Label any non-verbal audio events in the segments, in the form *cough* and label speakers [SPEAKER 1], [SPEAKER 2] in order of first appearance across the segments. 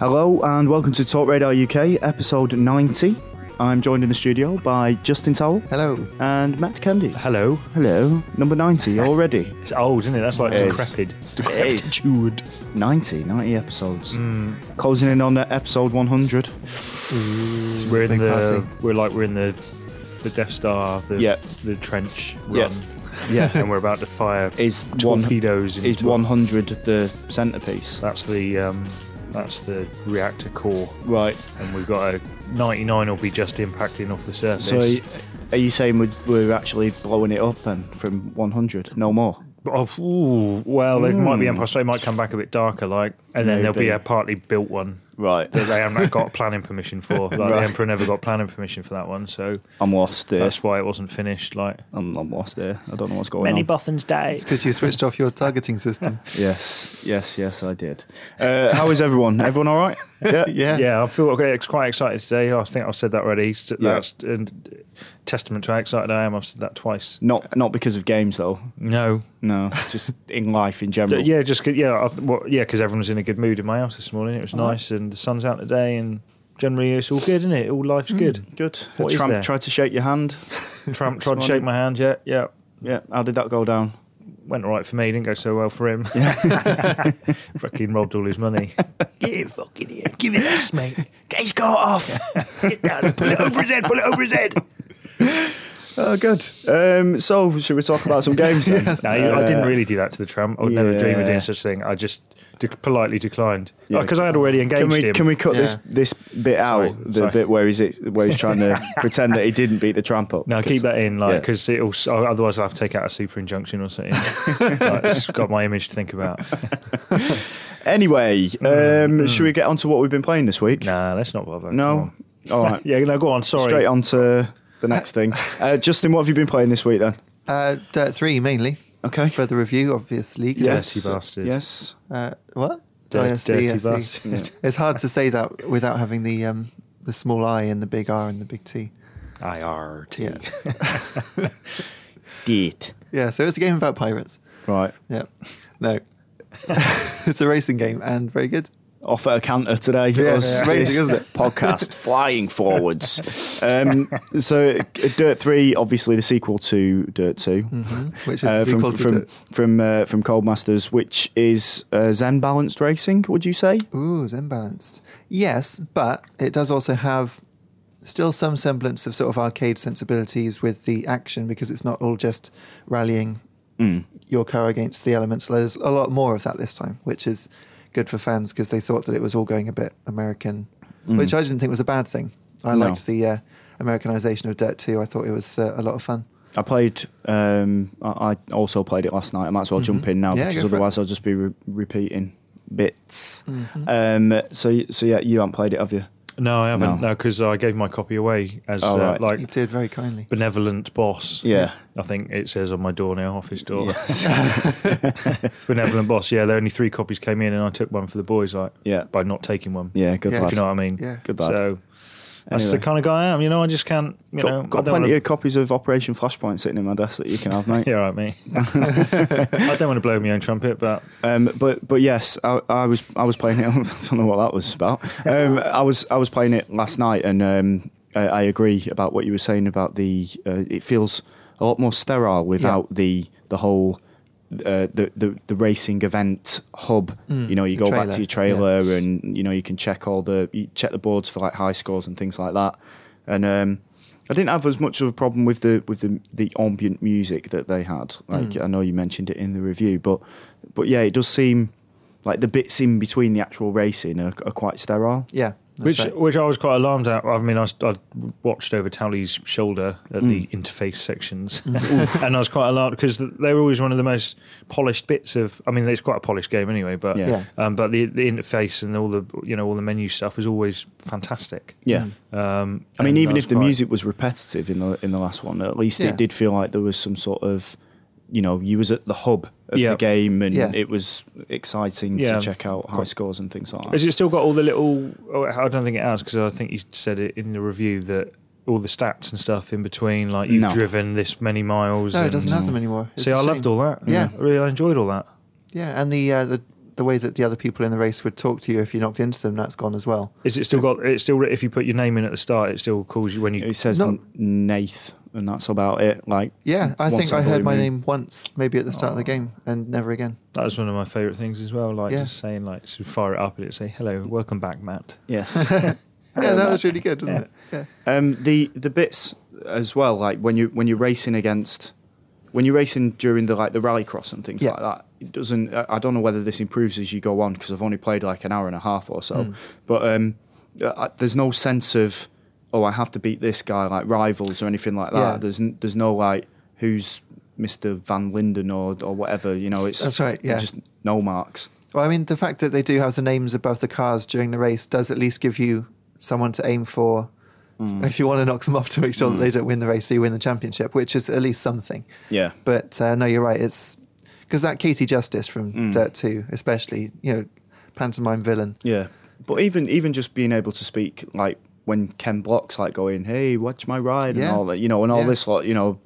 [SPEAKER 1] and welcome to Talk Radar UK, episode 90. I'm joined in the studio by Justin Towell
[SPEAKER 2] Hello.
[SPEAKER 1] and Matt Candy.
[SPEAKER 3] Hello.
[SPEAKER 1] Hello, number *laughs* 90 already.
[SPEAKER 3] It's old, isn't it? That's like
[SPEAKER 1] It is.
[SPEAKER 3] decrepit.
[SPEAKER 1] is.
[SPEAKER 3] Decrepitude.
[SPEAKER 1] 90, 90 episodes. Closing in on uh, episode 100.
[SPEAKER 3] We're in
[SPEAKER 2] Big
[SPEAKER 3] the.
[SPEAKER 2] party.
[SPEAKER 3] We're like we're in the, the Death Star. The,
[SPEAKER 1] Yeah.
[SPEAKER 3] The trench
[SPEAKER 1] Yeah.
[SPEAKER 3] run. Yeah. *laughs* and we're about to fire
[SPEAKER 1] Is one-
[SPEAKER 3] torpedoes. into
[SPEAKER 1] Is 100 the centrepiece?
[SPEAKER 3] That's the. Um, that's the reactor core,
[SPEAKER 1] Right.
[SPEAKER 3] and we've got a 99 will be just impacting off the surface.
[SPEAKER 1] So, are you saying we're, we're actually blowing it up then from 100? No more?
[SPEAKER 3] Oh, ooh, well, they might be Empire State might come back a bit darker, like, and then there'll
[SPEAKER 1] Hmm. Maybe.
[SPEAKER 3] be a partly built one
[SPEAKER 1] Right.
[SPEAKER 3] that they haven't got planning permission for.
[SPEAKER 1] *laughs*
[SPEAKER 3] Like
[SPEAKER 1] Right.
[SPEAKER 3] the Emperor never got planning permission for that one, so
[SPEAKER 1] *laughs* I'm lost there.
[SPEAKER 3] that's why it wasn't finished. Like
[SPEAKER 1] I'm, I'm lost there. I don't know what's going on.
[SPEAKER 3] Bothans Day.
[SPEAKER 2] It's because you switched off your targeting system.
[SPEAKER 1] Yes, yes, yes, I did. Uh, how is everyone? Everyone all *laughs* right? Yeah,
[SPEAKER 2] Yeah.
[SPEAKER 3] Yeah, I feel okay, it's quite excited today. I think I've said that already. So
[SPEAKER 1] Yeah.
[SPEAKER 3] That's a testament to how excited I am. I've said that twice.
[SPEAKER 1] Not not because of games though.
[SPEAKER 3] No.
[SPEAKER 1] No, just in life in
[SPEAKER 3] D-
[SPEAKER 1] general.
[SPEAKER 3] Yeah, just 'cause- yeah, I th- well, yeah, because everyone was in a good mood in my house this morning. It was
[SPEAKER 1] right.
[SPEAKER 3] nice, and the sun's out today, and generally it's all good, isn't it? All life's *laughs* good.
[SPEAKER 1] good.
[SPEAKER 3] What is
[SPEAKER 1] Trump
[SPEAKER 3] there?
[SPEAKER 1] tried to shake your hand.
[SPEAKER 3] Trump
[SPEAKER 1] This
[SPEAKER 3] tried to shake
[SPEAKER 1] morning.
[SPEAKER 3] my hand. Yeah, yeah,
[SPEAKER 1] Yeah, how did that go down?
[SPEAKER 3] went all right for me. Didn't go so well *laughs* for him. *laughs* fucking robbed all his *laughs* money. Get it, fucking here. Give it us, mate. Get his coat off. Get down. Pull it over his head. Pull it over his head.
[SPEAKER 1] Oh, good. Um, so, should we talk about some games *laughs* then?
[SPEAKER 3] No, I didn't
[SPEAKER 1] Uh,
[SPEAKER 3] really do that to the tramp. I would never dream
[SPEAKER 1] yeah.
[SPEAKER 3] of doing such a thing. I just de- politely declined
[SPEAKER 1] Yeah.
[SPEAKER 3] because I had already engaged
[SPEAKER 1] Can we
[SPEAKER 3] him.
[SPEAKER 1] can we cut
[SPEAKER 2] Yeah.
[SPEAKER 1] this this bit out?
[SPEAKER 3] Sorry,
[SPEAKER 1] the
[SPEAKER 3] sorry.
[SPEAKER 1] bit where he's where he's trying
[SPEAKER 3] *laughs*
[SPEAKER 1] to pretend that he didn't beat the tramp up.
[SPEAKER 3] no, keep that in, like,
[SPEAKER 1] Yeah.
[SPEAKER 3] because it'll. s- oh, Otherwise, I'll have to take out a super injunction
[SPEAKER 1] *laughs*
[SPEAKER 3] or something. like, it's got my image to think about.
[SPEAKER 1] Anyway,
[SPEAKER 3] Mm,
[SPEAKER 1] um, should we get on to what we've been playing this week?
[SPEAKER 3] Nah, let's not bother.
[SPEAKER 1] No. All right.
[SPEAKER 3] Yeah, no, go on. Sorry.
[SPEAKER 1] Straight on to the next
[SPEAKER 2] *laughs*
[SPEAKER 1] thing. Uh, Justin, what have you been playing this week then?
[SPEAKER 2] Uh, Dirt 3 mainly.
[SPEAKER 1] Okay.
[SPEAKER 2] For the review, obviously. 'cause
[SPEAKER 1] Yes.
[SPEAKER 3] Dirty bastard.
[SPEAKER 1] Yes.
[SPEAKER 2] Uh, what?
[SPEAKER 3] Dir-
[SPEAKER 2] Oh, I see,
[SPEAKER 3] dirty
[SPEAKER 2] I see.
[SPEAKER 3] bastard.
[SPEAKER 2] It's hard to say that without having the um, the small I and the big R and the big T.
[SPEAKER 3] IRT.
[SPEAKER 2] Yeah.
[SPEAKER 1] Did.
[SPEAKER 2] yeah, so it's a game about pirates.
[SPEAKER 1] Right.
[SPEAKER 2] Yeah. No. *laughs* it's a racing game and very good.
[SPEAKER 1] Off at a canter today.
[SPEAKER 2] Yeah,
[SPEAKER 1] Us-
[SPEAKER 2] it's amazing,
[SPEAKER 1] this
[SPEAKER 2] isn't *laughs* it?
[SPEAKER 1] Podcast flying forwards. *laughs* Um, so, Dirt Three, obviously the sequel to Dirt 2
[SPEAKER 2] Mm-hmm. Which is
[SPEAKER 1] uh,
[SPEAKER 2] the
[SPEAKER 1] from
[SPEAKER 2] sequel to
[SPEAKER 1] from
[SPEAKER 2] Dirt.
[SPEAKER 1] from uh, from Coldmasters, which is uh, Zen balanced racing. Would you say?
[SPEAKER 2] Ooh, it's imbalanced. Yes, but it does also have still some semblance of sort of arcade sensibilities with the action because it's not all just rallying your car against the elements. There's a lot more of that this time, which is good for fans because they thought that it was all going a bit American, which I didn't think was a bad thing. I
[SPEAKER 1] No.
[SPEAKER 2] liked the uh, Americanization of Dirt 2. I thought it was uh, a lot of fun.
[SPEAKER 1] I played. Um, I, I also played it last night. I might as well jump in now
[SPEAKER 2] Mm-hmm. Yeah,
[SPEAKER 1] because
[SPEAKER 2] go for it.
[SPEAKER 1] otherwise I'll just be re- repeating bits.
[SPEAKER 2] Mm-hmm.
[SPEAKER 1] Um, so, y- so yeah, you haven't played it, have you?
[SPEAKER 3] No, I haven't.
[SPEAKER 1] No.
[SPEAKER 3] No, because I gave my copy away as
[SPEAKER 1] Oh,
[SPEAKER 3] uh,
[SPEAKER 1] right.
[SPEAKER 3] like
[SPEAKER 2] You did very kindly.
[SPEAKER 3] benevolent boss.
[SPEAKER 1] Yeah.
[SPEAKER 3] I think it says on my door now, office door.
[SPEAKER 1] Yes.
[SPEAKER 3] *laughs* Benevolent boss. Yeah, there only three copies came in, and I took one for the boys. Like,
[SPEAKER 1] Yeah.
[SPEAKER 3] by not taking one.
[SPEAKER 1] yeah, good
[SPEAKER 2] Yeah,
[SPEAKER 1] lad.
[SPEAKER 3] if you know what I mean.
[SPEAKER 2] Yeah.
[SPEAKER 1] Good lad.
[SPEAKER 3] So that's
[SPEAKER 1] Anyway.
[SPEAKER 3] the kind of guy I am. You know, I just can't. You
[SPEAKER 1] got
[SPEAKER 3] know,
[SPEAKER 1] got
[SPEAKER 3] I don't
[SPEAKER 1] plenty
[SPEAKER 3] wanna,
[SPEAKER 1] of copies of Operation Flashpoint sitting in my desk that you can have, mate.
[SPEAKER 3] *laughs* yeah, all right,
[SPEAKER 1] *laughs*
[SPEAKER 3] mate. I don't want to blow my own trumpet, but
[SPEAKER 1] Um, but but yes, I, I was I was playing it. *laughs* I don't know what that was about. Um, I was I was playing it last night, and um, I, I agree about what you were saying about the. Uh, it feels a lot more sterile without the the whole. Uh, the, the the racing event hub you know you
[SPEAKER 2] Mm. the
[SPEAKER 1] go back
[SPEAKER 2] trailer,
[SPEAKER 1] to your trailer and you know you can check all the you check the boards for like high scores and things like that and um I didn't have as much of a problem with the with the, the ambient music that they had. Like I know you mentioned it in the review, but but yeah, it does seem like the bits in between the actual racing are, are quite sterile.
[SPEAKER 2] Yeah. that's
[SPEAKER 3] which
[SPEAKER 2] right.
[SPEAKER 3] which I was quite alarmed at. I mean, I, s- I watched over Towley's shoulder at the
[SPEAKER 1] Mm.
[SPEAKER 3] interface
[SPEAKER 1] *laughs*
[SPEAKER 3] sections, and I was quite alarmed because they were always one of the most polished bits of. I mean, it's quite a polished game anyway, but
[SPEAKER 1] Yeah.
[SPEAKER 2] Yeah.
[SPEAKER 3] um, but the the interface and all the you know all the menu stuff is always fantastic.
[SPEAKER 1] Yeah,
[SPEAKER 2] Mm.
[SPEAKER 3] Um,
[SPEAKER 1] I mean,
[SPEAKER 3] and
[SPEAKER 1] even
[SPEAKER 3] was
[SPEAKER 1] if the
[SPEAKER 3] quite-
[SPEAKER 1] music was repetitive in the in the last one, at least
[SPEAKER 2] Yeah.
[SPEAKER 1] it did feel like there was some sort of you know you was at the hub of
[SPEAKER 3] Yeah.
[SPEAKER 1] the game and
[SPEAKER 2] Yeah.
[SPEAKER 1] it was exciting
[SPEAKER 3] Yeah.
[SPEAKER 1] to check out high scores and things like that.
[SPEAKER 3] Has it still got all the little? Oh, I don't think it has because I think you said it in the review that all the stats and stuff in between, like you've
[SPEAKER 1] No.
[SPEAKER 3] driven this many miles.
[SPEAKER 2] No, it
[SPEAKER 3] and-
[SPEAKER 2] doesn't have them anymore. It's
[SPEAKER 3] See,
[SPEAKER 2] a
[SPEAKER 3] I
[SPEAKER 2] shame.
[SPEAKER 3] loved all that.
[SPEAKER 2] Yeah.
[SPEAKER 3] I really, I enjoyed all that.
[SPEAKER 2] Yeah, and the uh, the the way that the other people in the race would talk to you if you knocked into them, that's gone as well.
[SPEAKER 3] Is it still got? It's still if you put your name in at the start, it still calls you when you.
[SPEAKER 1] It says
[SPEAKER 2] Not-
[SPEAKER 1] N- Nath, and that's about it. Like,
[SPEAKER 2] Yeah, I
[SPEAKER 1] once
[SPEAKER 2] think
[SPEAKER 1] in
[SPEAKER 2] Mm, I
[SPEAKER 1] a
[SPEAKER 2] heard
[SPEAKER 1] blue
[SPEAKER 2] my
[SPEAKER 1] moon.
[SPEAKER 2] name once, maybe at the start of the game, and never again.
[SPEAKER 3] That was one of my favourite things as well. Like
[SPEAKER 2] Yeah.
[SPEAKER 3] just saying, like, so fire it up and it would say, "Hello, welcome back, Matt."
[SPEAKER 2] *laughs*
[SPEAKER 1] Yes.
[SPEAKER 2] Yeah, that was really good, wasn't it?
[SPEAKER 1] Um, the the bits as well, like when you when you're racing against, when you're racing during the like the rallycross and things
[SPEAKER 2] Yeah.
[SPEAKER 1] like that. It doesn't. I I don't know whether this improves as you go on because I've only played like an hour and a half or so.
[SPEAKER 2] Hmm.
[SPEAKER 1] But um, I, there's no sense of oh I have to beat this guy like rivals or anything like that.
[SPEAKER 2] Yeah.
[SPEAKER 1] There's n- there's no like who's Mr. Van Linden or or whatever. You know, it's
[SPEAKER 2] That's right, yeah.
[SPEAKER 1] Just no marks.
[SPEAKER 2] Well, I mean, the fact that they do have the names above the cars during the race does at least give you someone to aim for if you want to knock them off to make sure that they don't win the race, so you win the championship, which is at least something.
[SPEAKER 1] Yeah.
[SPEAKER 2] But uh, no, you're right. It's because that Katie Justice from Dirt 2, especially, you know, pantomime villain.
[SPEAKER 1] Yeah, but even even just being able to speak like when Ken blocks, like going, "Hey, watch my ride,"
[SPEAKER 2] Yeah.
[SPEAKER 1] and all that, you know, and all
[SPEAKER 2] Yeah. Hmm.
[SPEAKER 1] this lot, you know,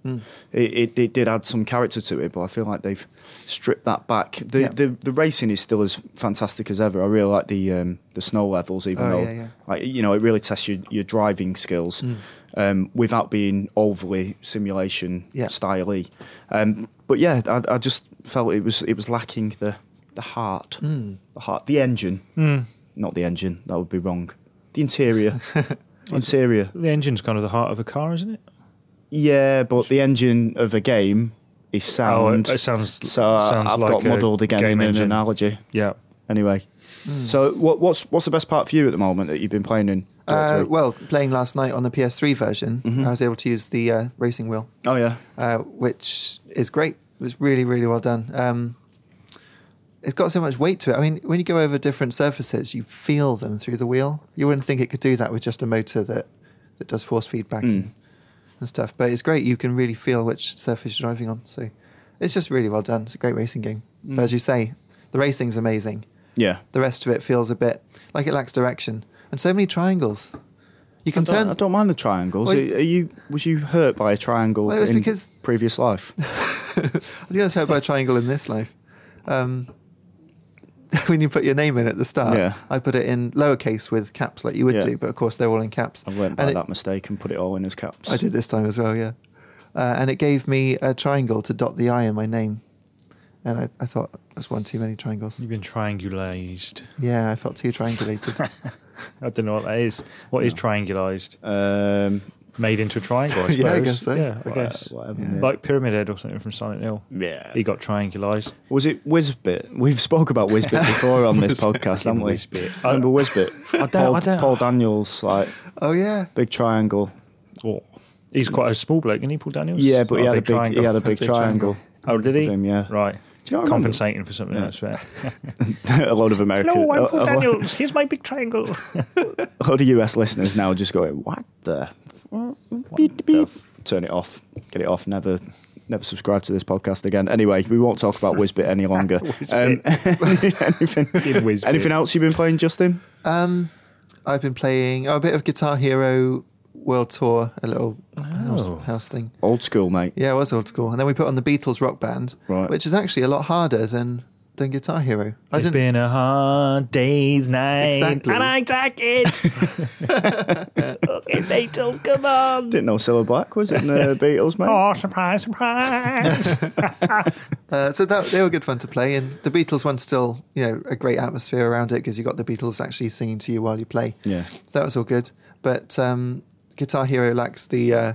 [SPEAKER 1] it, it it did add some character to it. But I feel like they've stripped that back. The
[SPEAKER 2] Yeah.
[SPEAKER 1] the, the racing is still as fantastic as ever. I really like the um, the snow levels, even
[SPEAKER 2] Oh,
[SPEAKER 1] though
[SPEAKER 2] yeah, yeah.
[SPEAKER 1] like you know it really tests your your driving skills.
[SPEAKER 3] Mm.
[SPEAKER 1] Um, without being overly simulation
[SPEAKER 2] Yeah.
[SPEAKER 1] styley, um, but yeah, I, I just felt it was it was lacking the the heart,
[SPEAKER 3] Mm.
[SPEAKER 1] the heart, the engine, not the engine. That would be wrong. The interior,
[SPEAKER 3] *laughs*
[SPEAKER 1] interior.
[SPEAKER 3] The engine's kind of the heart of a car, isn't it?
[SPEAKER 1] Yeah, but the engine of a game is sound.
[SPEAKER 3] Oh, it, it sounds
[SPEAKER 1] so I-
[SPEAKER 3] sounds
[SPEAKER 1] I've
[SPEAKER 3] like
[SPEAKER 1] got
[SPEAKER 3] a
[SPEAKER 1] muddled again
[SPEAKER 3] game
[SPEAKER 1] in an
[SPEAKER 3] engine. Mm.
[SPEAKER 1] analogy.
[SPEAKER 3] Yeah,
[SPEAKER 1] Anyway, so what, what's what's the best part for you at the moment that you've been playing in? Dirt
[SPEAKER 2] Uh,
[SPEAKER 1] three?
[SPEAKER 2] well, playing last night on the PS3 version, I was able to use the uh, racing wheel.
[SPEAKER 1] oh yeah,
[SPEAKER 2] uh, which is great. It was really, really well done. Um, it's got so much weight to it. I mean, when you go over different surfaces, you feel them through the wheel. You wouldn't think it could do that with just a motor that, that does force feedback and, and stuff. But it's great. You can really feel which surface you're driving on. So it's just really well done. It's a great racing game. But as you say, the racing's amazing.
[SPEAKER 1] yeah.
[SPEAKER 2] The rest of it feels a bit like it lacks direction. And so many triangles. You can
[SPEAKER 1] I don't,
[SPEAKER 2] turn.
[SPEAKER 1] I don't mind the triangles.
[SPEAKER 2] Well,
[SPEAKER 1] Are- are you was you hurt by a triangle
[SPEAKER 2] Well, it was
[SPEAKER 1] in
[SPEAKER 2] because-
[SPEAKER 1] previous
[SPEAKER 2] *laughs*
[SPEAKER 1] life?
[SPEAKER 2] I think I was hurt by a triangle in this life. Um, *laughs* when you put your name in at the start,
[SPEAKER 1] Yeah.
[SPEAKER 2] I put it in lowercase with caps like you would
[SPEAKER 1] Yeah.
[SPEAKER 2] do, but of course they're all in caps.
[SPEAKER 1] I've learned by
[SPEAKER 2] And it-
[SPEAKER 1] that mistake and put it all in his caps.
[SPEAKER 2] I did this time as well, yeah. Uh, and it gave me a triangle to dot the I in my name. And I, I thought, that's one too many triangles.
[SPEAKER 1] Mm.
[SPEAKER 3] you've been triangulized.
[SPEAKER 2] Yeah, I felt too triangulated. *laughs*
[SPEAKER 3] I don't know what that is. What is triangulized?
[SPEAKER 1] Um,
[SPEAKER 3] Made into a
[SPEAKER 1] *laughs*
[SPEAKER 3] triangle, I suppose.
[SPEAKER 2] Yeah, I guess so.
[SPEAKER 3] Yeah, I
[SPEAKER 1] wha-
[SPEAKER 3] guess.
[SPEAKER 1] whatever,
[SPEAKER 2] Yeah.
[SPEAKER 1] mate.
[SPEAKER 3] Like Pyramid Head or something from Silent Hill.
[SPEAKER 1] Yeah.
[SPEAKER 3] He got triangulized.
[SPEAKER 1] was it Whizbit? We've spoke about
[SPEAKER 2] *laughs*
[SPEAKER 1] Whizbit before on this podcast, haven't we?
[SPEAKER 3] Whizbit.
[SPEAKER 1] Remember Whizbit?
[SPEAKER 3] I don't-
[SPEAKER 1] Paul,
[SPEAKER 3] I don't-
[SPEAKER 1] Paul Daniels, like
[SPEAKER 2] oh, yeah.
[SPEAKER 1] big triangle.
[SPEAKER 3] Oh. He's quite a small bloke, isn't he, Paul Daniels?
[SPEAKER 1] Yeah, but he
[SPEAKER 3] Oh,
[SPEAKER 1] had a big, he had a big,
[SPEAKER 2] Big
[SPEAKER 1] triangle.
[SPEAKER 2] triangle.
[SPEAKER 3] *laughs* Oh, did he?
[SPEAKER 1] Of him, yeah.
[SPEAKER 3] Right.
[SPEAKER 1] Do you not remember?
[SPEAKER 3] Compensating for something else fair. *laughs*
[SPEAKER 1] *laughs* a lot of American,
[SPEAKER 3] Hello,
[SPEAKER 1] a,
[SPEAKER 3] I'm
[SPEAKER 1] a
[SPEAKER 3] Paul
[SPEAKER 1] lo-
[SPEAKER 3] Daniels. Here's my big *laughs* triangle.
[SPEAKER 1] a lot of US listeners now just going, what the? Beep, beep. Turn it off. Get it off. Never. Never subscribe to this podcast again. Anyway, we won't talk about Whizbit
[SPEAKER 3] *laughs*
[SPEAKER 1] any longer. anything,
[SPEAKER 3] In Whizbit.
[SPEAKER 1] *laughs* anything else you've been playing, Justin?
[SPEAKER 2] Um, I've been playing oh, a bit of Guitar Hero World Tour, a little house,
[SPEAKER 3] Oh.
[SPEAKER 2] house thing.
[SPEAKER 1] Old school, mate.
[SPEAKER 2] Yeah, it was old school. And then we put on the Beatles rock band,
[SPEAKER 1] Right.
[SPEAKER 2] which is actually a lot harder than than Guitar Hero. I
[SPEAKER 3] it's
[SPEAKER 2] didn't.
[SPEAKER 3] been a hard day's night.
[SPEAKER 2] Exactly.
[SPEAKER 3] And I take *laughs* it. okay, Beatles, come on.
[SPEAKER 1] Didn't know Silver Black was in the *laughs* Beatles, mate.
[SPEAKER 3] *laughs* Oh, surprise, surprise.
[SPEAKER 2] Uh, so that, they were good fun to play, and the Beatles one's still you know a great atmosphere around it because you got the Beatles actually singing to you while you play.
[SPEAKER 1] Yeah.
[SPEAKER 2] so that was all good. But um, Guitar Hero lacks the uh,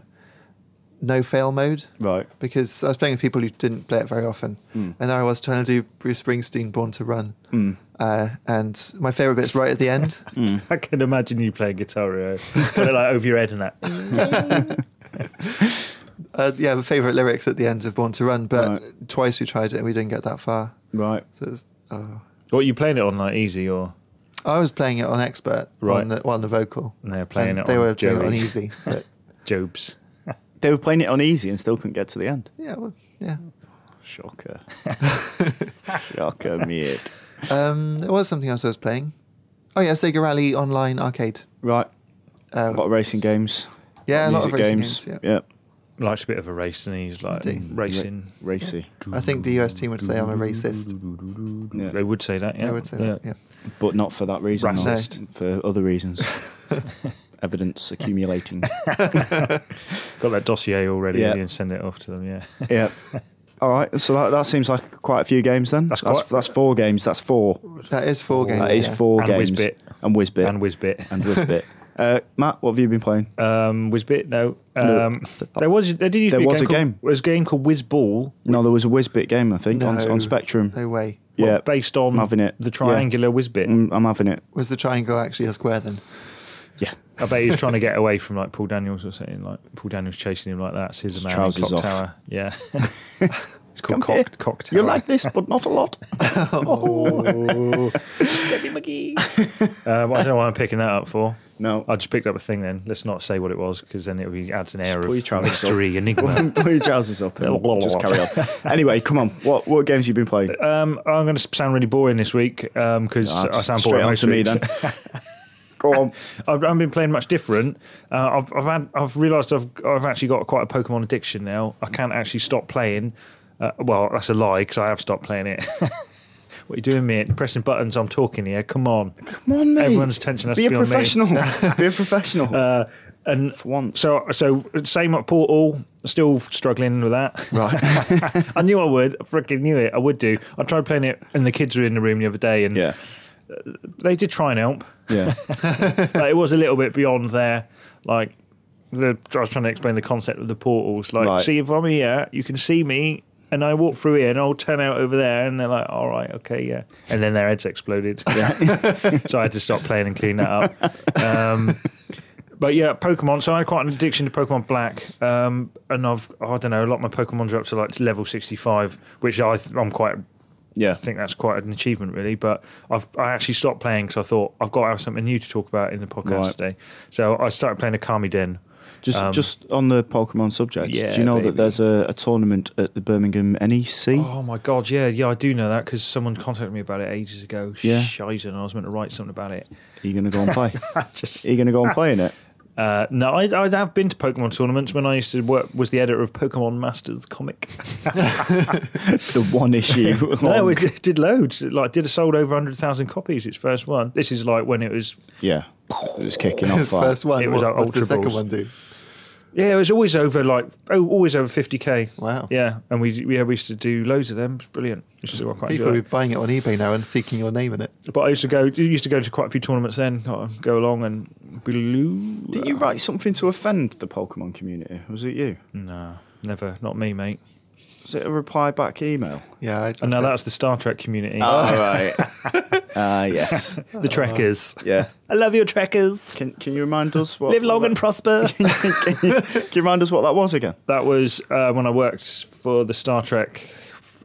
[SPEAKER 2] no fail mode.
[SPEAKER 1] Right.
[SPEAKER 2] Because I was playing with people who didn't play it very often,
[SPEAKER 1] Hmm.
[SPEAKER 2] and there I was trying to do Bruce Springsteen "Born to Run," uh, and my favorite bit's right at
[SPEAKER 1] *laughs*
[SPEAKER 2] the end.
[SPEAKER 3] *laughs*
[SPEAKER 1] Hmm.
[SPEAKER 3] I can imagine you playing Guitar Hero. Put it like over your head and that.
[SPEAKER 1] *laughs*
[SPEAKER 2] uh, yeah, the favourite lyrics at the end of Born to Run, but
[SPEAKER 1] Right.
[SPEAKER 2] twice we tried it and we didn't get that far.
[SPEAKER 1] Right.
[SPEAKER 2] So it's, oh.
[SPEAKER 3] What, you playing it on like easy or?
[SPEAKER 2] I was playing it on expert,
[SPEAKER 3] Right.
[SPEAKER 2] on, the, well, on the vocal.
[SPEAKER 3] And they were playing
[SPEAKER 2] and
[SPEAKER 3] it
[SPEAKER 2] They
[SPEAKER 3] on
[SPEAKER 2] were playing it on
[SPEAKER 3] Joey. *laughs*
[SPEAKER 2] easy, but
[SPEAKER 3] Jobs.
[SPEAKER 1] They were playing it on easy and still couldn't get to the end.
[SPEAKER 2] yeah, well, yeah.
[SPEAKER 3] *laughs*
[SPEAKER 1] Shocker. Shocker, mate.
[SPEAKER 2] Um, there was something else I was playing. Oh yeah, Sega Rally Online Arcade.
[SPEAKER 1] Right. A
[SPEAKER 2] Uh,
[SPEAKER 1] lot of racing games.
[SPEAKER 2] yeah, a lot
[SPEAKER 1] music
[SPEAKER 2] of racing
[SPEAKER 1] games.
[SPEAKER 2] games. yeah.
[SPEAKER 1] yeah.
[SPEAKER 3] likes a bit of a race, and he's like
[SPEAKER 2] Indeed.
[SPEAKER 3] racing.
[SPEAKER 1] racy.
[SPEAKER 2] I think the US team would say I'm a racist.
[SPEAKER 1] Yeah.
[SPEAKER 3] They would say that. Yeah,
[SPEAKER 2] They would say that. Yeah.
[SPEAKER 1] But not for that reason. no.
[SPEAKER 2] Racist.
[SPEAKER 1] For other *laughs* reasons. Evidence accumulating.
[SPEAKER 3] Got that dossier already
[SPEAKER 1] Yeah.
[SPEAKER 3] and send it off to them. Yeah,
[SPEAKER 1] yeah. All right. So that, that seems like quite a few games then.
[SPEAKER 3] That's
[SPEAKER 1] that's,
[SPEAKER 3] quite-
[SPEAKER 1] that's four games. That's four.
[SPEAKER 2] That is four games.
[SPEAKER 1] That is
[SPEAKER 2] yeah.
[SPEAKER 1] four
[SPEAKER 3] And
[SPEAKER 1] games.
[SPEAKER 3] Whizbit.
[SPEAKER 1] And Whizbit.
[SPEAKER 3] and Whizbit.
[SPEAKER 1] And Whizbit. *laughs* uh, Matt, what have you been playing?
[SPEAKER 3] Um, Whizbit, no.
[SPEAKER 1] No.
[SPEAKER 3] Um, There was there did used to
[SPEAKER 1] There
[SPEAKER 3] be
[SPEAKER 1] was a
[SPEAKER 3] a game called,
[SPEAKER 1] game.
[SPEAKER 3] There was a game called Whizball,
[SPEAKER 1] No, there was a Whizbit game, I think, on,
[SPEAKER 2] No.
[SPEAKER 1] on Spectrum.
[SPEAKER 2] No way.
[SPEAKER 3] well,
[SPEAKER 1] yeah.
[SPEAKER 3] based on
[SPEAKER 1] I'm having it.
[SPEAKER 3] the triangular
[SPEAKER 1] Yeah.
[SPEAKER 3] Whizbit.
[SPEAKER 1] Mm, I'm having it.
[SPEAKER 2] Was the triangle actually a square then?
[SPEAKER 1] Yeah.
[SPEAKER 3] I
[SPEAKER 1] *laughs*
[SPEAKER 3] bet he was trying to get away from like Paul Daniels or something. Like Paul Daniels chasing him like that. Scissor man, in
[SPEAKER 1] trousers off.
[SPEAKER 3] Clock Tower.
[SPEAKER 1] *laughs*
[SPEAKER 3] Yeah, it's
[SPEAKER 1] Come
[SPEAKER 3] called
[SPEAKER 1] here.
[SPEAKER 3] cock, cock Tower.
[SPEAKER 1] You like this, but not a *laughs* lot.
[SPEAKER 3] Oh. *laughs* Uh, well, I don't know what I'm picking that up for.
[SPEAKER 1] No.
[SPEAKER 3] I just picked up a thing then. Let's not say what it was because then it would adds an air
[SPEAKER 1] pull your
[SPEAKER 3] of
[SPEAKER 1] trousers off. *laughs*
[SPEAKER 3] mystery, enigma.
[SPEAKER 1] Pull your trousers up and
[SPEAKER 3] *laughs* Blah, blah,
[SPEAKER 1] just
[SPEAKER 3] blah.
[SPEAKER 1] carry on. Anyway, come on. What what games have you been playing?
[SPEAKER 3] um, I'm going to sound really boring this week because
[SPEAKER 1] Ah,
[SPEAKER 3] I
[SPEAKER 1] just
[SPEAKER 3] sound
[SPEAKER 1] straight
[SPEAKER 3] boring
[SPEAKER 1] on
[SPEAKER 3] most
[SPEAKER 1] to me
[SPEAKER 3] weeks.
[SPEAKER 1] then. *laughs* Go on.
[SPEAKER 3] *laughs* I've, I've been playing much different. Uh, I've I've, had, I've realised I've I've actually got quite a Pokemon addiction now. I can't actually stop playing. Uh, well, that's a lie because I have stopped playing it. *laughs* what are you doing, mate? Pressing buttons. I'm talking here. Come on.
[SPEAKER 1] Come on, mate.
[SPEAKER 3] Everyone's attention has
[SPEAKER 1] Be
[SPEAKER 3] to
[SPEAKER 1] a
[SPEAKER 3] be on me. *laughs*
[SPEAKER 1] professional. Be a professional.
[SPEAKER 3] Uh, and
[SPEAKER 1] For once.
[SPEAKER 3] so so same at Portal. Still struggling with that. Right. *laughs* I knew I would. I freaking knew it. I would do. I tried playing it, and the kids were in the room the other day, and
[SPEAKER 1] yeah.
[SPEAKER 3] they did try and help.
[SPEAKER 1] Yeah.
[SPEAKER 3] like, it was a little bit beyond their like the I was trying to explain the concept of the portals. Like,
[SPEAKER 1] Right.
[SPEAKER 3] see if I'm here, you can see me, and I walk through here, and I'll turn out over there, and they're like, "All right, okay, yeah." And then their heads exploded, *laughs* so I had to stop playing and clean that up. Um, but yeah, Pokemon. So I had quite an addiction to Pokemon Black, um, and I've I don't know a lot of my Pokemon's are up to like level sixty five, which I th- I'm quite
[SPEAKER 1] Yeah.
[SPEAKER 3] *laughs* I think that's quite an achievement, really. But I've I actually stopped playing because I thought I've got to have something new to talk about in the podcast
[SPEAKER 1] Right.
[SPEAKER 3] today. So I started playing Akami Den.
[SPEAKER 1] Just
[SPEAKER 3] Um,
[SPEAKER 1] just on the Pokemon subject,
[SPEAKER 3] Yeah,
[SPEAKER 1] do you know
[SPEAKER 3] baby.
[SPEAKER 1] that there's a, a tournament at the Birmingham E NEC?
[SPEAKER 3] Oh my god, yeah, yeah, I do know that because someone contacted me about it ages ago.
[SPEAKER 1] Yeah.
[SPEAKER 3] Shizen, I was meant to write something about it.
[SPEAKER 1] Are you going to go and
[SPEAKER 3] *laughs*
[SPEAKER 1] play?
[SPEAKER 3] Just
[SPEAKER 1] Are you going to go and play
[SPEAKER 3] *laughs*
[SPEAKER 1] in it?
[SPEAKER 3] uh, no, I, I have been to Pokemon tournaments when I used to work was the editor of Pokemon Masters comic.
[SPEAKER 1] *laughs* The one issue.
[SPEAKER 3] *laughs* no, it, it did loads. It, like, did it sold over hundred thousand copies its first one. This is like when it was
[SPEAKER 1] yeah. It was kicking
[SPEAKER 2] *laughs*
[SPEAKER 3] *laughs*
[SPEAKER 1] off.
[SPEAKER 2] His
[SPEAKER 1] like-
[SPEAKER 2] first one.
[SPEAKER 3] It was
[SPEAKER 2] what,
[SPEAKER 3] our
[SPEAKER 2] what did the
[SPEAKER 3] Ultra
[SPEAKER 2] second
[SPEAKER 3] Balls.
[SPEAKER 2] one do?
[SPEAKER 3] Yeah, it was always over like oh, always over fifty k.
[SPEAKER 2] Wow.
[SPEAKER 3] Yeah, and we yeah we used to do loads of them. It's brilliant. Which is quite
[SPEAKER 2] People are
[SPEAKER 3] enjoy.
[SPEAKER 2] buying it on eBay now and seeking your name in it.
[SPEAKER 3] But I used to go you used to go to quite a few tournaments then. Oh, Go along and blue.
[SPEAKER 1] Did you write something to offend the Pokemon community? Was it you?
[SPEAKER 3] No, never. Not me, mate.
[SPEAKER 1] Was it a reply back email?
[SPEAKER 2] Yeah. I,
[SPEAKER 3] And now that's the Star Trek
[SPEAKER 1] *laughs*
[SPEAKER 3] community.
[SPEAKER 1] All right. Ah, yes.
[SPEAKER 3] the Trekkers.
[SPEAKER 1] Yeah.
[SPEAKER 3] I love your Trekkers.
[SPEAKER 1] Can Can you remind us what?
[SPEAKER 3] Live long
[SPEAKER 1] what
[SPEAKER 3] and *laughs* prosper.
[SPEAKER 1] that- *laughs* can, you, can you remind us what that was again?
[SPEAKER 3] that was uh, when I worked for the Star Trek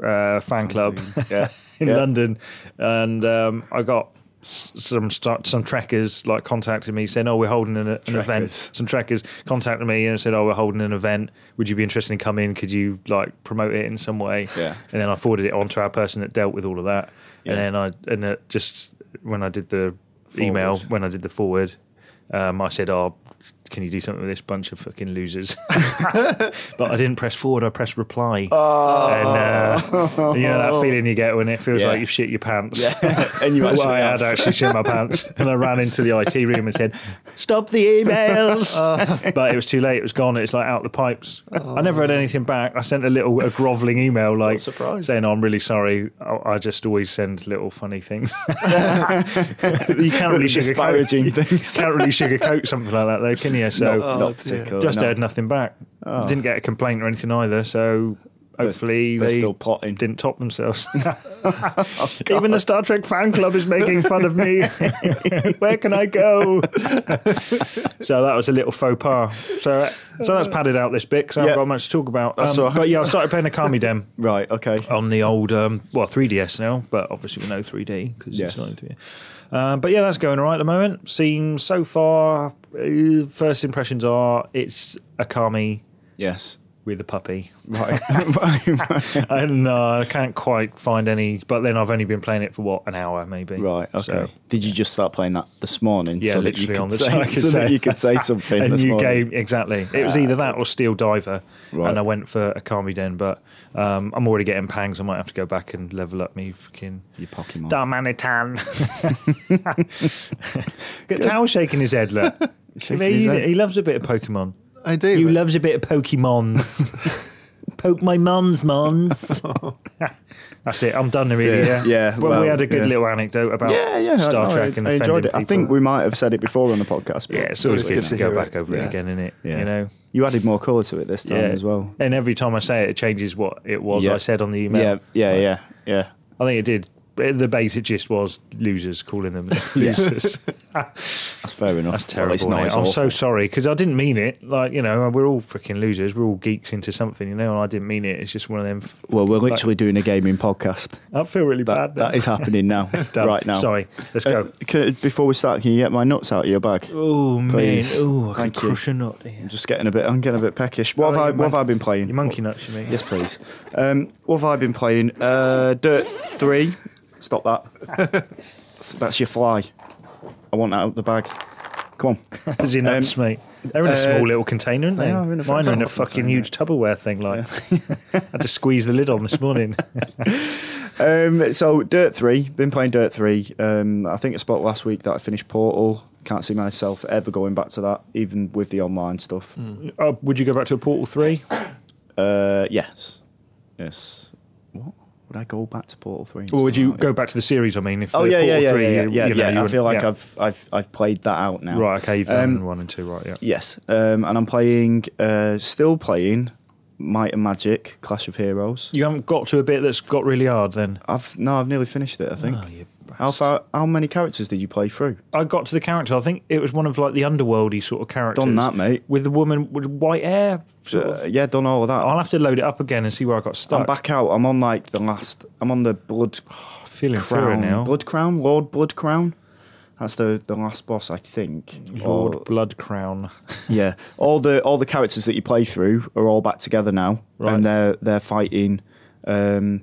[SPEAKER 3] uh, fan club.
[SPEAKER 1] *laughs* Yeah.
[SPEAKER 3] in
[SPEAKER 1] Yeah.
[SPEAKER 3] London, and um, I got s- some st- some trackers like contacted me saying, "Oh, we're holding an, an event."
[SPEAKER 1] Trackers.
[SPEAKER 3] Some trackers contacted me and said, "Oh, we're holding an event. Would you be interested in coming? Could you like promote it in some way?"
[SPEAKER 1] Yeah.
[SPEAKER 3] And then I forwarded it on to our person that dealt with all of that,
[SPEAKER 1] Yeah.
[SPEAKER 3] and then I and it just when I did the email
[SPEAKER 1] Forward.
[SPEAKER 3] when I did the forward, um, I said, "Oh." Can you do something with this bunch of fucking losers? *laughs* but I didn't press forward. I pressed reply. And uh, you
[SPEAKER 1] *laughs*
[SPEAKER 3] know that feeling you get when it feels
[SPEAKER 1] Ah. Yeah.
[SPEAKER 3] like you've shit your pants.
[SPEAKER 1] *laughs*
[SPEAKER 3] *laughs*
[SPEAKER 1] and you actually
[SPEAKER 3] well, I
[SPEAKER 1] have. *laughs*
[SPEAKER 3] had actually shit my pants, and I ran into the IT room and said, "Stop the
[SPEAKER 1] *laughs*
[SPEAKER 3] emails!"
[SPEAKER 1] Ah.
[SPEAKER 3] but it was too late; it was gone. It's like out the pipes. I never had anything back. I sent a little a grovelling email, like
[SPEAKER 1] surprised.
[SPEAKER 3] saying, "Oh, "I'm really sorry. I, I just always send little
[SPEAKER 1] *laughs*
[SPEAKER 3] funny things." you can't really sugarcoat.
[SPEAKER 1] disparaging things. *laughs*
[SPEAKER 3] Can't really sugarcoat something like that, though, can you? So
[SPEAKER 1] Not
[SPEAKER 2] dear.
[SPEAKER 1] particular.
[SPEAKER 3] just
[SPEAKER 1] no. Oh.
[SPEAKER 3] heard nothing back. Didn't get a complaint or anything either. So hopefully
[SPEAKER 1] they're
[SPEAKER 3] they
[SPEAKER 1] still Oh, potting.
[SPEAKER 3] didn't top
[SPEAKER 1] *laughs*
[SPEAKER 3] themselves. *laughs* Even the Star Trek fan club is making fun
[SPEAKER 1] *laughs*
[SPEAKER 3] of me. Where can I go? so that was a little faux pas. So so that's padded out this bit because I
[SPEAKER 1] Yeah.
[SPEAKER 3] haven't got much to talk about. Um,
[SPEAKER 1] That's all right.
[SPEAKER 3] But yeah, I started playing Akami Dem
[SPEAKER 1] Right. Okay.
[SPEAKER 3] on the old um, well 3ds now, but obviously with no 3D because
[SPEAKER 1] Yes.
[SPEAKER 3] it's not in 3D. Um, but yeah, that's going all right at the moment. Seems so far. Uh, first impressions are it's Akami
[SPEAKER 1] Yes.
[SPEAKER 3] with a puppy.
[SPEAKER 1] Right.
[SPEAKER 3] *laughs*
[SPEAKER 1] *laughs* right.
[SPEAKER 3] I don't know. I can't quite find any, but then I've only been playing it for what an hour, maybe.
[SPEAKER 1] Right. Okay.
[SPEAKER 3] So-
[SPEAKER 1] Did you just start playing that this morning?
[SPEAKER 3] yeah,
[SPEAKER 1] so that you
[SPEAKER 3] literally
[SPEAKER 1] could
[SPEAKER 3] on the
[SPEAKER 1] say,
[SPEAKER 3] *laughs*
[SPEAKER 1] *laughs*
[SPEAKER 3] so I could
[SPEAKER 1] so
[SPEAKER 3] say
[SPEAKER 1] that you could say something.
[SPEAKER 3] *laughs* a
[SPEAKER 1] this
[SPEAKER 3] new
[SPEAKER 1] morning.
[SPEAKER 3] game, exactly. It was either that or Steel Diver,
[SPEAKER 1] Right.
[SPEAKER 3] and I went for Akami Den, but um, I'm already getting pangs. I might have to go back and level up me fucking
[SPEAKER 1] Your Pokemon. *laughs*
[SPEAKER 3] Darmanitan. Got Tao shaking his head. Look,
[SPEAKER 1] *laughs* Shaking his
[SPEAKER 3] he,
[SPEAKER 1] head.
[SPEAKER 3] he loves a bit of Pokemon.
[SPEAKER 2] I do.
[SPEAKER 3] He
[SPEAKER 2] but-
[SPEAKER 3] loves a bit of *laughs* Pokemons. Poke my mum's *laughs* mons. That's it. I'm done really.
[SPEAKER 1] Yeah,
[SPEAKER 3] Yeah.
[SPEAKER 1] yeah,
[SPEAKER 3] Well, we
[SPEAKER 1] well,
[SPEAKER 3] had a good
[SPEAKER 1] yeah.
[SPEAKER 3] little anecdote about
[SPEAKER 1] Yeah, yeah.
[SPEAKER 3] Star
[SPEAKER 1] no,
[SPEAKER 3] Trek
[SPEAKER 1] I,
[SPEAKER 3] and
[SPEAKER 1] I enjoyed
[SPEAKER 3] offending
[SPEAKER 1] it. I
[SPEAKER 3] people.
[SPEAKER 1] think we might have said it before on the podcast. But
[SPEAKER 3] Yeah, it's always
[SPEAKER 1] you
[SPEAKER 3] good
[SPEAKER 1] know,
[SPEAKER 3] to
[SPEAKER 2] to
[SPEAKER 3] go
[SPEAKER 2] hear
[SPEAKER 3] back
[SPEAKER 2] it.
[SPEAKER 3] over it
[SPEAKER 2] Yeah.
[SPEAKER 3] again, isn't it?
[SPEAKER 1] Yeah.
[SPEAKER 3] You know.
[SPEAKER 1] You added more colour to it this time
[SPEAKER 3] Yeah.
[SPEAKER 1] as well.
[SPEAKER 3] And every time I say it, it changes what it was
[SPEAKER 1] Yeah.
[SPEAKER 3] I said on the email.
[SPEAKER 1] Yeah, yeah, yeah, yeah.
[SPEAKER 3] I think it did. But The basic gist was losers calling
[SPEAKER 1] *laughs*
[SPEAKER 3] them losers.
[SPEAKER 1] That's fair enough.
[SPEAKER 3] That's
[SPEAKER 1] Well,
[SPEAKER 3] terrible.
[SPEAKER 1] it's not.
[SPEAKER 3] innit?
[SPEAKER 1] It's
[SPEAKER 3] I'm so
[SPEAKER 1] awful.
[SPEAKER 3] sorry because I didn't mean it. Like you know, we're all freaking losers. We're all geeks into something, you know. And I didn't mean it. It's just one of them. f-
[SPEAKER 1] Well, we're literally doing a gaming
[SPEAKER 3] *laughs*
[SPEAKER 1] podcast.
[SPEAKER 3] I feel really
[SPEAKER 1] That
[SPEAKER 3] bad. now.
[SPEAKER 1] that is happening now.
[SPEAKER 3] *laughs* It's done.
[SPEAKER 1] Right now.
[SPEAKER 3] Sorry. Let's
[SPEAKER 1] Uh,
[SPEAKER 3] go.
[SPEAKER 1] c- before we start, can you get my nuts out of your bag?
[SPEAKER 3] Oh man.
[SPEAKER 1] please.
[SPEAKER 3] Oh, I can
[SPEAKER 1] Thank you.
[SPEAKER 3] crush a nut. here.
[SPEAKER 1] I'm just getting a bit. I'm getting a bit peckish. What
[SPEAKER 3] Oh,
[SPEAKER 1] have I?
[SPEAKER 3] your
[SPEAKER 1] What have
[SPEAKER 3] mon-
[SPEAKER 1] I been playing?
[SPEAKER 3] Your monkey nuts, you mean?
[SPEAKER 1] Yes, please. Um, what have I been playing? Uh, Dirt Three. Stop
[SPEAKER 3] *laughs*
[SPEAKER 1] that. S- That's your fly. I want that out the bag. Come on.
[SPEAKER 3] As in nuts, mate. They're in a
[SPEAKER 1] uh,
[SPEAKER 3] small little container, aren't they?
[SPEAKER 1] they are in a
[SPEAKER 3] Mine are in
[SPEAKER 1] small
[SPEAKER 3] a fucking
[SPEAKER 1] container.
[SPEAKER 3] huge Tupperware thing. Like, *laughs* had to squeeze the lid on
[SPEAKER 1] *laughs*
[SPEAKER 3] this morning.
[SPEAKER 1] Um, so Dirt Three. Been playing Dirt Three. Um, I think I spoke last week that I finished Portal. Can't see myself ever going back to that, even with the online stuff.
[SPEAKER 3] Uh, would you go back to a Portal Three?
[SPEAKER 1] Uh, yes. Yes. What? Would I go back to Portal Three?
[SPEAKER 3] Or would you go back to the series? I mean, if
[SPEAKER 1] Oh
[SPEAKER 3] the
[SPEAKER 1] yeah, yeah,
[SPEAKER 3] Portal
[SPEAKER 1] yeah,
[SPEAKER 3] 3,
[SPEAKER 1] yeah, yeah,
[SPEAKER 3] you-
[SPEAKER 1] yeah.
[SPEAKER 3] you know, you
[SPEAKER 1] yeah. I
[SPEAKER 3] wouldn't-
[SPEAKER 1] feel like
[SPEAKER 3] yeah.
[SPEAKER 1] I've I've I've played that out now.
[SPEAKER 3] right. Okay, you've done
[SPEAKER 1] Um,
[SPEAKER 3] one and two, right? Yeah.
[SPEAKER 1] Yes, um, and I'm playing, uh, still playing, Might and Magic, Clash of Heroes.
[SPEAKER 3] You haven't got to a bit that's got really hard. Then
[SPEAKER 1] I've no, I've nearly finished it. I think.
[SPEAKER 3] Oh, you
[SPEAKER 1] how far? How many characters did you play through?
[SPEAKER 3] I got to the character. I think it was one of like the underworldy sort of characters.
[SPEAKER 1] Done that, mate.
[SPEAKER 3] With the woman with white hair. Sort
[SPEAKER 1] Uh,
[SPEAKER 3] of.
[SPEAKER 1] yeah, done all of that.
[SPEAKER 3] I'll have to load it up again and see where I got
[SPEAKER 1] I'm
[SPEAKER 3] stuck.
[SPEAKER 1] back out. I'm on like the last. I'm on the Blood
[SPEAKER 3] feeling thorough
[SPEAKER 1] Crown.
[SPEAKER 3] now.
[SPEAKER 1] Blood Crown, Lord Blood Crown. That's the, the last boss, I think.
[SPEAKER 3] Lord
[SPEAKER 1] Or-
[SPEAKER 3] Blood Crown.
[SPEAKER 1] yeah, all the all the characters that you play through are all back together now,
[SPEAKER 3] Right.
[SPEAKER 1] and they're they're fighting um,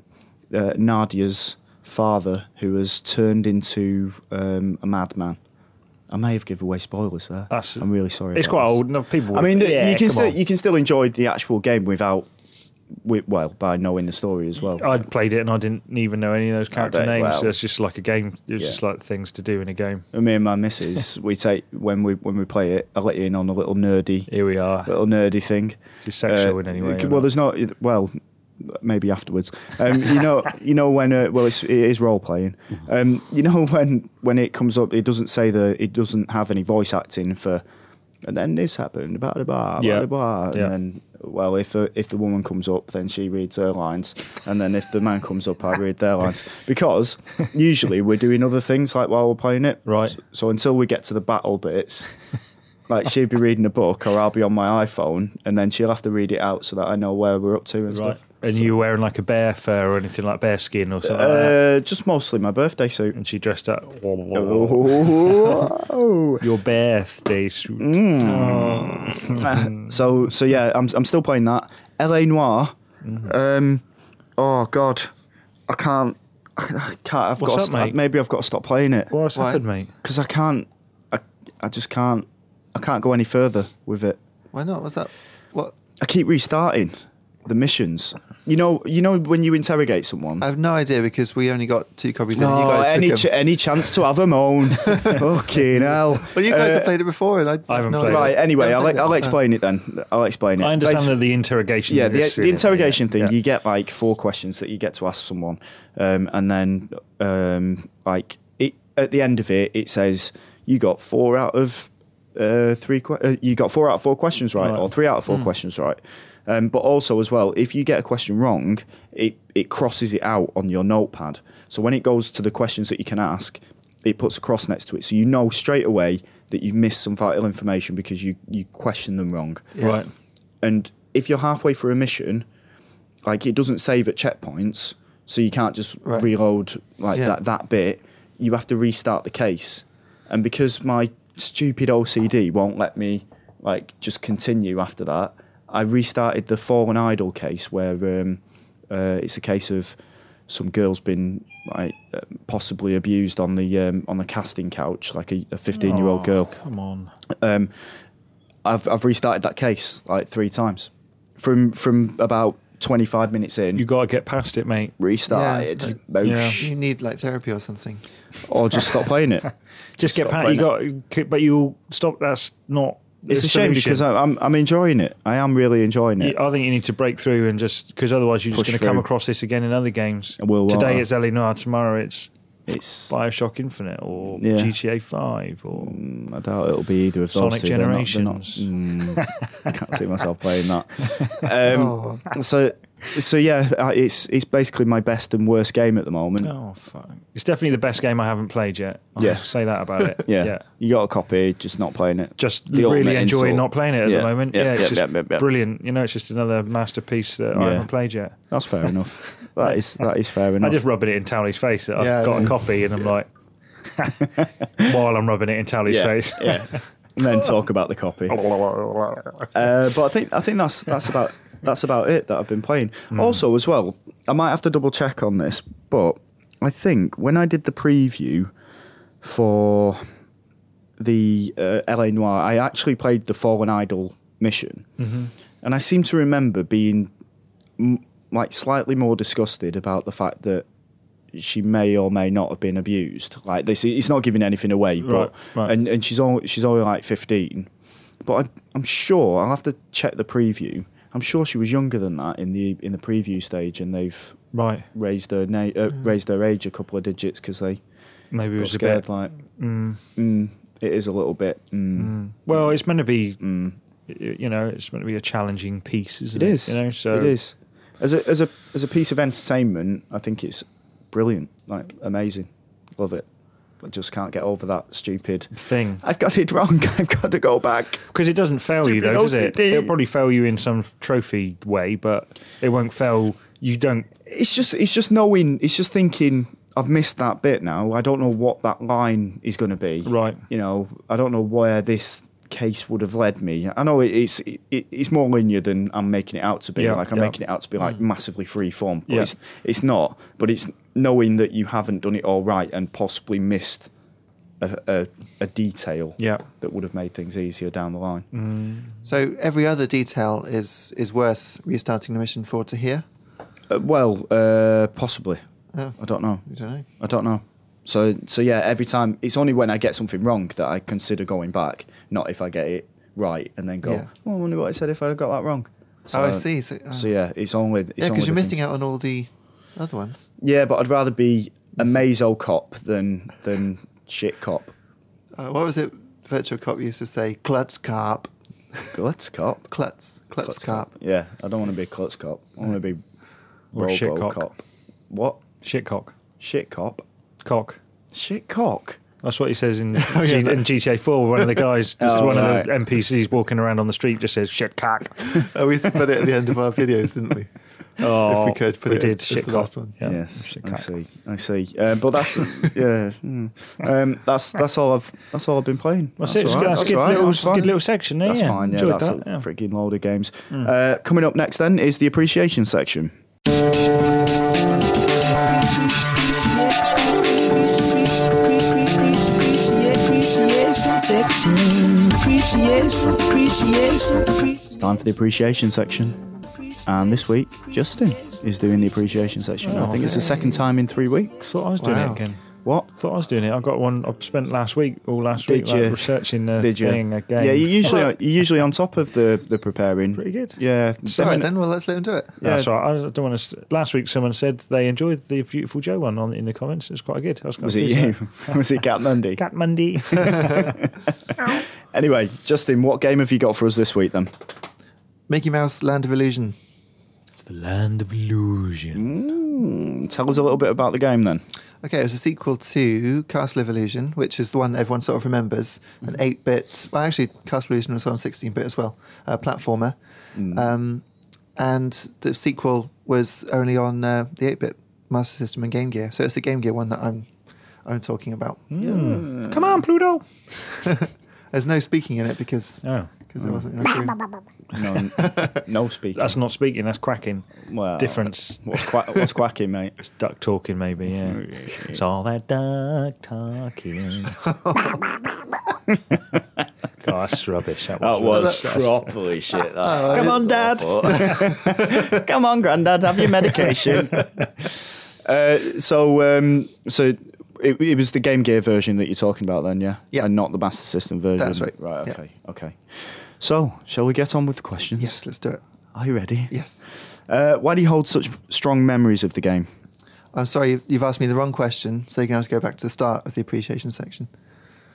[SPEAKER 1] uh, Nadia's father, who has turned into um, a madman. I may have given away spoilers there.
[SPEAKER 3] That's-
[SPEAKER 1] I'm really sorry.
[SPEAKER 3] It's
[SPEAKER 1] about
[SPEAKER 3] quite
[SPEAKER 1] this.
[SPEAKER 3] old. No, people.
[SPEAKER 1] I mean,
[SPEAKER 3] would- yeah,
[SPEAKER 1] you can
[SPEAKER 3] come
[SPEAKER 1] still
[SPEAKER 3] on.
[SPEAKER 1] you can still enjoy the actual game without, wi- well, by knowing the story as well.
[SPEAKER 3] I'd played it and I didn't even know any of those character
[SPEAKER 1] bet-
[SPEAKER 3] names.
[SPEAKER 1] well.
[SPEAKER 3] it's just like a game. It was
[SPEAKER 1] Yeah.
[SPEAKER 3] just like things to do in a game.
[SPEAKER 1] Me and my missus, we take when we when we play it. I let you in on a little nerdy
[SPEAKER 3] Here we are.
[SPEAKER 1] little nerdy thing. Uh,
[SPEAKER 3] It's sexual in any way,
[SPEAKER 1] c- Well,
[SPEAKER 3] or not?
[SPEAKER 1] there's not. Well, maybe afterwards. Um, you know, *laughs* you know when. Uh, well, it's, it is role playing.
[SPEAKER 3] Mm-hmm.
[SPEAKER 1] Um, you know *laughs* when when it comes up, it doesn't say the. It doesn't have any voice acting for. And then this happened. Blah blah blah.
[SPEAKER 3] Yeah.
[SPEAKER 1] blah, blah and
[SPEAKER 3] Yeah.
[SPEAKER 1] then. Well, if uh, if the woman comes up, then she reads her lines, and then if the man comes up, I read their
[SPEAKER 3] *laughs*
[SPEAKER 1] lines. Because usually we're doing other things like while we're playing it.
[SPEAKER 3] Right.
[SPEAKER 1] So, so until we get to the battle bits, like she'd be reading a book or I'll be on my iPhone and then she'll have to read it out so that I know where we're up to and
[SPEAKER 3] Right.
[SPEAKER 1] stuff.
[SPEAKER 3] And you were wearing like a bear fur or anything like bear skin or something. like that.
[SPEAKER 1] Uh, just mostly my birthday suit.
[SPEAKER 3] And she dressed up.
[SPEAKER 1] Oh.
[SPEAKER 3] Your birthday suit.
[SPEAKER 1] so so yeah, I'm I'm still playing that. LA Noir.
[SPEAKER 3] Mm-hmm.
[SPEAKER 1] Um, oh god. I can't I can't I've
[SPEAKER 3] What's
[SPEAKER 1] got to
[SPEAKER 3] up,
[SPEAKER 1] st-
[SPEAKER 3] mate?
[SPEAKER 1] maybe I've got to stop playing it
[SPEAKER 3] What's
[SPEAKER 2] Why?
[SPEAKER 3] happened, mate?
[SPEAKER 1] cuz I can't I, I just can't I can't go any further with it.
[SPEAKER 2] Why not? What's that? What?
[SPEAKER 1] I keep restarting the missions. You know, you know when you interrogate someone.
[SPEAKER 2] I have no idea because we only got two copies. and you
[SPEAKER 1] Oh,
[SPEAKER 2] guys took
[SPEAKER 1] any
[SPEAKER 2] them.
[SPEAKER 1] ch- any chance to have a *laughs* moan? Fucking hell!
[SPEAKER 2] well, you guys
[SPEAKER 1] Uh,
[SPEAKER 2] have played it before, and I,
[SPEAKER 3] I haven't
[SPEAKER 2] no
[SPEAKER 3] played
[SPEAKER 2] idea.
[SPEAKER 1] right. Anyway,
[SPEAKER 2] Haven't
[SPEAKER 1] I'll,
[SPEAKER 2] played it?
[SPEAKER 1] I'll
[SPEAKER 2] No.
[SPEAKER 1] explain it then. I'll explain it.
[SPEAKER 3] I understand
[SPEAKER 1] Basi-
[SPEAKER 3] that the interrogation.
[SPEAKER 1] yeah, the,
[SPEAKER 3] is
[SPEAKER 1] the
[SPEAKER 3] in it,
[SPEAKER 1] interrogation
[SPEAKER 3] yeah.
[SPEAKER 1] thing.
[SPEAKER 3] Yeah.
[SPEAKER 1] You get like four questions that you get to ask someone, um, and then um, like it, at the end of it, it says you got four out of uh, three. Que- uh, you got four out of four questions right,
[SPEAKER 3] Right. Hmm.
[SPEAKER 1] or three out of four questions right. Um, but also as well, if you get a question wrong, it it crosses it out on your notepad. So when it goes to the questions that you can ask, it puts a cross next to it, so you know straight away that you've missed some vital information because you you questioned them wrong
[SPEAKER 3] Right.
[SPEAKER 1] and if you're halfway through a mission, like it doesn't save at checkpoints, so you can't just
[SPEAKER 2] Right.
[SPEAKER 1] reload like
[SPEAKER 2] Yeah.
[SPEAKER 1] that that bit. You have to restart the case, and because my stupid OCD won't let me like just continue after that, I restarted the fallen idol case where um, uh, it's a case of some girl's been like uh, possibly abused on the um, on the casting couch, like a, a 15 year old
[SPEAKER 3] Oh,
[SPEAKER 1] girl.
[SPEAKER 3] Come on.
[SPEAKER 1] Um, I've I've restarted that case like three times from from about 25 minutes in.
[SPEAKER 3] You got to get past it, mate.
[SPEAKER 1] restarted,
[SPEAKER 2] Yeah,
[SPEAKER 1] Moosh.
[SPEAKER 2] You need like therapy or something.
[SPEAKER 1] or just stop playing it.
[SPEAKER 3] *laughs* Just get
[SPEAKER 1] Stop
[SPEAKER 3] past. You got, but you stop. That's not. the
[SPEAKER 1] It's a shame
[SPEAKER 3] solution.
[SPEAKER 1] because I, I'm I'm enjoying it. I am really enjoying
[SPEAKER 3] You-
[SPEAKER 1] it.
[SPEAKER 3] I think you need to break through and just because otherwise you're just
[SPEAKER 1] Push
[SPEAKER 3] going to come
[SPEAKER 1] through.
[SPEAKER 3] across this again in other games.
[SPEAKER 1] I will,
[SPEAKER 3] Today
[SPEAKER 1] uh,
[SPEAKER 3] it's Ali Noir, tomorrow it's
[SPEAKER 1] It's
[SPEAKER 3] Bioshock Infinite or
[SPEAKER 1] Yeah.
[SPEAKER 3] GTA Five or
[SPEAKER 1] Mm, I doubt it'll be either of those
[SPEAKER 3] Sonic
[SPEAKER 1] two. They're not- they're
[SPEAKER 3] Generations.
[SPEAKER 1] not, mm, can't see
[SPEAKER 3] *laughs*
[SPEAKER 1] myself playing that. Um,
[SPEAKER 2] oh,
[SPEAKER 1] So, so yeah, uh, it's it's basically my best and worst game at the moment.
[SPEAKER 3] oh fuck. It's definitely the best game I haven't played yet. I'll
[SPEAKER 1] Yeah.
[SPEAKER 3] say that
[SPEAKER 1] *laughs*
[SPEAKER 3] about it.
[SPEAKER 1] Yeah. you got a copy, just not playing it.
[SPEAKER 3] Just
[SPEAKER 1] The
[SPEAKER 3] really
[SPEAKER 1] ultimate
[SPEAKER 3] enjoying
[SPEAKER 1] insult.
[SPEAKER 3] not playing it at
[SPEAKER 1] Yeah.
[SPEAKER 3] the moment.
[SPEAKER 1] Yeah,
[SPEAKER 3] Yeah, it's
[SPEAKER 1] yeah,
[SPEAKER 3] just
[SPEAKER 1] yeah, yeah, yeah.
[SPEAKER 3] brilliant. You know, it's just another masterpiece that I
[SPEAKER 1] Yeah.
[SPEAKER 3] haven't played yet.
[SPEAKER 1] That's
[SPEAKER 3] *laughs*
[SPEAKER 1] fair enough. That is that is fair
[SPEAKER 3] I'm
[SPEAKER 1] enough.
[SPEAKER 3] just rubbing it in Towley's face that I've
[SPEAKER 2] Yeah, I
[SPEAKER 3] got a
[SPEAKER 2] know.
[SPEAKER 3] copy and I'm like, *laughs* while I'm rubbing it in Towley's
[SPEAKER 1] yeah,
[SPEAKER 3] face. Oh.
[SPEAKER 1] yeah. *laughs* And then talk about the copy. Uh, but I think I think that's that's about that's about it that I've been playing.
[SPEAKER 3] Hmm.
[SPEAKER 1] Also, as well, I might have to double check on this, but I think when I did the preview for the uh, LA Noir, I actually played the Fallen Idol mission, and I seem to remember being m- like slightly more disgusted about the fact that she may or may not have been abused. Like this, it's not giving anything away,
[SPEAKER 3] Right,
[SPEAKER 1] but
[SPEAKER 3] right.
[SPEAKER 1] and and she's only she's only like fifteen, but I, I'm sure I'll have to check the preview. I'm sure she was younger than that in the in the preview stage, and they've
[SPEAKER 3] *laughs* Right.
[SPEAKER 1] raised her na- uh, raised her age a couple of digits because they
[SPEAKER 3] Maybe it
[SPEAKER 1] got
[SPEAKER 3] was a
[SPEAKER 1] scared.
[SPEAKER 3] bit.
[SPEAKER 1] Like
[SPEAKER 3] Mm.
[SPEAKER 1] mm, it is a little bit. Mm,
[SPEAKER 3] Well, it's meant to be,
[SPEAKER 1] mm.
[SPEAKER 3] you know, it's meant to be a challenging piece, isn't
[SPEAKER 1] It
[SPEAKER 3] it?
[SPEAKER 1] is.
[SPEAKER 3] You know, so
[SPEAKER 1] it is as a as a as a piece of entertainment. I think it's brilliant, like amazing. Love it. I just can't get over that stupid.
[SPEAKER 3] thing
[SPEAKER 1] I've got it wrong. *laughs* I've got to go back.
[SPEAKER 3] because it doesn't fail you
[SPEAKER 1] Stupid
[SPEAKER 3] though, does it?
[SPEAKER 1] OCD.
[SPEAKER 3] It'll probably fail you in some trophy way, but it won't fail. You don't.
[SPEAKER 1] it's just it's just knowing it's just thinking I've missed that bit now. I don't know what that line is going to be.
[SPEAKER 3] Right.
[SPEAKER 1] You know, I don't know where this case would have led me. I know it, it's it, it's more linear than I'm making it out to be.
[SPEAKER 3] Yeah,
[SPEAKER 1] like I'm
[SPEAKER 3] yeah. Mm.
[SPEAKER 1] making it out to be like massively free form, but
[SPEAKER 3] Yeah.
[SPEAKER 1] it's it's not. But it's knowing that you haven't done it all right and possibly missed a a, a detail
[SPEAKER 3] Yeah. Mm.
[SPEAKER 1] that would have made things easier down the line.
[SPEAKER 2] so every other detail is is worth restarting the mission for to hear.
[SPEAKER 1] Uh, well, uh, possibly.
[SPEAKER 2] Oh,
[SPEAKER 1] I don't know.
[SPEAKER 2] I don't know.
[SPEAKER 1] I don't know. So so yeah, every time it's only when I get something wrong that I consider going back, not if I get it right and then go,
[SPEAKER 2] Yeah.
[SPEAKER 1] oh, I wonder what I said if I got that wrong. So,
[SPEAKER 2] oh, I see. So, oh.
[SPEAKER 1] So yeah, it's only it's
[SPEAKER 2] yeah,
[SPEAKER 1] only
[SPEAKER 2] because you're
[SPEAKER 1] the
[SPEAKER 2] missing
[SPEAKER 1] things-
[SPEAKER 2] out on all the other ones.
[SPEAKER 1] Yeah, but I'd rather be a mazo cop than than shit cop.
[SPEAKER 2] Uh, what was it? Virtual Cop used to say, "Klutz Carp,
[SPEAKER 1] Klutz cop.
[SPEAKER 2] Klutz, Klutz Carp."
[SPEAKER 1] Yeah, I don't want to be a klutz cop. I want to be
[SPEAKER 3] Or a shit cock.
[SPEAKER 1] Robocop. What
[SPEAKER 3] Shit cock.
[SPEAKER 1] shit cop?
[SPEAKER 3] Cock.
[SPEAKER 1] Shit cock.
[SPEAKER 3] That's what he
[SPEAKER 1] *laughs*
[SPEAKER 3] says in,
[SPEAKER 2] Oh, yeah,
[SPEAKER 3] G-
[SPEAKER 2] that-
[SPEAKER 3] in GTA 4. One of the guys, just
[SPEAKER 1] Oh,
[SPEAKER 3] one
[SPEAKER 1] right.
[SPEAKER 3] of the NPCs walking around on the street, just says
[SPEAKER 1] *laughs*
[SPEAKER 3] shit cock.
[SPEAKER 2] oh, we used to put it at the end of our videos, didn't we?
[SPEAKER 3] Oh,
[SPEAKER 2] if we could put
[SPEAKER 3] we
[SPEAKER 2] it
[SPEAKER 3] did
[SPEAKER 2] as
[SPEAKER 3] shit
[SPEAKER 2] the
[SPEAKER 3] cock.
[SPEAKER 2] last one.
[SPEAKER 3] Yeah,
[SPEAKER 1] Yes,
[SPEAKER 3] shit
[SPEAKER 1] I
[SPEAKER 3] cock.
[SPEAKER 1] see. I see. Uh, but
[SPEAKER 3] *laughs*
[SPEAKER 1] that's yeah. mm. Um, that's that's all I've that's all I've been playing.
[SPEAKER 3] That's, it. That's,
[SPEAKER 1] all right,
[SPEAKER 3] that's a good,
[SPEAKER 1] all right,
[SPEAKER 3] little,
[SPEAKER 1] that's
[SPEAKER 3] good
[SPEAKER 1] fine.
[SPEAKER 3] little section there.
[SPEAKER 1] That's
[SPEAKER 3] yeah.
[SPEAKER 1] fine. Yeah,
[SPEAKER 3] Enjoyed
[SPEAKER 1] that's
[SPEAKER 3] that.
[SPEAKER 1] a
[SPEAKER 3] yeah. Hmm.
[SPEAKER 1] freaking load of games. Uh, coming up next, then, is the appreciation section.
[SPEAKER 4] Appreciation section. Appreciations, appreciations, appreciations.
[SPEAKER 1] Time for the appreciation section. And this week, Justin is doing the appreciation section.
[SPEAKER 3] Oh,
[SPEAKER 1] I think it's the second time in three weeks.
[SPEAKER 3] Thought I was doing
[SPEAKER 2] Wow.
[SPEAKER 3] it again.
[SPEAKER 1] What?
[SPEAKER 3] Thought I was doing it. I got one. I spent last week, all last
[SPEAKER 1] Did
[SPEAKER 3] week, like,
[SPEAKER 1] you?
[SPEAKER 3] researching the
[SPEAKER 1] Did you?
[SPEAKER 3] thing again.
[SPEAKER 1] Yeah, you're usually you're usually on top of the the preparing.
[SPEAKER 3] Pretty good.
[SPEAKER 1] Yeah,
[SPEAKER 2] *laughs* All right,
[SPEAKER 1] definite-
[SPEAKER 2] then. Well, let's let him do it.
[SPEAKER 1] Yeah.
[SPEAKER 3] That's right. I don't want to. St- Last week, someone said they enjoyed the Beautiful Joe one on in the comments. It's quite good. I was quite
[SPEAKER 1] Was it
[SPEAKER 3] pleased with
[SPEAKER 1] you? *laughs* was it Cat Mundy?
[SPEAKER 3] *laughs* that. Cat
[SPEAKER 1] *laughs*
[SPEAKER 3] Monday.
[SPEAKER 1] Anyway, Justin, what game have you got for us this week then?
[SPEAKER 2] Mickey Mouse Land of Illusion.
[SPEAKER 3] it's the land of illusion.
[SPEAKER 1] Mm, tell us a little bit about the game then.
[SPEAKER 2] Okay, it was a sequel to Castle of Illusion, which is the one everyone sort of remembers. An 8 bit, well, actually, Castle of Illusion was on 16 bit as well, uh, platformer. Um, and the sequel was only on uh, the 8 bit Master System and Game Gear. So it's the Game Gear one that I'm, I'm talking about.
[SPEAKER 3] Come on, Pluto.
[SPEAKER 2] There's no speaking in it because
[SPEAKER 3] Oh,
[SPEAKER 2] because there wasn't enough room.
[SPEAKER 1] No, no speaking.
[SPEAKER 3] That's not speaking. That's cracking.
[SPEAKER 1] well,
[SPEAKER 3] Difference.
[SPEAKER 1] What's, qua- what's quacking, mate?
[SPEAKER 3] It's duck talking, maybe. Yeah.
[SPEAKER 1] Oh,
[SPEAKER 3] it's all that duck
[SPEAKER 1] *laughs*
[SPEAKER 3] talking. God, that's rubbish. That was,
[SPEAKER 1] That was
[SPEAKER 3] *laughs* rubbish.
[SPEAKER 1] properly shit. That. Come on, Dad. *laughs* Come on, Granddad. Have your medication. uh, so, um, so it, it was the Game Gear version that you're talking about, then, yeah,
[SPEAKER 2] Yeah.
[SPEAKER 1] and not the Master System version.
[SPEAKER 2] That's right.
[SPEAKER 1] Right.
[SPEAKER 2] Yeah.
[SPEAKER 1] Okay. Okay. So, shall we get on with the questions?
[SPEAKER 2] Yes, let's do it.
[SPEAKER 1] Are you ready?
[SPEAKER 2] Yes.
[SPEAKER 1] Uh, why do you hold such strong memories of the game?
[SPEAKER 2] I'm sorry, you- you've asked me the wrong question, so you can have to go back to the start of the appreciation section.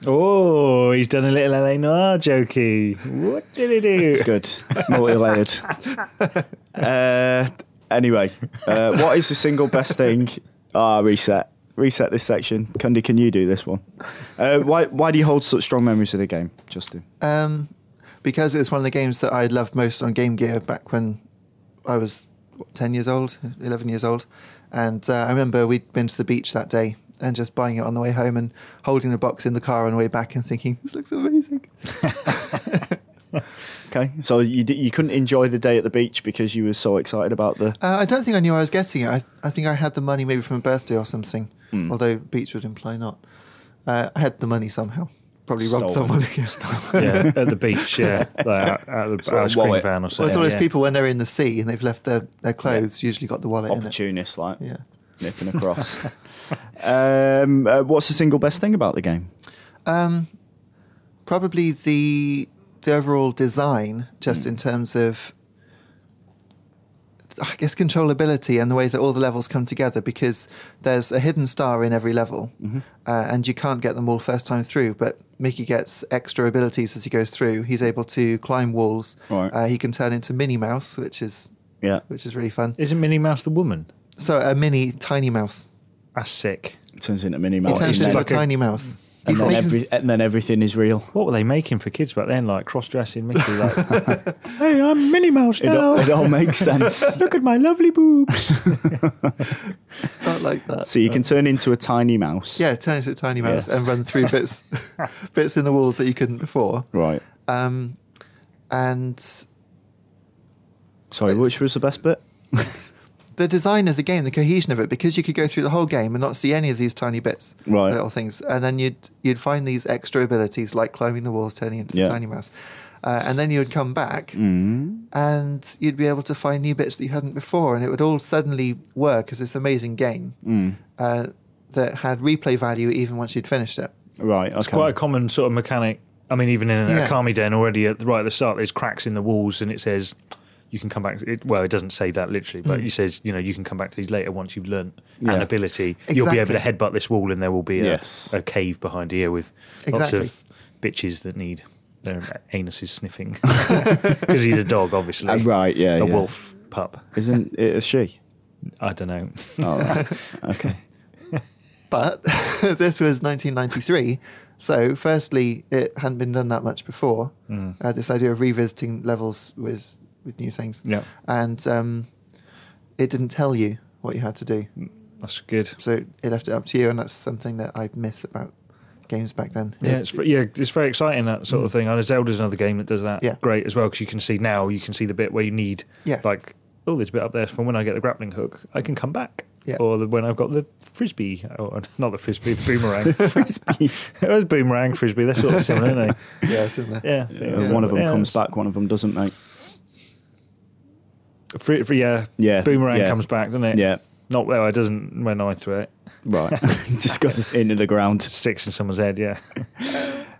[SPEAKER 3] Oh, he's done a little LA Noir jokey. What did he do?
[SPEAKER 1] It's good. Multi-layered. uh, anyway, uh, what is the single best thing? Ah, reset. Reset this section. Kundi, can you do this one? Uh, why, why do you hold such strong memories of the game, Justin?
[SPEAKER 2] Um, because it was one of the games that I loved most on Game Gear back when I was what, 10 years old, 11 years old. And uh, I remember we'd been to the beach that day and just buying it on the way home and holding the box in the car on the way back and thinking, this looks amazing.
[SPEAKER 1] Okay, so you d- you couldn't enjoy the day at the beach because you were so excited about the.
[SPEAKER 2] Uh, I don't think I knew I was getting it. I, I think I had the money maybe from a birthday or something, although beach would imply not. Uh, I had the money somehow. Probably robbed
[SPEAKER 1] Stolen.
[SPEAKER 2] someone. *laughs*
[SPEAKER 3] *laughs* yeah, at the beach. Yeah, like, out, out of the out of screen
[SPEAKER 1] wallet.
[SPEAKER 3] van or
[SPEAKER 2] Well, it's
[SPEAKER 3] something.
[SPEAKER 2] all those
[SPEAKER 3] yeah.
[SPEAKER 2] people when they're in the sea and they've left their, their clothes, usually got the wallet in it.
[SPEAKER 1] Opportunist, like
[SPEAKER 2] Yeah.
[SPEAKER 1] nipping across. um, uh, what's the single best thing about the game?
[SPEAKER 2] Um, probably the the overall design, just in terms of, I guess, controllability and the way that all the levels come together. Because there's a hidden star in every level, uh, and you can't get them all first time through. But Mickey gets extra abilities as he goes through. He's able to climb walls.
[SPEAKER 1] Right.
[SPEAKER 2] Uh, he can turn into Minnie Mouse, which is
[SPEAKER 1] Yeah,
[SPEAKER 2] which is really fun.
[SPEAKER 3] Isn't Minnie Mouse the woman?
[SPEAKER 2] So a mini tiny mouse.
[SPEAKER 3] That's sick.
[SPEAKER 1] it turns into mini
[SPEAKER 2] He
[SPEAKER 1] mouse,
[SPEAKER 2] turns
[SPEAKER 3] she's
[SPEAKER 2] into a
[SPEAKER 3] like a-
[SPEAKER 2] tiny mouse.
[SPEAKER 1] and,
[SPEAKER 2] He *laughs*
[SPEAKER 1] then
[SPEAKER 2] makes-
[SPEAKER 1] every, and then everything is real.
[SPEAKER 3] What were they making for kids back then? Like cross-dressing Mickey.
[SPEAKER 2] *laughs*
[SPEAKER 3] Like, hey, I'm Minnie Mouse
[SPEAKER 1] It, all, it all makes sense.
[SPEAKER 3] Look at my lovely *laughs* boobs.
[SPEAKER 2] it's not like that.
[SPEAKER 1] Uh, So you can turn into a tiny mouse.
[SPEAKER 2] Yeah, turn into a tiny mouse
[SPEAKER 1] Yes.
[SPEAKER 2] and run through bits
[SPEAKER 1] *laughs*
[SPEAKER 2] bits in the walls that you couldn't before.
[SPEAKER 1] Right.
[SPEAKER 2] Um, and
[SPEAKER 1] Sorry, which was the best bit?
[SPEAKER 2] the design of the game, the cohesion of it, because you could go through the whole game and not see any of these tiny bits,
[SPEAKER 1] Right.
[SPEAKER 2] little things, and then you'd you'd find these extra abilities like climbing the walls, turning into
[SPEAKER 1] Yeah. Mm-hmm.
[SPEAKER 2] the tiny mouse, uh, and then you would come back and you'd be able to find new bits that you hadn't before, and it would all suddenly work as this amazing game
[SPEAKER 1] Mm.
[SPEAKER 2] uh, that had replay value even once you'd finished it.
[SPEAKER 1] Right. Okay.
[SPEAKER 3] It's quite a common sort of mechanic. I mean, even in
[SPEAKER 2] Yeah.
[SPEAKER 3] a Akami Den already at the, right at the start, there's cracks in the walls, and it says you can come back. It, well, it doesn't say that literally, but
[SPEAKER 2] Hmm.
[SPEAKER 3] it says you know you can come back to these later once you've learnt
[SPEAKER 1] Yeah.
[SPEAKER 3] an ability. You'll be able to headbutt this wall, and there will be a,
[SPEAKER 1] Yes.
[SPEAKER 3] a cave behind here with
[SPEAKER 2] Exactly.
[SPEAKER 3] lots of bitches that need their anuses sniffing *laughs* because he's a dog, obviously.
[SPEAKER 1] Uh, right, yeah,
[SPEAKER 3] a
[SPEAKER 1] yeah.
[SPEAKER 3] wolf pup.
[SPEAKER 1] Isn't it a
[SPEAKER 3] *laughs*
[SPEAKER 1] she?
[SPEAKER 3] I don't know.
[SPEAKER 1] Oh,
[SPEAKER 3] *laughs*
[SPEAKER 1] right. okay.
[SPEAKER 2] But *laughs* this was 1993. So, firstly, it hadn't been done that much before.
[SPEAKER 3] Mm.
[SPEAKER 2] Uh, this idea of revisiting levels with, with new things.
[SPEAKER 3] Yeah.
[SPEAKER 2] And um, it didn't tell you what you had to do.
[SPEAKER 3] Mm. That's good.
[SPEAKER 2] So, it left it up to you. And that's something that I miss about games back then.
[SPEAKER 3] Yeah, Mm. it's ve- yeah, it's very exciting that sort of thing. And Zelda's another game that does that
[SPEAKER 2] Yeah.
[SPEAKER 3] great as well because you can see now you can see the bit where you need
[SPEAKER 2] Yeah.
[SPEAKER 3] like oh there's a bit up there from when I get the grappling hook I can come back
[SPEAKER 2] Yeah.
[SPEAKER 3] or the, when I've got the frisbee or *laughs* not the frisbee the boomerang *laughs* frisbee it was boomerang frisbee they're sort of similar aren't
[SPEAKER 2] Yeah, similar.
[SPEAKER 3] they *laughs* yeah, I think
[SPEAKER 1] Uh,
[SPEAKER 3] that's-
[SPEAKER 1] One of them
[SPEAKER 3] yeah,
[SPEAKER 1] comes
[SPEAKER 3] that's-
[SPEAKER 1] back, one of them doesn't, mate.
[SPEAKER 3] Fri- fri- yeah
[SPEAKER 1] Yeah,
[SPEAKER 3] boomerang
[SPEAKER 1] yeah.
[SPEAKER 3] comes back doesn't it
[SPEAKER 1] Yeah.
[SPEAKER 3] not well it doesn't when I throw it *laughs*
[SPEAKER 1] Right. *laughs* Just goes into the ground.
[SPEAKER 3] sticks in someone's head yeah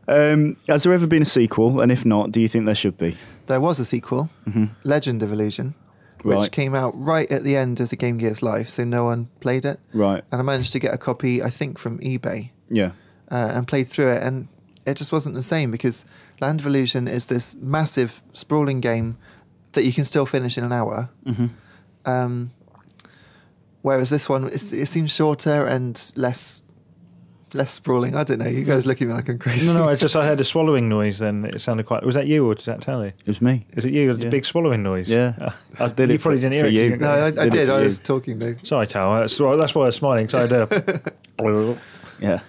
[SPEAKER 1] Um, has there ever been a sequel? And if not, do you think there should be?
[SPEAKER 2] There was a sequel, Legend of Illusion, which
[SPEAKER 1] Mm-hmm. Right.
[SPEAKER 2] came out right at the end of the Game Gear's life. So, no one played it.
[SPEAKER 1] Right.
[SPEAKER 2] And I managed to get a copy, I think, from eBay.
[SPEAKER 1] Yeah.
[SPEAKER 2] uh, and played through it, and it just wasn't the same because Land of Illusion is this massive, sprawling game that you can still finish in an hour.
[SPEAKER 1] Mm-hmm.
[SPEAKER 2] Um, whereas this one, it's, it seems shorter and less less sprawling. I don't know. You guys look at me like I'm crazy.
[SPEAKER 3] *laughs* no
[SPEAKER 2] *laughs*
[SPEAKER 3] no I just I heard a swallowing noise then it sounded quite was that you or did that tally
[SPEAKER 1] It was me.
[SPEAKER 3] Is it you? The
[SPEAKER 1] Yeah.
[SPEAKER 3] big swallowing noise.
[SPEAKER 1] Yeah.
[SPEAKER 3] *laughs* I
[SPEAKER 1] did
[SPEAKER 3] did
[SPEAKER 1] it
[SPEAKER 3] you probably
[SPEAKER 1] for-
[SPEAKER 3] didn't hear
[SPEAKER 1] for
[SPEAKER 3] it.
[SPEAKER 1] you.
[SPEAKER 3] 'cause you.
[SPEAKER 2] No, I, I
[SPEAKER 1] Did it
[SPEAKER 2] did.
[SPEAKER 1] for
[SPEAKER 2] I
[SPEAKER 1] you.
[SPEAKER 2] was talking though.
[SPEAKER 3] Sorry, Tal. That's why, that's why I was smiling.
[SPEAKER 2] *laughs*
[SPEAKER 3] 'cause I had a.
[SPEAKER 1] Yeah.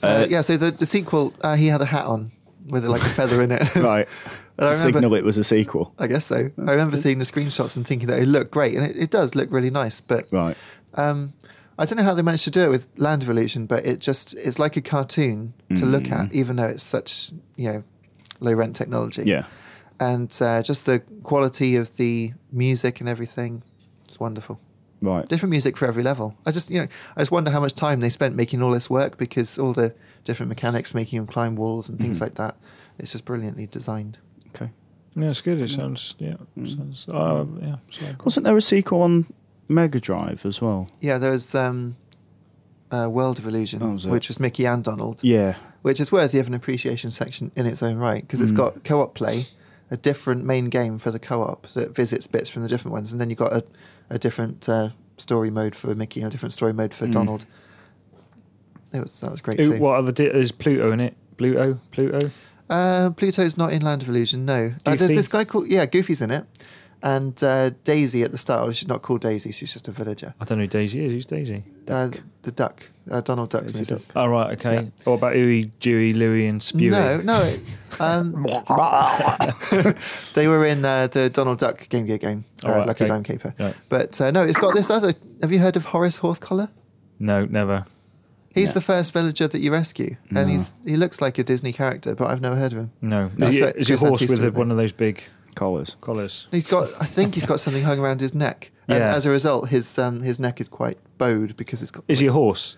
[SPEAKER 1] Uh,
[SPEAKER 2] Uh, yeah. So the, the sequel, uh, he had a hat on. with like a feather in
[SPEAKER 1] *laughs*
[SPEAKER 2] it.
[SPEAKER 1] right.
[SPEAKER 2] But I
[SPEAKER 1] To
[SPEAKER 2] remember-
[SPEAKER 1] signal it was a sequel.
[SPEAKER 2] *laughs* I guess so. I remember seeing the screenshots and thinking that it looked great, and it, it does look really nice. But
[SPEAKER 1] Right.
[SPEAKER 2] um, I don't know how they managed to do it with Land of Illusion, but it just it's like a cartoon to look at,
[SPEAKER 1] Mm.
[SPEAKER 2] even though it's such you know low rent technology.
[SPEAKER 1] Yeah.
[SPEAKER 2] and uh, just the quality of the music and everything, it's wonderful.
[SPEAKER 1] Right.
[SPEAKER 2] Different music for every level. I just you know I just wonder how much time they spent making all this work because all the different mechanics for making them climb walls and
[SPEAKER 1] Mm.
[SPEAKER 2] things like that. It's just brilliantly designed.
[SPEAKER 1] Okay.
[SPEAKER 3] Yeah, it's good. It
[SPEAKER 2] Mm.
[SPEAKER 3] sounds yeah, sounds uh, yeah. it's like-
[SPEAKER 1] Wasn't there a sequel on Mega Drive as well?
[SPEAKER 2] Yeah, there was um, uh, World of Illusion,
[SPEAKER 1] That was Oh, it.
[SPEAKER 2] which was Mickey and Donald,
[SPEAKER 1] Yeah.
[SPEAKER 2] which is worthy of an appreciation section in its own right because it's got co-op play, a different main game for the co-op that visits bits from the different ones, and then you've got a, a different uh, story mode for Mickey and a different story mode for Donald. It was that was great
[SPEAKER 3] Who-
[SPEAKER 2] too.
[SPEAKER 3] what other di- is Pluto in it? Pluto, Pluto.
[SPEAKER 2] Uh, Pluto's not in Land of Illusion. No, uh, there's
[SPEAKER 3] Goofy?
[SPEAKER 2] this guy called yeah, Goofy's in it, and uh, Daisy at the start. although She's not called Daisy. She's just a villager.
[SPEAKER 3] I don't know who Daisy is. Who's Daisy?
[SPEAKER 2] Uh, the duck, uh, Donald Duck's
[SPEAKER 1] Daisy
[SPEAKER 2] missus.
[SPEAKER 3] Oh right, okay.
[SPEAKER 2] Yeah.
[SPEAKER 3] What about Uwe, Dewey, Louie, and Spewy?
[SPEAKER 2] No, no. *laughs* it- Um, they were in uh, the Donald Duck Game Gear game, uh,
[SPEAKER 3] All right,
[SPEAKER 2] Lucky
[SPEAKER 3] okay.
[SPEAKER 2] Time Keeper.
[SPEAKER 3] Right.
[SPEAKER 2] But uh, no, it's got this other. Have you heard of Horace Horsecollar?
[SPEAKER 3] *laughs* no, never.
[SPEAKER 2] He's
[SPEAKER 1] No.
[SPEAKER 2] the first villager that you rescue, and he's he looks like a Disney character, but I've never heard of him.
[SPEAKER 3] No,
[SPEAKER 2] No.
[SPEAKER 3] is, he,
[SPEAKER 2] Expect
[SPEAKER 3] is he a
[SPEAKER 2] Chris
[SPEAKER 3] horse
[SPEAKER 2] Antista
[SPEAKER 3] with a,
[SPEAKER 2] would be.
[SPEAKER 3] one of those big
[SPEAKER 1] Collars.
[SPEAKER 3] collars?
[SPEAKER 2] He's got, I think he's got something hung around his neck, and
[SPEAKER 3] Yeah.
[SPEAKER 2] as a result, his um, his neck is quite bowed because it's got.
[SPEAKER 3] Is he a horse?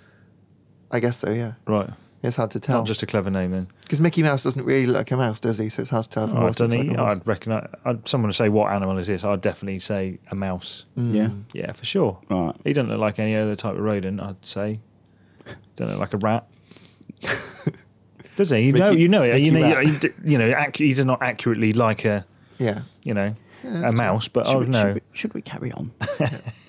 [SPEAKER 2] I guess so. Yeah,
[SPEAKER 3] Right,
[SPEAKER 2] it's hard to
[SPEAKER 3] not
[SPEAKER 2] tell
[SPEAKER 3] just a clever name then.
[SPEAKER 2] because Mickey Mouse doesn't really look like a mouse, does he? So it's hard to tell. If a
[SPEAKER 3] Oh, I
[SPEAKER 2] horse
[SPEAKER 3] don't
[SPEAKER 2] looks like
[SPEAKER 3] know.
[SPEAKER 2] a horse.
[SPEAKER 3] I'd recognize. I'd, someone say what animal is this? I'd definitely say a mouse.
[SPEAKER 1] Yeah.
[SPEAKER 3] Yeah, for sure.
[SPEAKER 1] Right.
[SPEAKER 3] He doesn't look like any other type of rodent. I'd say. Don't look like
[SPEAKER 1] *laughs*
[SPEAKER 3] a rat. Does he? You know,
[SPEAKER 2] Mickey-
[SPEAKER 3] you know it. You
[SPEAKER 2] Mickey
[SPEAKER 3] know,
[SPEAKER 2] rat.
[SPEAKER 3] you, d- you know. Ac- he's not accurately like a,
[SPEAKER 2] Yeah.
[SPEAKER 3] you know,
[SPEAKER 2] Yeah,
[SPEAKER 3] a
[SPEAKER 2] that's
[SPEAKER 3] mouse. But oh
[SPEAKER 1] we,
[SPEAKER 3] no,
[SPEAKER 1] should, we, should we carry on?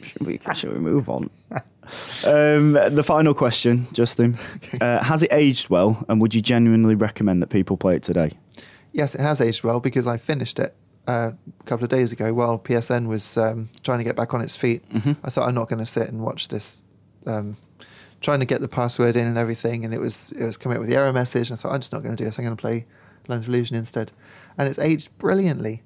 [SPEAKER 1] should we? Should we move on? Um, the final question, Justin: uh, Has it aged well, and would you genuinely recommend that people play it today?
[SPEAKER 2] Yes, it has aged well because I finished it uh, a couple of days ago while PSN was um, trying to get back on its feet. I thought I'm not going to sit and watch this, um, trying to get the password in and everything, and it was it was coming up with the error message. And I thought I'm just not going to do this. I'm going to play Land of Illusion instead, and it's aged brilliantly.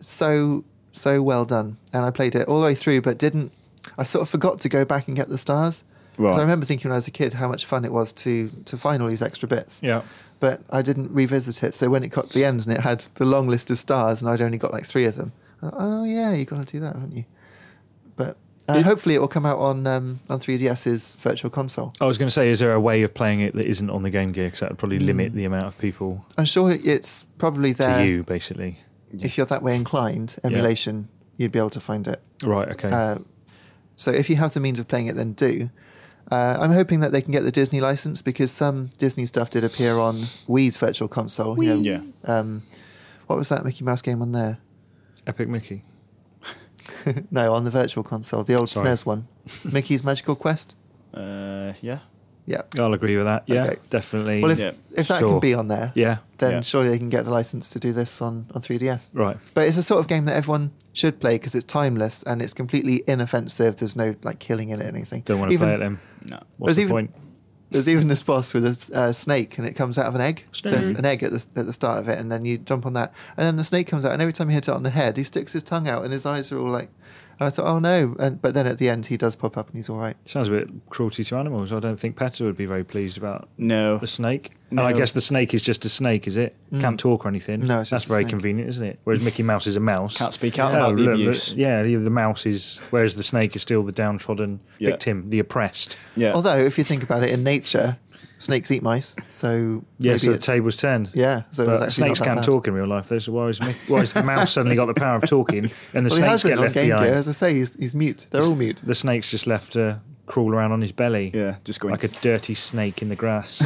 [SPEAKER 2] So so well done. And I played it all the way through, but didn't. I sort of forgot to go back and get the stars. 'Cause
[SPEAKER 1] Right.
[SPEAKER 2] I remember thinking when I was a kid how much fun it was to to find all these extra bits
[SPEAKER 3] yeah.
[SPEAKER 2] but I didn't revisit it. So when it got to the end and it had the long list of stars and I'd only got like three of them, I thought, oh yeah, you got to do that, haven't you? But uh, hopefully it will come out on um, on 3DS's Virtual Console.
[SPEAKER 3] I was going to say, is there a way of playing it that isn't on the Game Gear? Because that would
[SPEAKER 2] Hmm.
[SPEAKER 3] probably limit the amount of people
[SPEAKER 2] I'm sure it's probably there.
[SPEAKER 3] to you, basically.
[SPEAKER 2] If you're that way inclined, emulation, you'd be able to find it.
[SPEAKER 3] Right. Okay.
[SPEAKER 2] Uh, so if you have the means of playing it, then do. Uh, I'm hoping that they can get the Disney license because some Disney stuff did appear on Wii's Virtual Console. you know,
[SPEAKER 1] Yeah.
[SPEAKER 2] um, what was that Mickey Mouse game on there?
[SPEAKER 3] Epic Mickey.
[SPEAKER 2] *laughs* No, on the virtual console, the old
[SPEAKER 3] Sorry.
[SPEAKER 2] SNES
[SPEAKER 3] *laughs*
[SPEAKER 2] one. Mickey's Magical Quest.
[SPEAKER 1] Uh, yeah.
[SPEAKER 2] Yeah.
[SPEAKER 3] I'll agree with that. Yeah,
[SPEAKER 2] Okay.
[SPEAKER 3] definitely.
[SPEAKER 2] Well, if,
[SPEAKER 1] Yeah,
[SPEAKER 2] if that
[SPEAKER 3] sure.
[SPEAKER 2] can be on there,
[SPEAKER 3] yeah.
[SPEAKER 2] then
[SPEAKER 1] Yeah.
[SPEAKER 2] surely they can get the license to do this on, on 3DS.
[SPEAKER 3] Right.
[SPEAKER 2] But it's a sort of game that everyone should play because it's timeless and it's completely inoffensive. There's no like killing in it or anything.
[SPEAKER 3] Don't want to
[SPEAKER 2] Even-
[SPEAKER 3] play it then.
[SPEAKER 1] No.
[SPEAKER 2] There's
[SPEAKER 3] What's the
[SPEAKER 2] even-
[SPEAKER 3] point?
[SPEAKER 2] There's even this boss with a s- uh, snake, and it comes out of an egg. So there's an egg at the, at the start of it, and then you jump on that, and then the snake comes out, and every time you hit it on the head, he sticks his tongue out, and his eyes are all like. And I thought, oh no! And, but then at the end, he does pop up, and he's all right.
[SPEAKER 3] Sounds a bit cruelty to animals. I don't think Petter would be very pleased about
[SPEAKER 1] No.
[SPEAKER 3] the snake. And I
[SPEAKER 1] No.
[SPEAKER 3] guess the snake is just a snake, is it? Can't talk or anything.
[SPEAKER 2] Mm. No, it's
[SPEAKER 3] that's
[SPEAKER 2] just a
[SPEAKER 3] very
[SPEAKER 2] snake.
[SPEAKER 3] convenient, isn't it? Whereas Mickey Mouse is a mouse.
[SPEAKER 1] Can't speak out
[SPEAKER 3] Oh,
[SPEAKER 1] about the
[SPEAKER 3] look,
[SPEAKER 1] abuse.
[SPEAKER 3] look, yeah, the the mouse is. Whereas the snake is still the downtrodden
[SPEAKER 1] Yeah.
[SPEAKER 3] victim, the oppressed.
[SPEAKER 1] Yeah.
[SPEAKER 2] Although, if you think about it, in nature, snakes eat mice, so
[SPEAKER 3] Yeah,
[SPEAKER 2] maybe
[SPEAKER 3] so the
[SPEAKER 2] it's-
[SPEAKER 3] table's turned.
[SPEAKER 2] Yeah, so it was
[SPEAKER 3] But
[SPEAKER 2] actually
[SPEAKER 3] snakes
[SPEAKER 2] not that
[SPEAKER 3] can't
[SPEAKER 2] bad.
[SPEAKER 3] talk in real life, though. So why is, Mick- why
[SPEAKER 2] *laughs*
[SPEAKER 3] is the mouse suddenly got the power of talking and
[SPEAKER 2] Well, he
[SPEAKER 3] the snakes
[SPEAKER 2] has it
[SPEAKER 3] get
[SPEAKER 2] on
[SPEAKER 3] left
[SPEAKER 2] Game Gear,
[SPEAKER 3] behind?
[SPEAKER 2] As I say, he's, he's mute. They're all mute.
[SPEAKER 3] The snake's just left to crawl around on his belly.
[SPEAKER 1] Yeah, just going-
[SPEAKER 3] like a dirty snake in
[SPEAKER 2] *laughs*
[SPEAKER 3] the grass.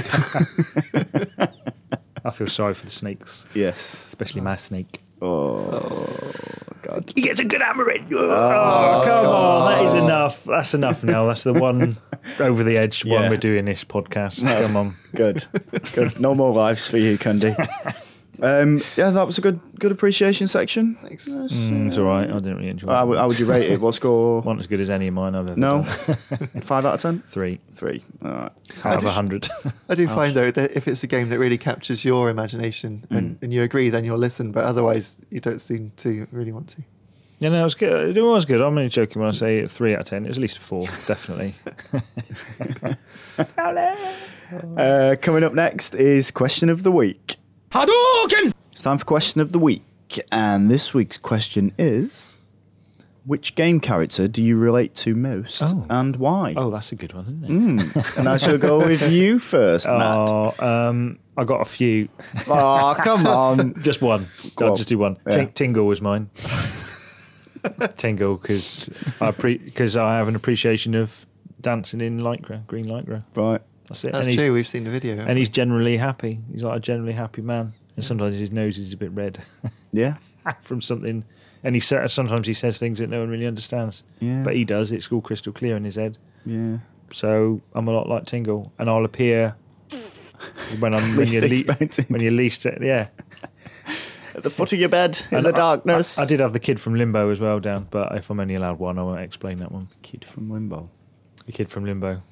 [SPEAKER 3] I feel sorry for the snakes,
[SPEAKER 1] *laughs* Yes. Oh,
[SPEAKER 3] especially my snake.
[SPEAKER 1] God.
[SPEAKER 3] He gets a good hammer in. Oh, come on, that is enough. That's enough now. That's
[SPEAKER 1] *laughs*
[SPEAKER 3] the one over the edge
[SPEAKER 1] Yeah. *laughs*
[SPEAKER 3] one we're doing this podcast. Come on.
[SPEAKER 1] Good. Good. No more lives for you, Candy. Um, yeah, that was a good good appreciation section.
[SPEAKER 2] Thanks.
[SPEAKER 3] Mm, it's all right. I didn't really enjoy it.
[SPEAKER 1] How would, how would you rate it? What score?
[SPEAKER 3] One as good as any of mine I've
[SPEAKER 1] *laughs*
[SPEAKER 3] ever
[SPEAKER 1] No,
[SPEAKER 3] done.
[SPEAKER 1] five out of ten.
[SPEAKER 3] *laughs* Three
[SPEAKER 1] Three. All right.
[SPEAKER 3] *laughs* out of a hundred.
[SPEAKER 2] I do find though that if it's a game that really captures your imagination and,
[SPEAKER 3] Hmm.
[SPEAKER 2] and you agree, then you'll listen. But otherwise, you don't seem to really want to.
[SPEAKER 3] yeah, no, it was good. It was good. I'm only joking when I say three out of ten. It's at least a four,
[SPEAKER 1] *laughs*
[SPEAKER 3] definitely.
[SPEAKER 1] Uh, coming up next is question of the week. It's time for question of the week, and this week's question is: Which game character do you relate to most,
[SPEAKER 3] Oh.
[SPEAKER 1] and why?
[SPEAKER 3] oh, that's a good one, isn't it?
[SPEAKER 1] Mm. And I shall
[SPEAKER 3] *laughs*
[SPEAKER 1] go with you first, Matt.
[SPEAKER 3] Oh, um, I got a few. *laughs*
[SPEAKER 1] Oh, come on.
[SPEAKER 3] Just one.
[SPEAKER 1] Go
[SPEAKER 3] I'll
[SPEAKER 1] on.
[SPEAKER 3] just do one.
[SPEAKER 1] Yeah.
[SPEAKER 3] Ting- Tingle
[SPEAKER 1] *laughs*
[SPEAKER 3] was mine. Tingle, because I because I have an appreciation of dancing in lycra, green lycra.
[SPEAKER 1] Right.
[SPEAKER 3] That's it.
[SPEAKER 2] That's
[SPEAKER 3] and,
[SPEAKER 2] true.
[SPEAKER 3] He's,
[SPEAKER 2] We've seen the video.
[SPEAKER 3] and he's generally happy. He's like a generally happy man. And sometimes his nose is a bit red *laughs*
[SPEAKER 1] Yeah.
[SPEAKER 3] from something. And he sa- sometimes he says things that no one really understands.
[SPEAKER 1] Yeah.
[SPEAKER 3] But he does. It's all crystal clear in his head.
[SPEAKER 1] Yeah.
[SPEAKER 3] So I'm a lot like Tingle, and
[SPEAKER 1] *laughs*
[SPEAKER 3] I'll appear when I'm
[SPEAKER 1] Least
[SPEAKER 3] when, you're
[SPEAKER 1] expected.
[SPEAKER 3] when you're least. Yeah,
[SPEAKER 1] At the foot of your bed, in
[SPEAKER 3] And
[SPEAKER 1] the
[SPEAKER 3] I-
[SPEAKER 1] darkness.
[SPEAKER 3] I, I did have the kid from Limbo as well down, but if I'm only allowed one, I won't explain that one.
[SPEAKER 1] Kid from Limbo.
[SPEAKER 3] The kid from Limbo.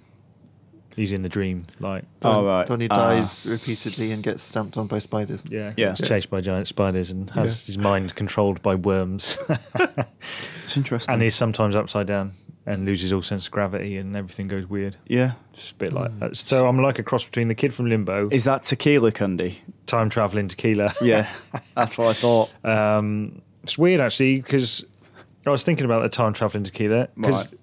[SPEAKER 3] He's in the dream, like
[SPEAKER 2] Don-
[SPEAKER 1] All right.
[SPEAKER 2] Donnie
[SPEAKER 1] Ah.
[SPEAKER 2] dies repeatedly and gets stamped on by spiders.
[SPEAKER 3] yeah,
[SPEAKER 1] Yeah.
[SPEAKER 3] he's chased by giant spiders and has
[SPEAKER 2] Yeah.
[SPEAKER 3] his mind controlled by worms, *laughs*
[SPEAKER 1] Ah, It's interesting.
[SPEAKER 3] and he's sometimes upside down and loses all sense of gravity and everything goes weird.
[SPEAKER 1] yeah.
[SPEAKER 3] It's a bit like that. So I'm like a cross between the kid from Limbo,
[SPEAKER 1] Is that tequila, Cundy?
[SPEAKER 3] time traveling tequila.
[SPEAKER 1] Yeah. That's what I thought.
[SPEAKER 3] Um, it's weird actually because I was thinking about the time traveling tequila because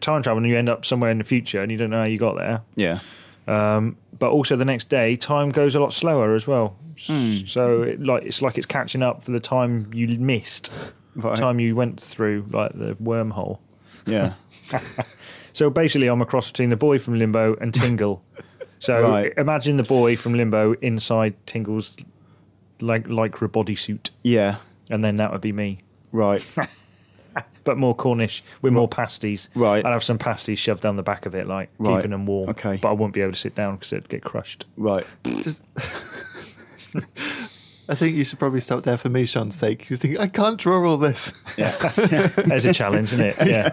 [SPEAKER 3] time traveling you end up somewhere in the future and you don't know how you got there.
[SPEAKER 1] Yeah.
[SPEAKER 3] Um, but also the next day, time goes a lot slower as well. S-
[SPEAKER 1] Hmm.
[SPEAKER 3] So it, like it's like it's catching up for the time you missed,
[SPEAKER 1] Right.
[SPEAKER 3] time you went through like the wormhole.
[SPEAKER 1] Yeah.
[SPEAKER 3] So basically, I'm a cross between the boy from Limbo and
[SPEAKER 1] *laughs*
[SPEAKER 3] Tingle. so
[SPEAKER 1] Right.
[SPEAKER 3] imagine the boy from Limbo inside Tingle's like lycra bodysuit,
[SPEAKER 1] Yeah.
[SPEAKER 3] and then that would be me.
[SPEAKER 1] Right.
[SPEAKER 3] but more Cornish with more pasties.
[SPEAKER 1] Right.
[SPEAKER 3] I'd have some pasties shoved down the back of it, like
[SPEAKER 1] Right.
[SPEAKER 3] keeping them warm.
[SPEAKER 1] Okay.
[SPEAKER 3] But I wouldn't be able to sit down because it'd get crushed.
[SPEAKER 1] Right.
[SPEAKER 2] Just- *laughs* I think you should probably stop there for Michon's sake. You think I can't draw all this.
[SPEAKER 3] *laughs* There's a
[SPEAKER 1] *laughs*
[SPEAKER 3] challenge, isn't it? Yeah.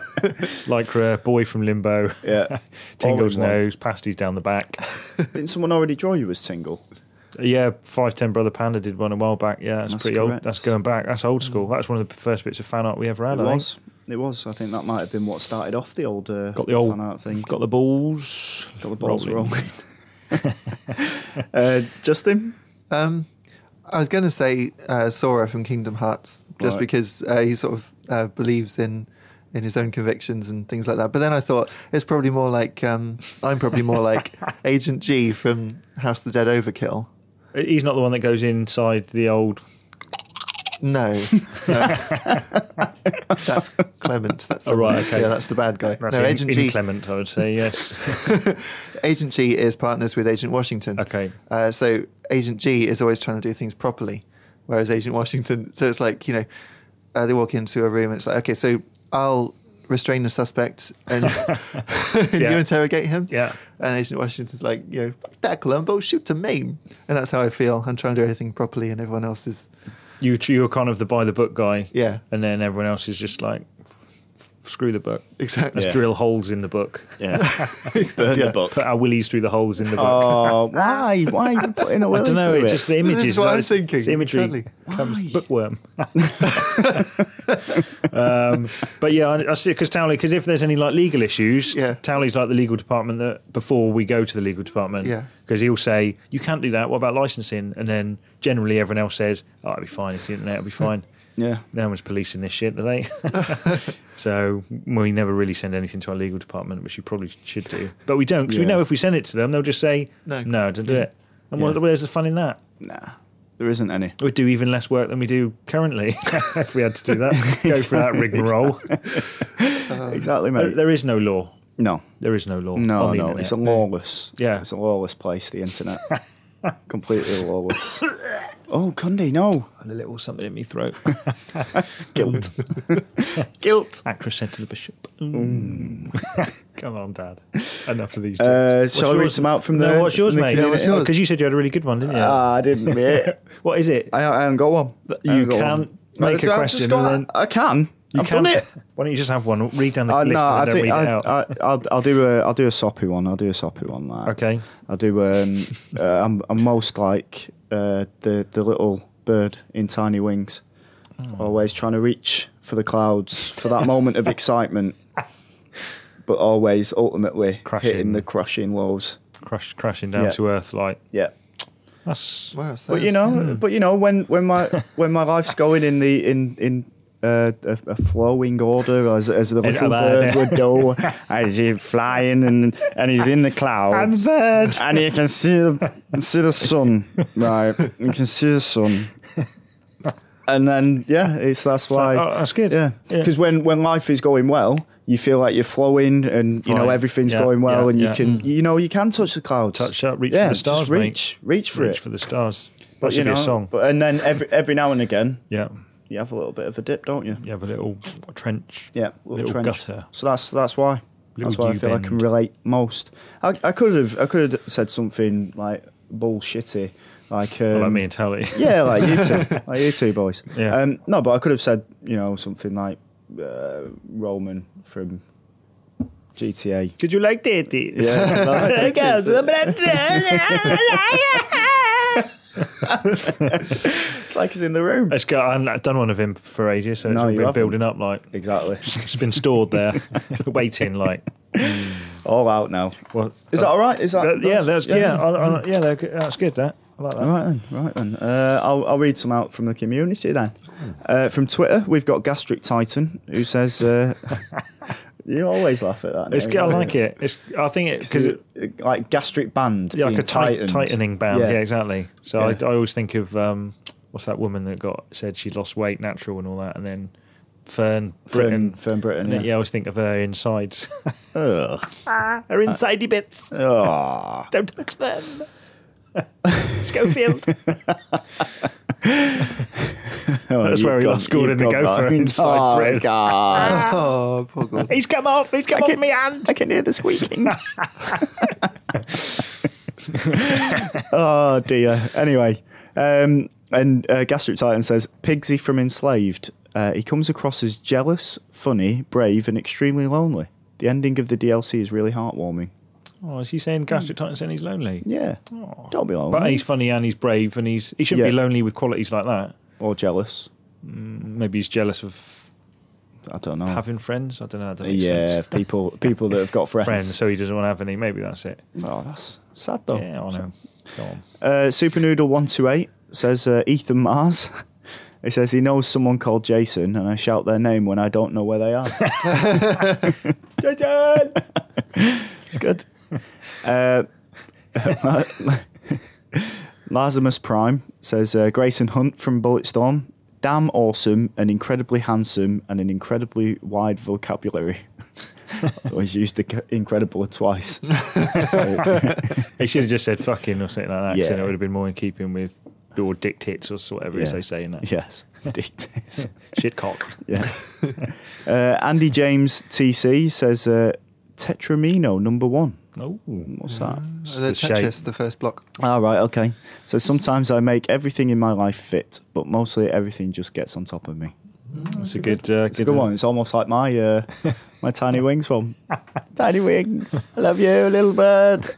[SPEAKER 3] Lycra, boy from limbo,
[SPEAKER 1] Yeah.
[SPEAKER 3] tingles
[SPEAKER 1] All in one.
[SPEAKER 3] nose, pasties down the back.
[SPEAKER 1] Didn't someone already draw you as single?
[SPEAKER 3] Yeah, five ten brother panda did one a while back. Yeah, that's,
[SPEAKER 1] That's
[SPEAKER 3] pretty old.
[SPEAKER 1] correct. Mm.
[SPEAKER 3] That's going back. That's old school. That's one of the first bits of fan art we ever had.
[SPEAKER 1] It
[SPEAKER 3] I think.
[SPEAKER 1] was. It was. I think that might have been what started off the old uh,
[SPEAKER 3] Got the old
[SPEAKER 1] fan art thing.
[SPEAKER 3] Got the balls.
[SPEAKER 1] Got the balls
[SPEAKER 3] rolling.
[SPEAKER 1] rolling. *laughs* uh, Justin.
[SPEAKER 2] Um, I was going to say uh, Sora from Kingdom Hearts, just
[SPEAKER 1] Right.
[SPEAKER 2] because uh, he sort of uh, believes in in his own convictions and things like that. But then I thought it's probably more like um, I'm probably more like
[SPEAKER 3] *laughs*
[SPEAKER 2] Agent G from House of the Dead Overkill.
[SPEAKER 3] He's not the one that goes inside the old. *laughs*
[SPEAKER 2] No, No. that's Clement. That's the
[SPEAKER 3] Oh, right,
[SPEAKER 2] one.
[SPEAKER 3] okay.
[SPEAKER 2] Yeah, that's the bad guy.
[SPEAKER 3] That's
[SPEAKER 2] no,
[SPEAKER 3] in-
[SPEAKER 2] Agent G.
[SPEAKER 3] inclement, I would say. Yes. *laughs*
[SPEAKER 2] *laughs* Agent G is partners with Agent Washington.
[SPEAKER 3] Okay.
[SPEAKER 2] Uh, so Agent G is always trying to do things properly, whereas Agent Washington, so it's like, you know, uh, they walk into a room and it's like, okay, so I'll restrain the suspect and *laughs* you
[SPEAKER 3] Yeah.
[SPEAKER 2] interrogate him.
[SPEAKER 3] Yeah.
[SPEAKER 2] And Agent Washington's like, you know, fuck that Columbo, shoot him, maim. And that's how I feel. I'm trying to do everything properly and everyone else is,
[SPEAKER 3] you you're kind of the by the book guy,
[SPEAKER 2] yeah,
[SPEAKER 3] and then everyone else is just like, screw the book.
[SPEAKER 2] exactly.
[SPEAKER 3] Let's
[SPEAKER 1] Yeah.
[SPEAKER 3] drill holes in the book.
[SPEAKER 1] *laughs* Yeah. Burn
[SPEAKER 2] Yeah.
[SPEAKER 1] the book.
[SPEAKER 3] Put our willies through the holes in the book.
[SPEAKER 1] Oh, why? Why are you putting a
[SPEAKER 3] I
[SPEAKER 1] willy
[SPEAKER 3] don't know.
[SPEAKER 1] through
[SPEAKER 3] It's
[SPEAKER 1] it?
[SPEAKER 3] just the images.
[SPEAKER 2] This is what
[SPEAKER 3] like,
[SPEAKER 2] I'm
[SPEAKER 3] it's-
[SPEAKER 2] thinking.
[SPEAKER 3] It's imagery.
[SPEAKER 2] Exactly.
[SPEAKER 3] Comes
[SPEAKER 1] Why? *laughs*
[SPEAKER 3] bookworm. um, but yeah, I, I see because Townley. Because if there's any like legal issues,
[SPEAKER 2] Yeah.
[SPEAKER 3] Townley's like the legal department that before we go to the legal department.
[SPEAKER 2] Yeah.
[SPEAKER 3] Because he'll say you can't do that. What about licensing? And then generally everyone else says, "Oh, it'll be fine. It's the internet. It'll
[SPEAKER 2] *laughs*
[SPEAKER 3] be fine."
[SPEAKER 1] Yeah.
[SPEAKER 3] No one's policing this shit,
[SPEAKER 1] *laughs*
[SPEAKER 3] are they? so we never really send anything to our legal department, which we probably should do. But we don't, because we
[SPEAKER 1] Yeah.
[SPEAKER 3] know if we send it to them, they'll just say,
[SPEAKER 2] No.
[SPEAKER 3] no, don't do it. And what-
[SPEAKER 1] Yeah.
[SPEAKER 3] where's the fun in that?
[SPEAKER 1] Nah. There isn't any.
[SPEAKER 3] We'd do even less work than we do currently *laughs* if we had to
[SPEAKER 1] *laughs*
[SPEAKER 3] do that. Go for that rigmarole.
[SPEAKER 1] exactly,
[SPEAKER 3] There-
[SPEAKER 1] mate.
[SPEAKER 3] there is no law.
[SPEAKER 1] no.
[SPEAKER 3] There is no law.
[SPEAKER 1] No,
[SPEAKER 3] on the
[SPEAKER 1] no.
[SPEAKER 3] internet.
[SPEAKER 1] It's a lawless.
[SPEAKER 3] Yeah. *laughs*
[SPEAKER 1] It's a lawless place, the internet. Completely ill over. Oh, Cundy, no.
[SPEAKER 3] a little something in
[SPEAKER 1] *laughs*
[SPEAKER 3] my throat.
[SPEAKER 1] Guilt. Guilt.
[SPEAKER 3] Actress said to the bishop. *laughs* Come on, Dad. Enough of these jokes.
[SPEAKER 1] Mm. Uh,
[SPEAKER 3] What's
[SPEAKER 1] shall I read
[SPEAKER 3] yours?
[SPEAKER 1] some out from
[SPEAKER 3] no,
[SPEAKER 1] the-
[SPEAKER 3] What's yours,
[SPEAKER 1] from the
[SPEAKER 3] mate?
[SPEAKER 2] community? Yeah, what's
[SPEAKER 3] Because you said you had a really good one, didn't you?
[SPEAKER 1] Ah, I didn't,
[SPEAKER 3] *laughs*
[SPEAKER 1] mate.
[SPEAKER 3] what is it?
[SPEAKER 1] I, I haven't got one. I
[SPEAKER 3] you
[SPEAKER 1] haven't got
[SPEAKER 3] can't
[SPEAKER 1] one.
[SPEAKER 3] make a
[SPEAKER 1] I've
[SPEAKER 3] question
[SPEAKER 1] Just got,
[SPEAKER 3] and then
[SPEAKER 1] I can.
[SPEAKER 3] you
[SPEAKER 1] I've done
[SPEAKER 3] *laughs* can't-
[SPEAKER 1] it.
[SPEAKER 3] Why don't you just have one? Read down the
[SPEAKER 1] Uh,
[SPEAKER 3] list
[SPEAKER 1] no,
[SPEAKER 3] and
[SPEAKER 1] I
[SPEAKER 3] then
[SPEAKER 1] think
[SPEAKER 3] read it
[SPEAKER 1] I,
[SPEAKER 3] out.
[SPEAKER 1] I, I'll, I'll do a I'll do a soppy one. I'll do a soppy one. Like.
[SPEAKER 3] okay.
[SPEAKER 1] I do. Um, uh, I'm, I'm most like uh, the the little bird in tiny wings, always trying to reach for the clouds for that moment of excitement, but always ultimately
[SPEAKER 3] Crashing.
[SPEAKER 1] hitting the crushing lows.
[SPEAKER 3] Crash, crashing down
[SPEAKER 1] Yeah.
[SPEAKER 3] to earth like
[SPEAKER 1] Yeah,
[SPEAKER 3] that's
[SPEAKER 2] Wow, so
[SPEAKER 1] but you
[SPEAKER 2] *laughs*
[SPEAKER 1] know,
[SPEAKER 3] Mm.
[SPEAKER 1] but you know, when when
[SPEAKER 3] *laughs*
[SPEAKER 1] my when my life's going in the in in. Uh, a, a flowing order as, as the little
[SPEAKER 3] about
[SPEAKER 1] bird
[SPEAKER 3] it?
[SPEAKER 1] would do
[SPEAKER 3] *laughs*
[SPEAKER 1] as he's flying and and he's in the clouds
[SPEAKER 3] bird.
[SPEAKER 1] and you can see the, see the sun, right? You can see the sun, and then yeah, it's that's why.
[SPEAKER 3] oh, that's good.
[SPEAKER 1] Yeah,
[SPEAKER 3] Yeah.
[SPEAKER 1] because when when life is going well, you feel like you're flowing, and you know
[SPEAKER 3] Right.
[SPEAKER 1] everything's
[SPEAKER 3] Yeah,
[SPEAKER 1] going well,
[SPEAKER 3] yeah,
[SPEAKER 1] and you
[SPEAKER 3] yeah.
[SPEAKER 1] can
[SPEAKER 3] Mm.
[SPEAKER 1] you know you can touch the clouds,
[SPEAKER 3] Touch up, reach
[SPEAKER 1] yeah,
[SPEAKER 3] for the stars,
[SPEAKER 1] just
[SPEAKER 3] mate.
[SPEAKER 1] reach, reach for
[SPEAKER 3] Reach
[SPEAKER 1] it.
[SPEAKER 3] for the stars.
[SPEAKER 1] but you
[SPEAKER 3] that should
[SPEAKER 1] know,
[SPEAKER 3] be a song.
[SPEAKER 1] but and then every every now and again,
[SPEAKER 3] yeah,
[SPEAKER 1] you have a little bit of a dip, don't you?
[SPEAKER 3] you have a little trench.
[SPEAKER 1] Yeah,
[SPEAKER 3] Little
[SPEAKER 1] trench.
[SPEAKER 3] gutter.
[SPEAKER 1] So that's that's why.
[SPEAKER 3] Little
[SPEAKER 1] that's why I
[SPEAKER 3] dew
[SPEAKER 1] feel I can
[SPEAKER 3] bend.
[SPEAKER 1] relate most. I, I could have I could have said something like bullshitty, like um,
[SPEAKER 3] Well, like me and Tally. *laughs*
[SPEAKER 1] yeah, like you two, like you two boys.
[SPEAKER 3] Yeah.
[SPEAKER 1] Um, no, but I could have said you know something like uh, Roman from
[SPEAKER 3] *laughs*
[SPEAKER 1] GTA.
[SPEAKER 3] Did you like that?
[SPEAKER 1] Yeah, like,
[SPEAKER 3] I guess.
[SPEAKER 1] *laughs* it's like he's in the *laughs* room.
[SPEAKER 3] It's got, I have done one of him for ages, so it's
[SPEAKER 1] No,
[SPEAKER 3] all
[SPEAKER 1] you
[SPEAKER 3] been
[SPEAKER 1] haven't.
[SPEAKER 3] building up. Like
[SPEAKER 1] Exactly,
[SPEAKER 3] it's been stored there,
[SPEAKER 1] *laughs*
[SPEAKER 3] *laughs* waiting. Like
[SPEAKER 1] all out now. Uh,
[SPEAKER 3] what?
[SPEAKER 1] Is that all right? Is that
[SPEAKER 3] That- yeah, that's yeah, yeah, I, I, yeah they're good- that's good. That I like that.
[SPEAKER 1] All right then, right then. Uh, I'll, I'll read some out from the community then. Uh, from Twitter, we've got Gastric Titan who says, uh, *laughs* "You always laugh at that."
[SPEAKER 3] It's
[SPEAKER 1] name,
[SPEAKER 3] good. I
[SPEAKER 1] don't
[SPEAKER 3] like
[SPEAKER 1] you?
[SPEAKER 3] it. It's I think it because
[SPEAKER 1] because it, like gastric band,
[SPEAKER 3] yeah, like
[SPEAKER 1] being
[SPEAKER 3] a tight,
[SPEAKER 1] tightened.
[SPEAKER 3] tightening band. Yeah, exactly. So
[SPEAKER 1] Yeah.
[SPEAKER 3] I, I always think of um, what's that woman that got said she lost weight natural and all that, and then Fern Britain.
[SPEAKER 1] Fern, Fern Britain.
[SPEAKER 3] and then, yeah, I always think of her insides. her insidey bits.
[SPEAKER 1] Ah.
[SPEAKER 3] Don't touch them. Schofield.
[SPEAKER 1] Oh,
[SPEAKER 3] *laughs* That's
[SPEAKER 1] you've
[SPEAKER 3] where he
[SPEAKER 1] gone-
[SPEAKER 3] last scored
[SPEAKER 1] you've
[SPEAKER 3] in the
[SPEAKER 1] gone
[SPEAKER 3] Gopher
[SPEAKER 1] back.
[SPEAKER 3] *laughs* inside
[SPEAKER 1] Oh,
[SPEAKER 3] Britain.
[SPEAKER 1] God.
[SPEAKER 2] Oh, poor
[SPEAKER 3] *laughs*
[SPEAKER 2] God.
[SPEAKER 3] He's come off. He's come off me hand.
[SPEAKER 1] I can hear the squeaking. *laughs* oh dear. Anyway, um, and uh, Gastric Titan says Pigsy from Enslaved. Uh, he comes across as jealous, funny, brave, and extremely lonely. The ending of the DLC is really heartwarming.
[SPEAKER 3] *laughs* Oh, is he saying Gastric Titan saying he's lonely?
[SPEAKER 1] Hmm. Yeah, don't be lonely
[SPEAKER 3] But he's funny and he's brave and he's he shouldn't
[SPEAKER 1] Yeah.
[SPEAKER 3] be lonely with qualities like that.
[SPEAKER 1] or jealous.
[SPEAKER 3] Maybe he's jealous of
[SPEAKER 1] I don't know.
[SPEAKER 3] having friends. I don't know. That makes
[SPEAKER 1] yeah,
[SPEAKER 3] sense.
[SPEAKER 1] people people that have got friends.
[SPEAKER 3] *laughs* Friends, so he doesn't want to have any. Maybe that's it.
[SPEAKER 1] Oh, that's sad though.
[SPEAKER 3] Yeah, I know. Go on.
[SPEAKER 1] Uh, Super Noodle one two eight says uh, Ethan Mars. *laughs* He says he knows someone called Jason, and I shout their name when I don't know where they are. Jason, *laughs* it's good. Uh, *laughs* Lazimus Prime says uh, Grayson Hunt from Bulletstorm, damn awesome and incredibly handsome and an incredibly wide vocabulary. *laughs* Always used the c- incredible twice.
[SPEAKER 3] He should have just said fucking or something like that. 'cause then
[SPEAKER 1] Yeah.
[SPEAKER 3] it would have been more in keeping with or dick tits or so- whatever it is they say in that.
[SPEAKER 1] *laughs* Yes, dictates.
[SPEAKER 3] Shit cock.
[SPEAKER 1] Yes. *laughs* uh, Andy James TC says uh, Tetramino number one.
[SPEAKER 3] No.
[SPEAKER 1] What's that?
[SPEAKER 2] So the
[SPEAKER 3] the shape.
[SPEAKER 2] Tetris, the first block.
[SPEAKER 1] All right, okay. So sometimes I make everything in my life fit, but mostly everything just gets on top of me.
[SPEAKER 3] That's a good, uh,
[SPEAKER 1] It's a good one. It's almost like my
[SPEAKER 3] *laughs*
[SPEAKER 1] uh, my tiny wings one. tiny wings, I love you, little bird. *laughs*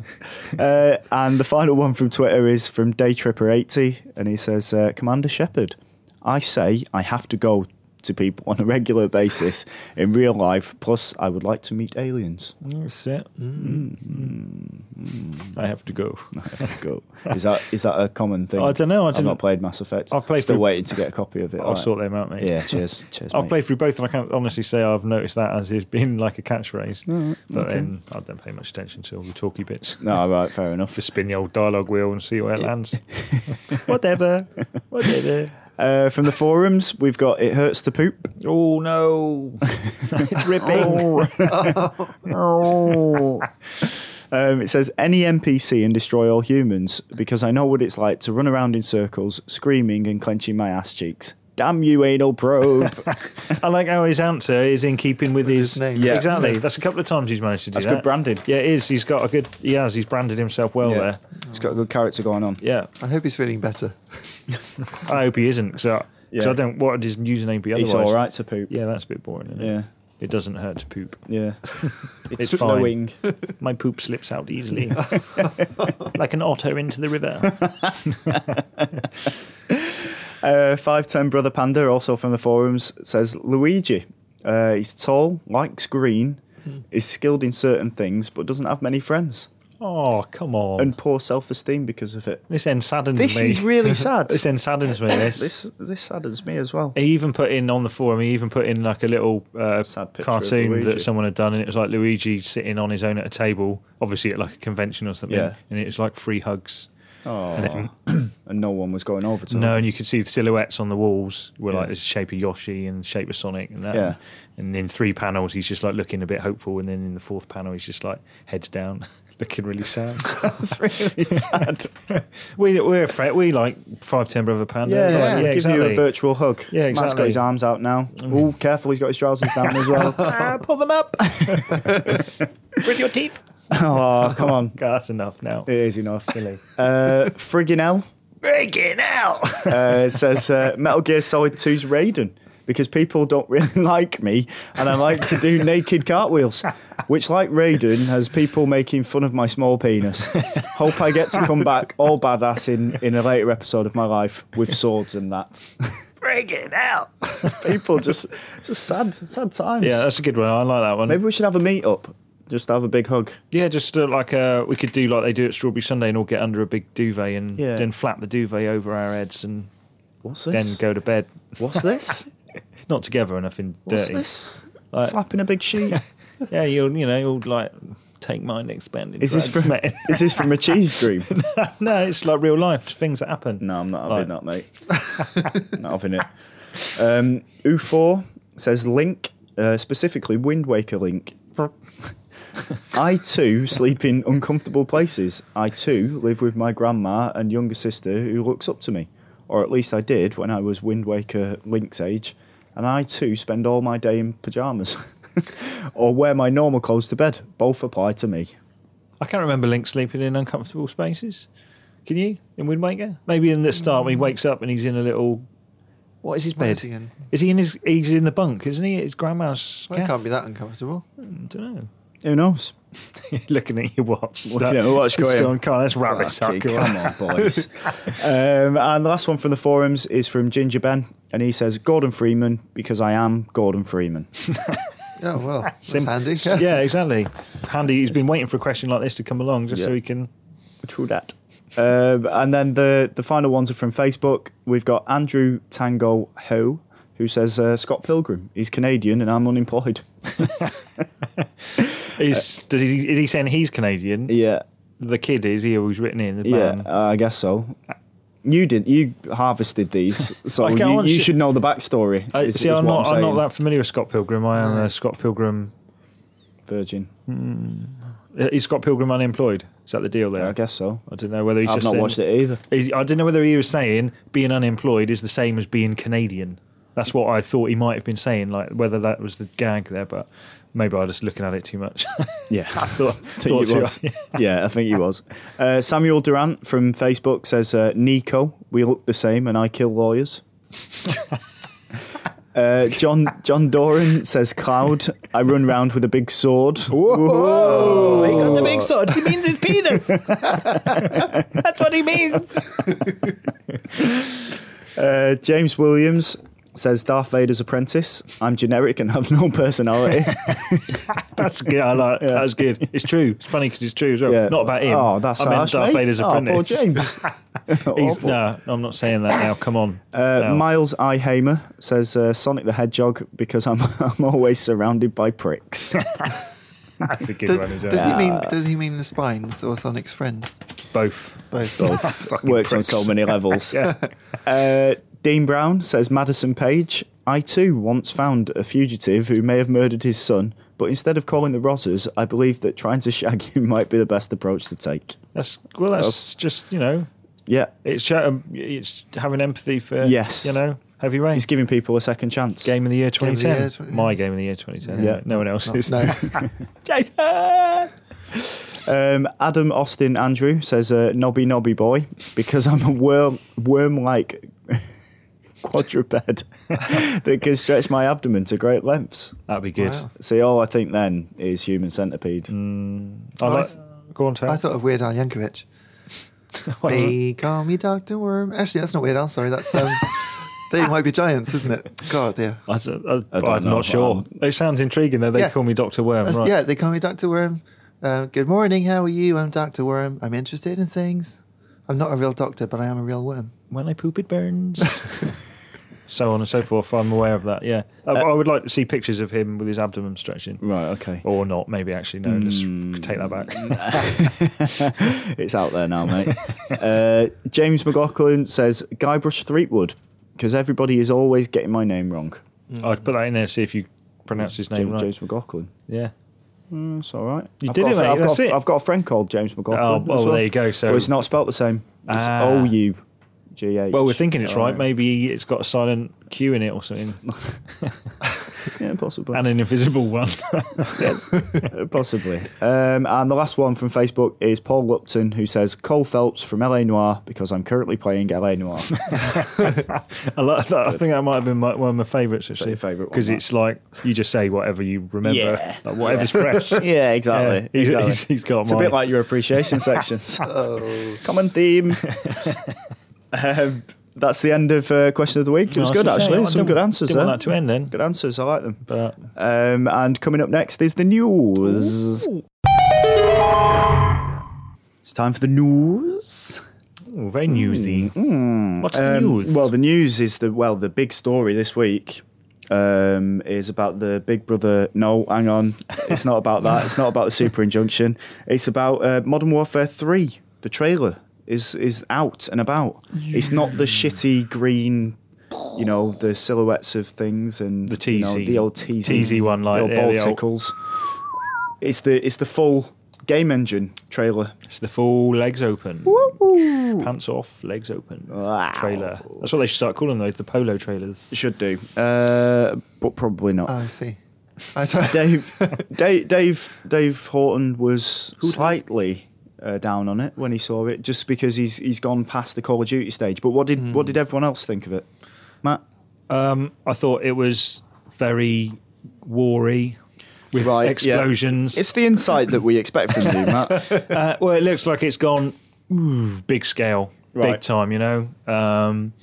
[SPEAKER 1] Uh, and the final one from Twitter is from Daytripper80, and he says, uh, Commander Shepard, I say I have to go to people on a regular basis in real life. Plus, I would like to meet aliens. *laughs*
[SPEAKER 3] That's it. Mm.
[SPEAKER 1] Mm.
[SPEAKER 3] I have to go.
[SPEAKER 1] I have to go. Is that is that a common thing?
[SPEAKER 3] I don't know, I
[SPEAKER 1] have
[SPEAKER 3] didn't-
[SPEAKER 1] not played Mass Effect.
[SPEAKER 3] I've played
[SPEAKER 1] Still
[SPEAKER 3] through-
[SPEAKER 1] waiting to get a copy of it.
[SPEAKER 3] *laughs* I'll sort them out, mate.
[SPEAKER 1] Yeah, cheers, cheers.
[SPEAKER 3] I've
[SPEAKER 1] mate.
[SPEAKER 3] played through both, and I can't honestly say I've noticed that as it's been like a catchphrase. but then I don't pay much attention to all the talky bits.
[SPEAKER 1] No, right, fair enough.
[SPEAKER 3] *laughs* Just spin the old dialogue wheel and see where it
[SPEAKER 1] *laughs*
[SPEAKER 3] lands. Whatever. Whatever.
[SPEAKER 1] Uh, from the forums, we've got It Hurts to Poop.
[SPEAKER 3] *laughs* Oh no! it's ripping.
[SPEAKER 1] *laughs* Oh. Um, it says any NPC and destroy all humans because I know what it's like to run around in circles, screaming and clenching my ass cheeks. Damn you, anal *laughs* probe!
[SPEAKER 3] I like how his answer is in keeping with, his,
[SPEAKER 2] his name.
[SPEAKER 1] Yeah.
[SPEAKER 3] Exactly. That's a couple of times he's managed to do
[SPEAKER 1] That's
[SPEAKER 3] that.
[SPEAKER 1] good branding.
[SPEAKER 3] Yeah, it is. He's got a good. He has. He's branded himself well
[SPEAKER 1] yeah.
[SPEAKER 3] there.
[SPEAKER 1] It's got a good character going on.
[SPEAKER 3] Yeah.
[SPEAKER 2] I hope he's feeling better.
[SPEAKER 3] I hope he isn't because I, 'cause
[SPEAKER 1] Yeah.
[SPEAKER 3] I don't. What would his username be otherwise?
[SPEAKER 1] It's all right to poop.
[SPEAKER 3] Yeah, that's a bit boring. Isn't
[SPEAKER 1] yeah,
[SPEAKER 3] It? it doesn't hurt to poop.
[SPEAKER 1] yeah. *laughs* it's
[SPEAKER 3] It's
[SPEAKER 1] *laughs*
[SPEAKER 3] fine.
[SPEAKER 1] flowing.
[SPEAKER 3] My poop slips
[SPEAKER 1] *laughs*
[SPEAKER 3] out easily, like an otter into the river.
[SPEAKER 1] Uh, Five ten brother panda, also from the forums, says Luigi. Uh, he's tall, likes green, is skilled in certain things, but doesn't have many friends,
[SPEAKER 3] Oh, come on!
[SPEAKER 1] and poor self esteem because of it.
[SPEAKER 3] this end saddens
[SPEAKER 1] This
[SPEAKER 3] me.
[SPEAKER 1] is
[SPEAKER 3] *laughs*
[SPEAKER 1] really sad.
[SPEAKER 3] this end saddens me. This.
[SPEAKER 1] This this saddens me as well.
[SPEAKER 3] he even put in on the forum. He even put in like a little uh,
[SPEAKER 1] Sad picture of
[SPEAKER 3] cartoon
[SPEAKER 1] Luigi.
[SPEAKER 3] that someone had done, and it was like Luigi sitting on his own at a table, obviously at like a convention or something,
[SPEAKER 1] Yeah.
[SPEAKER 3] and it was like free hugs.
[SPEAKER 1] Oh, *clears throat* and no one was going over to
[SPEAKER 3] No,
[SPEAKER 1] him.
[SPEAKER 3] and you could see the silhouettes on the walls were
[SPEAKER 1] Yeah.
[SPEAKER 3] like the shape of Yoshi and the shape of Sonic and that.
[SPEAKER 1] Yeah.
[SPEAKER 3] And in three panels, he's just like looking a bit hopeful, and then in the fourth panel, he's just like heads down, *laughs* looking really sad.
[SPEAKER 1] *laughs* That's
[SPEAKER 3] *laughs*
[SPEAKER 1] really sad.
[SPEAKER 3] we we're afraid we like five ten brother panda.
[SPEAKER 1] Yeah,
[SPEAKER 3] Like,
[SPEAKER 1] yeah,
[SPEAKER 3] yeah,
[SPEAKER 1] give
[SPEAKER 3] exactly.
[SPEAKER 1] you a virtual hug.
[SPEAKER 3] Yeah,
[SPEAKER 1] Matt's got
[SPEAKER 3] exactly. Mm.
[SPEAKER 1] his arms out now. Oh, careful, he's got his trousers down as well.
[SPEAKER 3] *laughs* Ah, pull them up with your teeth.
[SPEAKER 1] oh, come on.
[SPEAKER 3] God, that's enough now.
[SPEAKER 1] It is enough. Uh, Friggin' L
[SPEAKER 3] Breaking out.
[SPEAKER 1] uh, says uh, Metal Gear Solid 2's Raiden because people don't really *laughs* like me and I like to do naked cartwheels, which, like Raiden, has people making fun of my small penis. Hope I get to come back all badass in, in a later episode of my life with swords and that. *laughs*
[SPEAKER 3] Breaking out.
[SPEAKER 1] People just, it's just sad, sad times.
[SPEAKER 3] Yeah, that's a good one. I like that one.
[SPEAKER 1] Maybe we should have a meet up, just have a big hug.
[SPEAKER 3] Yeah, just uh, like uh, we could do like they do at Strawberry Sunday and all get under a big duvet and
[SPEAKER 1] Yeah.
[SPEAKER 3] then flap the duvet over our heads and
[SPEAKER 1] What's
[SPEAKER 3] then
[SPEAKER 1] this?
[SPEAKER 3] go to bed. *laughs*
[SPEAKER 1] What's this?
[SPEAKER 3] Not together or nothing
[SPEAKER 1] What's
[SPEAKER 3] dirty.
[SPEAKER 1] this? Flapping a big sheet.
[SPEAKER 3] Yeah, you'll you know you'll like take mind expanding.
[SPEAKER 1] Is this
[SPEAKER 3] drugs,
[SPEAKER 1] from
[SPEAKER 3] *laughs* mate.
[SPEAKER 1] is this from a cheese dream?
[SPEAKER 3] no, it's like real life things that happen.
[SPEAKER 1] No, I'm not
[SPEAKER 3] Like-
[SPEAKER 1] having that, mate. not having it. Um, U4 says Link, uh, specifically Wind Waker Link. I too sleep in uncomfortable places. I too live with my grandma and younger sister who looks up to me. Or at least I did when I was Wind Waker Link's age. And I too spend all my day in pyjamas. *laughs* or wear my normal clothes to bed. Both apply to me.
[SPEAKER 3] I can't remember Link sleeping in uncomfortable spaces. Can you in Wind Waker? Maybe in the start when he wakes up and he's in a little. What is his bed?
[SPEAKER 2] Mm. is he in?
[SPEAKER 3] Is he in his? He's in the bunk, isn't he? At his grandma's.
[SPEAKER 2] Well, it
[SPEAKER 3] gaff?
[SPEAKER 2] can't be that uncomfortable.
[SPEAKER 3] I don't know. *laughs*
[SPEAKER 1] Who knows?
[SPEAKER 3] looking at your watch.
[SPEAKER 1] Looking at my watch,
[SPEAKER 3] It's
[SPEAKER 1] going,
[SPEAKER 3] gone, "Come on, let's wrap this up.
[SPEAKER 1] Fucking
[SPEAKER 3] come
[SPEAKER 1] *laughs*
[SPEAKER 3] on."
[SPEAKER 1] Come on, boys. um, and the last one from the forums is from Ginger Ben, and he says Gordon Freeman because I am Gordon Freeman. *laughs*
[SPEAKER 2] Oh well, that's
[SPEAKER 3] Sim-
[SPEAKER 2] handy. *laughs*
[SPEAKER 3] *laughs* Yeah, exactly. Handy, he's been waiting for a question like this to come along just so
[SPEAKER 1] Yeah.
[SPEAKER 3] he can.
[SPEAKER 1] True that. Um, and then the the final ones are from Facebook. We've got Andrew Tango Ho, who says uh, Scott Pilgrim. He's Canadian, and I'm unemployed. Uh,
[SPEAKER 3] Is, does he, is he saying he's Canadian?
[SPEAKER 1] Yeah,
[SPEAKER 3] The kid is, he who's written in, the
[SPEAKER 1] yeah,
[SPEAKER 3] man.
[SPEAKER 1] I guess so. You did. You harvested *laughs* these, so
[SPEAKER 3] I
[SPEAKER 1] you,
[SPEAKER 3] can't-
[SPEAKER 1] you should know the backstory.
[SPEAKER 3] I,
[SPEAKER 1] is-
[SPEAKER 3] Uh, see,
[SPEAKER 1] is
[SPEAKER 3] I'm,
[SPEAKER 1] what
[SPEAKER 3] not, I'm, not
[SPEAKER 1] saying.
[SPEAKER 3] that familiar with Scott Pilgrim. I am a Scott Pilgrim. Uh,
[SPEAKER 1] virgin.
[SPEAKER 3] Is Scott Pilgrim unemployed? Is that the deal there?
[SPEAKER 1] I guess so.
[SPEAKER 3] I don't know whether he's
[SPEAKER 1] I've
[SPEAKER 3] just
[SPEAKER 1] not
[SPEAKER 3] saying-
[SPEAKER 1] watched it either.
[SPEAKER 3] He's- I don't know whether he was saying being unemployed is the same as being Canadian. That's what I thought he might have been saying, like whether that was the gag there, but maybe I was just looking at it too much. *laughs*
[SPEAKER 1] Yeah. *laughs*
[SPEAKER 3] I thought,
[SPEAKER 1] think
[SPEAKER 3] thought
[SPEAKER 1] he
[SPEAKER 3] you-
[SPEAKER 1] was. *laughs* yeah, I think he was. Uh, Samuel Durant from Facebook says, uh, Nico, we look the same and I kill
[SPEAKER 3] *laughs*
[SPEAKER 1] lawyers. Uh, John John Doran says, Cloud, I run round with a big sword.
[SPEAKER 5] Oh, he got the big sword. He means his penis. That's what he means.
[SPEAKER 1] Uh, James Williams says, Darth Vader's apprentice. I'm generic and have no
[SPEAKER 3] *laughs*
[SPEAKER 1] personality.
[SPEAKER 3] That's good.
[SPEAKER 1] *laughs*
[SPEAKER 3] I like, That's good. It's true. It's funny because it's true as well.
[SPEAKER 1] Yeah.
[SPEAKER 3] Not about him.
[SPEAKER 1] Oh, that's
[SPEAKER 3] I meant
[SPEAKER 1] harsh,
[SPEAKER 3] Darth
[SPEAKER 1] mate.
[SPEAKER 3] Vader's apprentice. *laughs*
[SPEAKER 1] Oh, poor James.
[SPEAKER 3] He's,
[SPEAKER 1] Awful.
[SPEAKER 3] no, I'm not saying that now. Come on.
[SPEAKER 1] Uh,
[SPEAKER 3] No.
[SPEAKER 1] Miles I. Hamer says uh, Sonic the Hedgehog because I'm *laughs* I'm always surrounded by pricks.
[SPEAKER 3] that's a good
[SPEAKER 2] Does,
[SPEAKER 3] one as well.
[SPEAKER 2] does he mean? Does he mean the spines or Sonic's friends?
[SPEAKER 3] Both.
[SPEAKER 2] Both.
[SPEAKER 3] *laughs*
[SPEAKER 1] Works
[SPEAKER 3] pricks.
[SPEAKER 1] on so many levels.
[SPEAKER 3] *laughs* Yeah.
[SPEAKER 1] Uh, Dean Brown says Madison Page. I too once found a fugitive who may have murdered his son, But instead of calling the Rosses, I believe that trying to shag *laughs* him might be the best approach to take.
[SPEAKER 3] That's well. That's,
[SPEAKER 1] That's-
[SPEAKER 3] just you know,
[SPEAKER 1] Yeah,
[SPEAKER 3] it's ch- um, it's having empathy for
[SPEAKER 1] Yes.
[SPEAKER 3] you know heavy rain.
[SPEAKER 1] he's giving people a second chance.
[SPEAKER 3] Game of the year
[SPEAKER 2] of the year,
[SPEAKER 3] 2010.
[SPEAKER 2] 2010.
[SPEAKER 3] My game of the year 2010.
[SPEAKER 1] Yeah.
[SPEAKER 3] Yeah, no one else's.
[SPEAKER 2] No.
[SPEAKER 3] Jason.
[SPEAKER 1] Um, Adam Austin Andrew says, uh, "Nobby nobby boy," because I'm a worm worm like *laughs* quadruped *laughs* that can stretch my abdomen to great lengths.
[SPEAKER 3] *laughs* That'd be good.
[SPEAKER 2] Wow.
[SPEAKER 1] See, all I think then is human centipede.
[SPEAKER 3] I
[SPEAKER 2] I
[SPEAKER 3] like,
[SPEAKER 2] th-
[SPEAKER 3] go on, Tara.
[SPEAKER 2] I thought of Weird Al Yankovic. They call me Doctor Worm. Actually, that's not Weird Al. Sorry, that's um, they might be giants, isn't it? God, yeah.
[SPEAKER 3] *laughs* I,
[SPEAKER 1] I
[SPEAKER 3] I, I,
[SPEAKER 1] don't
[SPEAKER 3] am
[SPEAKER 1] know,
[SPEAKER 3] not sure.
[SPEAKER 1] but
[SPEAKER 3] It sounds intriguing though. They
[SPEAKER 2] Yeah.
[SPEAKER 3] call me Doctor Worm,
[SPEAKER 2] That's-
[SPEAKER 3] right?
[SPEAKER 2] Yeah, they call me Doctor Worm. Uh, good morning. How are you? I'm Doctor Worm. I'm interested in things. I'm not a real doctor, but I am a real worm.
[SPEAKER 3] When I poop,
[SPEAKER 2] *laughs*
[SPEAKER 3] it burns. so on and so forth. I'm aware of that. Yeah, I,
[SPEAKER 1] Uh,
[SPEAKER 3] I would like to see pictures of him with his abdomen stretching,
[SPEAKER 1] Right. Okay.
[SPEAKER 3] or not. Maybe actually, no.
[SPEAKER 1] Mm.
[SPEAKER 3] Just take that back.
[SPEAKER 1] Hmm. *laughs* It's out there now, mate. uh, James McLaughlin says, "Guybrush Threepwood," because everybody is always getting my name wrong.
[SPEAKER 3] I'd put that in there to see if you pronounce his name
[SPEAKER 1] James,
[SPEAKER 3] right.
[SPEAKER 1] James McLaughlin.
[SPEAKER 3] Yeah.
[SPEAKER 1] That's all right.
[SPEAKER 3] You
[SPEAKER 1] I've
[SPEAKER 3] did
[SPEAKER 1] got
[SPEAKER 3] it,
[SPEAKER 1] a fr-
[SPEAKER 3] mate.
[SPEAKER 1] I've got,
[SPEAKER 3] That's
[SPEAKER 1] a-
[SPEAKER 3] it.
[SPEAKER 1] I've got a friend called James McLaughlin.
[SPEAKER 3] Oh,
[SPEAKER 1] as
[SPEAKER 3] well, there you go. So-
[SPEAKER 1] But it's not spelt the same. It's
[SPEAKER 3] Ah.
[SPEAKER 1] O U G H. Uh,
[SPEAKER 3] Well, we're thinking it's
[SPEAKER 1] All
[SPEAKER 3] right. Maybe it's got a silent Q in it or something, *laughs*
[SPEAKER 1] Yeah, possibly.
[SPEAKER 3] and an invisible one. *laughs*
[SPEAKER 1] yes, Uh, possibly. Um, and the last one from Facebook is Paul Lupton, who says Cole Phelps from LA Noir because I'm currently playing LA Noir.
[SPEAKER 3] I like that. I think that might have been my, one of my favourites actually.
[SPEAKER 1] your favourite one,
[SPEAKER 3] because
[SPEAKER 1] that?
[SPEAKER 3] it's like you just say whatever you remember,
[SPEAKER 1] Yeah.
[SPEAKER 3] like whatever's
[SPEAKER 1] *laughs*
[SPEAKER 3] fresh.
[SPEAKER 1] yeah, exactly.
[SPEAKER 3] Yeah, he's-
[SPEAKER 1] exactly.
[SPEAKER 3] he's- he's got
[SPEAKER 1] It's a bit
[SPEAKER 3] mine.
[SPEAKER 1] like your appreciation sections.
[SPEAKER 3] *laughs*
[SPEAKER 2] Oh,
[SPEAKER 1] Common theme. um, that's the end of uh, question of the week. It was
[SPEAKER 3] No,
[SPEAKER 1] good
[SPEAKER 3] it's a shame.
[SPEAKER 1] actually.
[SPEAKER 3] I
[SPEAKER 1] Some
[SPEAKER 3] didn't-
[SPEAKER 1] good answers
[SPEAKER 3] Didn't want
[SPEAKER 1] there.
[SPEAKER 3] that to end then.
[SPEAKER 1] Good answers. I like them.
[SPEAKER 3] But
[SPEAKER 1] Um, and coming up next is the news. It's time for the news.
[SPEAKER 3] ooh, very newsy. What's the
[SPEAKER 1] Hmm. Um,
[SPEAKER 3] news?
[SPEAKER 1] Well, the news is the well, the big story this week um, is about the Big Brother. No, hang on, *laughs* it's not about that. It's not about the Super Injunction. It's about uh, Modern Warfare Three. The trailer is is out and about. It's not the shitty green. You know the silhouettes of things and
[SPEAKER 3] The
[SPEAKER 1] you know,
[SPEAKER 3] teasy.
[SPEAKER 1] the old teasy,
[SPEAKER 3] Teasy one, like,
[SPEAKER 1] the old
[SPEAKER 3] yeah,
[SPEAKER 1] ball
[SPEAKER 3] the old-
[SPEAKER 1] tickles. It's the it's the full game engine trailer.
[SPEAKER 3] it's the full legs open. Pants off, legs open.
[SPEAKER 1] Wow.
[SPEAKER 3] Trailer. That's what they should start calling those. The polo trailers.
[SPEAKER 1] It should do, uh, but probably not.
[SPEAKER 2] Oh, I see. I don't,
[SPEAKER 1] Dave,
[SPEAKER 3] *laughs*
[SPEAKER 1] Dave, Dave, Dave Horton was slightly uh, down on it when he saw it, just because he's he's gone past the Call of Duty stage. But what did
[SPEAKER 3] Hmm.
[SPEAKER 1] what did everyone else think of it, Matt?
[SPEAKER 3] Um, I thought it was very wary with
[SPEAKER 1] Right, yeah.
[SPEAKER 3] explosions.
[SPEAKER 1] It's the insight that we expect from you,
[SPEAKER 3] *laughs*
[SPEAKER 1] Matt.
[SPEAKER 3] Uh, well, it looks like it's gone ooh, big scale,
[SPEAKER 1] Right.
[SPEAKER 3] big time. You know, um,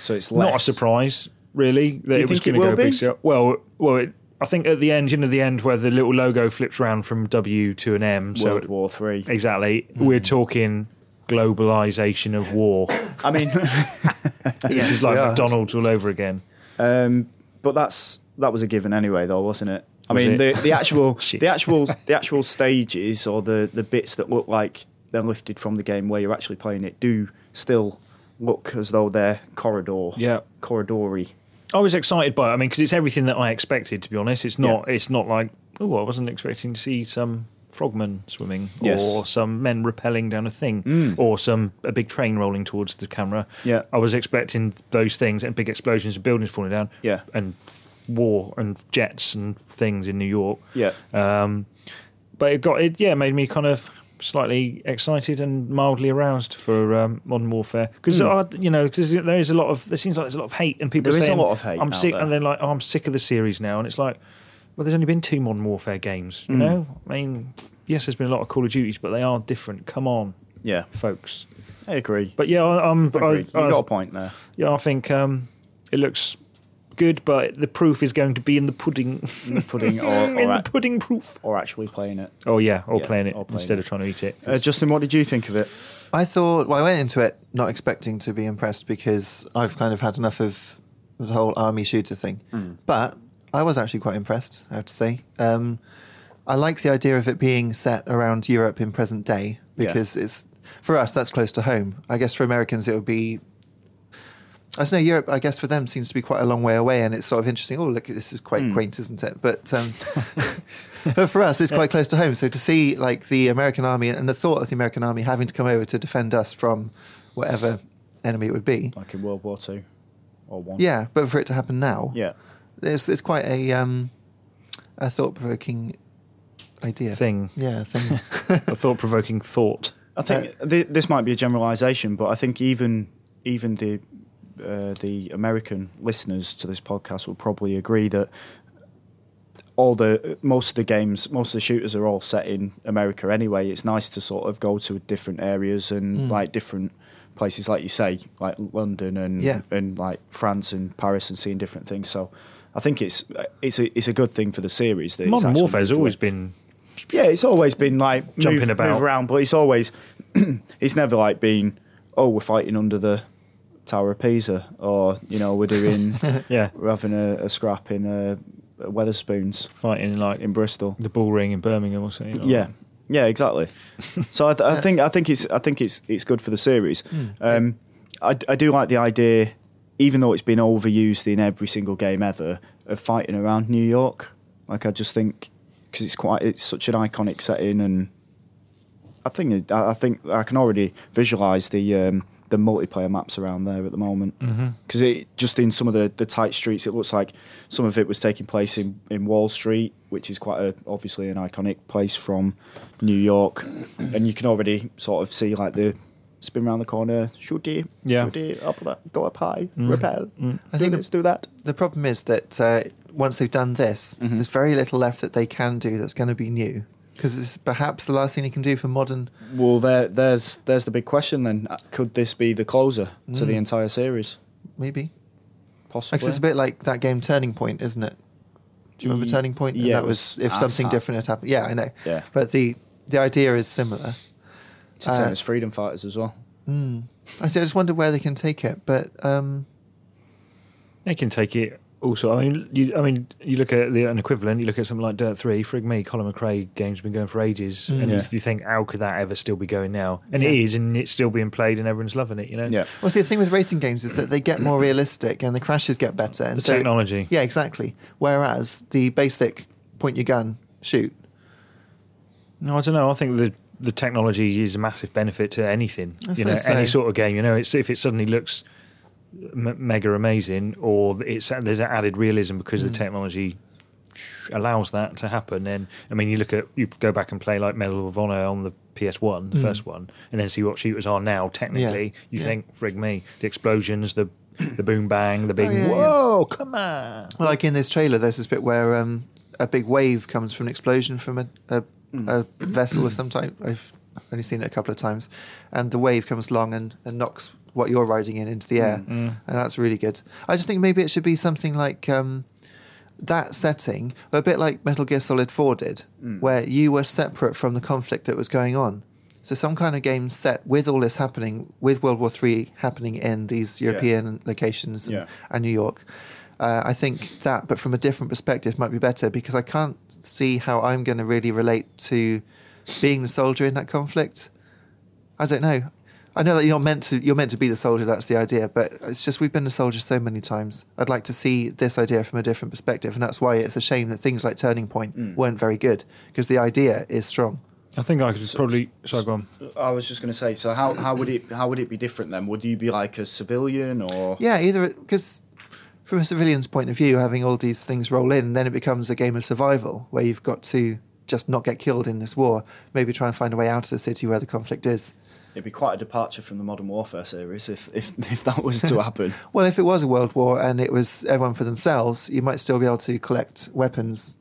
[SPEAKER 1] So it's less.
[SPEAKER 3] not a surprise really that
[SPEAKER 1] you
[SPEAKER 3] it was
[SPEAKER 1] think it
[SPEAKER 3] going to
[SPEAKER 1] will
[SPEAKER 3] go
[SPEAKER 1] be?
[SPEAKER 3] big scale. Well, well, it, I think at the end, you know, the end where the little logo flips round from W to an M. So
[SPEAKER 1] World War Hmm. Three.
[SPEAKER 3] exactly, we're talking globalization
[SPEAKER 1] *laughs*
[SPEAKER 3] of war.
[SPEAKER 1] I
[SPEAKER 3] *laughs*
[SPEAKER 1] mean,
[SPEAKER 3] this is like
[SPEAKER 2] we are.
[SPEAKER 3] McDonald's all over again.
[SPEAKER 1] um, but that's that was a given anyway, though, wasn't it? Oh, I
[SPEAKER 3] Was
[SPEAKER 1] mean,
[SPEAKER 3] it?
[SPEAKER 1] *laughs* the the actual
[SPEAKER 3] Shit.
[SPEAKER 1] the actual the actual stages or the the bits that look like they're lifted from the game where you're actually playing it do still look as though they're corridor
[SPEAKER 3] Yeah.
[SPEAKER 1] corridory
[SPEAKER 3] I was excited by it. I mean, because it's everything that I expected. To be honest, it's not. It's not like oh, I wasn't expecting to see some frogmen swimming,
[SPEAKER 1] Yes. Mm.
[SPEAKER 3] or some men rappelling down a thing, or some a big train rolling towards the camera.
[SPEAKER 1] Yeah.
[SPEAKER 3] I was expecting those things and big explosions and buildings falling down.
[SPEAKER 1] Yeah.
[SPEAKER 3] and war and jets and things in New York.
[SPEAKER 1] Yeah.
[SPEAKER 3] um, but it got it. Yeah, made me kind of slightly excited and mildly aroused for um, modern warfare because you know because there is a lot of there seems like there's a lot of hate and people
[SPEAKER 1] Hmm. There is a
[SPEAKER 3] saying,
[SPEAKER 1] lot of hate
[SPEAKER 3] I'm
[SPEAKER 1] out
[SPEAKER 3] sick,
[SPEAKER 1] there.
[SPEAKER 3] and they're like, oh, I'm sick of the series now, and it's like, well, there's only been two Modern Warfare games,
[SPEAKER 1] Hmm.
[SPEAKER 3] you know. I mean, yes, there's been a lot of Call of Duties, but they are different. Come on,
[SPEAKER 1] Yeah,
[SPEAKER 3] folks.
[SPEAKER 1] I agree.
[SPEAKER 3] But yeah, I, I'm.
[SPEAKER 1] I
[SPEAKER 3] I-
[SPEAKER 1] agree. you
[SPEAKER 3] I-
[SPEAKER 1] got a point *laughs* there.
[SPEAKER 3] yeah, I think um, it looks good, but the proof is going to be in the pudding. *laughs*
[SPEAKER 1] Mm. *laughs* Pudding or,
[SPEAKER 3] in
[SPEAKER 1] or,
[SPEAKER 3] the pudding proof.
[SPEAKER 1] or actually playing it.
[SPEAKER 3] Oh yeah, or
[SPEAKER 1] Yeah,
[SPEAKER 3] playing it
[SPEAKER 1] or playing
[SPEAKER 3] instead
[SPEAKER 1] it.
[SPEAKER 3] of trying to eat it.
[SPEAKER 1] Uh, Justin, what did you think of it?
[SPEAKER 2] I thought. Well, I went into it not expecting to be impressed because I've kind of had enough of the whole army shooter thing. But I was actually quite impressed. I have to say. Um, I like the idea of it being set around Europe in present day
[SPEAKER 1] Yeah.
[SPEAKER 2] because it's for us that's close to home. I guess for Americans it would be I don't know Europe. I guess for them seems to be quite a long way away, and it's sort of interesting. Oh, look, this is quite quaint, isn't it? But um, *laughs* but for us, it's quite close to home. So to see like the American army and the thought of the American army having to come over to defend us from whatever enemy it would be,
[SPEAKER 1] like in World War Two or one.
[SPEAKER 2] yeah. But for it to happen now,
[SPEAKER 1] yeah.
[SPEAKER 2] it's it's quite a um, a thought provoking idea
[SPEAKER 3] Thing.
[SPEAKER 2] Yeah, thing.
[SPEAKER 3] A thought provoking thought.
[SPEAKER 1] I think th- this might be a generalisation, but I think even even the uh, the American listeners to this podcast will probably agree that all the most of the games, most of the shooters are all set in America anyway. It's nice to sort of go to different areas and like different places, like you say, like London and
[SPEAKER 2] Yeah.
[SPEAKER 1] and like France and Paris and seeing different things. So. I think it's it's a it's a good thing for the series. That it's
[SPEAKER 3] *laughs* Modern
[SPEAKER 1] actually
[SPEAKER 3] warfare's
[SPEAKER 1] moved away.
[SPEAKER 3] always been
[SPEAKER 1] Yeah, it's always been like
[SPEAKER 3] Jumping
[SPEAKER 1] move,
[SPEAKER 3] about.
[SPEAKER 1] move around, but it's always *clears throat* it's never like been oh we're fighting under the Tower of Pisa or you know we're
[SPEAKER 3] *laughs*
[SPEAKER 1] doing
[SPEAKER 3] yeah
[SPEAKER 1] we're having a, a scrap in uh, Weatherspoons
[SPEAKER 3] fighting like
[SPEAKER 1] in Bristol.
[SPEAKER 3] the ball ring in Birmingham or something. like
[SPEAKER 1] Yeah,
[SPEAKER 3] that.
[SPEAKER 1] yeah,
[SPEAKER 3] *laughs*
[SPEAKER 1] exactly. so I, th- I think I think it's I think it's it's good for the series.
[SPEAKER 3] Hmm.
[SPEAKER 1] Um, I d- I do like the idea, even though it's been overused in every single game ever, of fighting around New York. Like I just think because it's quite it's such an iconic setting, and I think it- I I think I can already visualize the. Um, the multiplayer maps around there at the moment because it just in some of the, the tight streets it looks like some of it was taking place in, in Wall Street which is quite a, obviously an iconic place from New York and you can already sort of see like the spin round the corner shoot it
[SPEAKER 3] Yeah.
[SPEAKER 1] shoot it up that go up high
[SPEAKER 3] Mm.
[SPEAKER 1] repel
[SPEAKER 2] I think
[SPEAKER 1] let's do that
[SPEAKER 2] the problem is that uh, once they've done this, there's very little left that they can do that's going to be new. Because it's perhaps the last thing you can do for modern.
[SPEAKER 1] well there there's there's the big question then Uh, could this be the closer to the entire series
[SPEAKER 2] Maybe.
[SPEAKER 1] possibly
[SPEAKER 2] Because it's a bit like that game Turning Point, isn't it? Do you remember
[SPEAKER 1] Ye-
[SPEAKER 2] Turning Point? And
[SPEAKER 1] yeah,
[SPEAKER 2] that
[SPEAKER 1] it
[SPEAKER 2] was,
[SPEAKER 1] was
[SPEAKER 2] if something
[SPEAKER 1] Assad.
[SPEAKER 2] different had happened. Yeah, I know.
[SPEAKER 1] Yeah.
[SPEAKER 2] But the the idea is similar.
[SPEAKER 1] it's the same
[SPEAKER 2] uh,
[SPEAKER 1] as Freedom Fighters as well
[SPEAKER 2] I see, I just wonder where they can take it. But um,
[SPEAKER 3] They can take it. Also, I mean, you, I mean, you look at the, an equivalent. You look at something like Dirt Three. Frig me, Colin McRae game's been going for ages, and you,
[SPEAKER 1] Mm. Yeah.
[SPEAKER 3] you think, how could that ever still be going now? And it
[SPEAKER 2] Yeah.
[SPEAKER 3] is, and it's still being played, and everyone's loving it. You know,
[SPEAKER 1] yeah
[SPEAKER 2] well, see, the thing with racing games is that they get more realistic and the crashes get better. And
[SPEAKER 3] the
[SPEAKER 2] so-
[SPEAKER 3] technology.
[SPEAKER 2] Yeah, exactly. Whereas the basic point your gun, shoot,
[SPEAKER 3] No, I don't know. I think the the technology is a massive benefit to anything.
[SPEAKER 2] I
[SPEAKER 3] You know,
[SPEAKER 2] suppose
[SPEAKER 3] any
[SPEAKER 2] so.
[SPEAKER 3] sort of game. You know, it's if it suddenly looks m- mega amazing, or it's there's an added realism because
[SPEAKER 2] Hmm.
[SPEAKER 3] the technology allows that to happen. Then, I mean, you look at you go back and play like Medal of Honor on the PS One, the first one, and then see what shooters are now. Technically, you
[SPEAKER 2] Hmm. Yeah.
[SPEAKER 3] think frig me, the explosions, the the boom bang, the big
[SPEAKER 2] Oh, yeah, yeah.
[SPEAKER 3] whoa, Oh, come on.
[SPEAKER 2] Well, like in this trailer, there's this bit where um, a big wave comes from an explosion from a, a, a vessel of some type. I've only seen it a couple of times, and the wave comes along and, and knocks what you're riding in into the air, and that's really good. I just think maybe it should be something like um, that setting, a bit like Metal Gear Solid 4 did, where you were separate from the conflict that was going on. So some kind of game set with all this happening, with World War Three happening in these European locations and,
[SPEAKER 1] Yeah.
[SPEAKER 2] and New York. Uh, I think that, but from a different perspective, might be better because I can't see how I'm going to really relate to being the soldier in that conflict. I don't know. I know that you're not meant to. You're meant to be the soldier. That's the idea. But it's just we've been the soldier so many times. I'd like to see this idea from a different perspective, and that's why it's a shame that things like Turning Point weren't very good because the idea is strong.
[SPEAKER 3] I think I could probably. Sorry, go on.
[SPEAKER 1] I was just going to say so how, how would it how would it be different then would you be like a civilian or
[SPEAKER 2] Yeah, either because from a civilian's point of view, having all these things roll in, then it becomes a game of survival where you've got to just not get killed in this war. Maybe try and find a way out of the city where the conflict is.
[SPEAKER 1] It'd be quite a departure from the Modern Warfare series if if, *laughs* if that was to happen.
[SPEAKER 2] Well, if it was a world war and it was everyone for themselves, you might still be able to collect weapons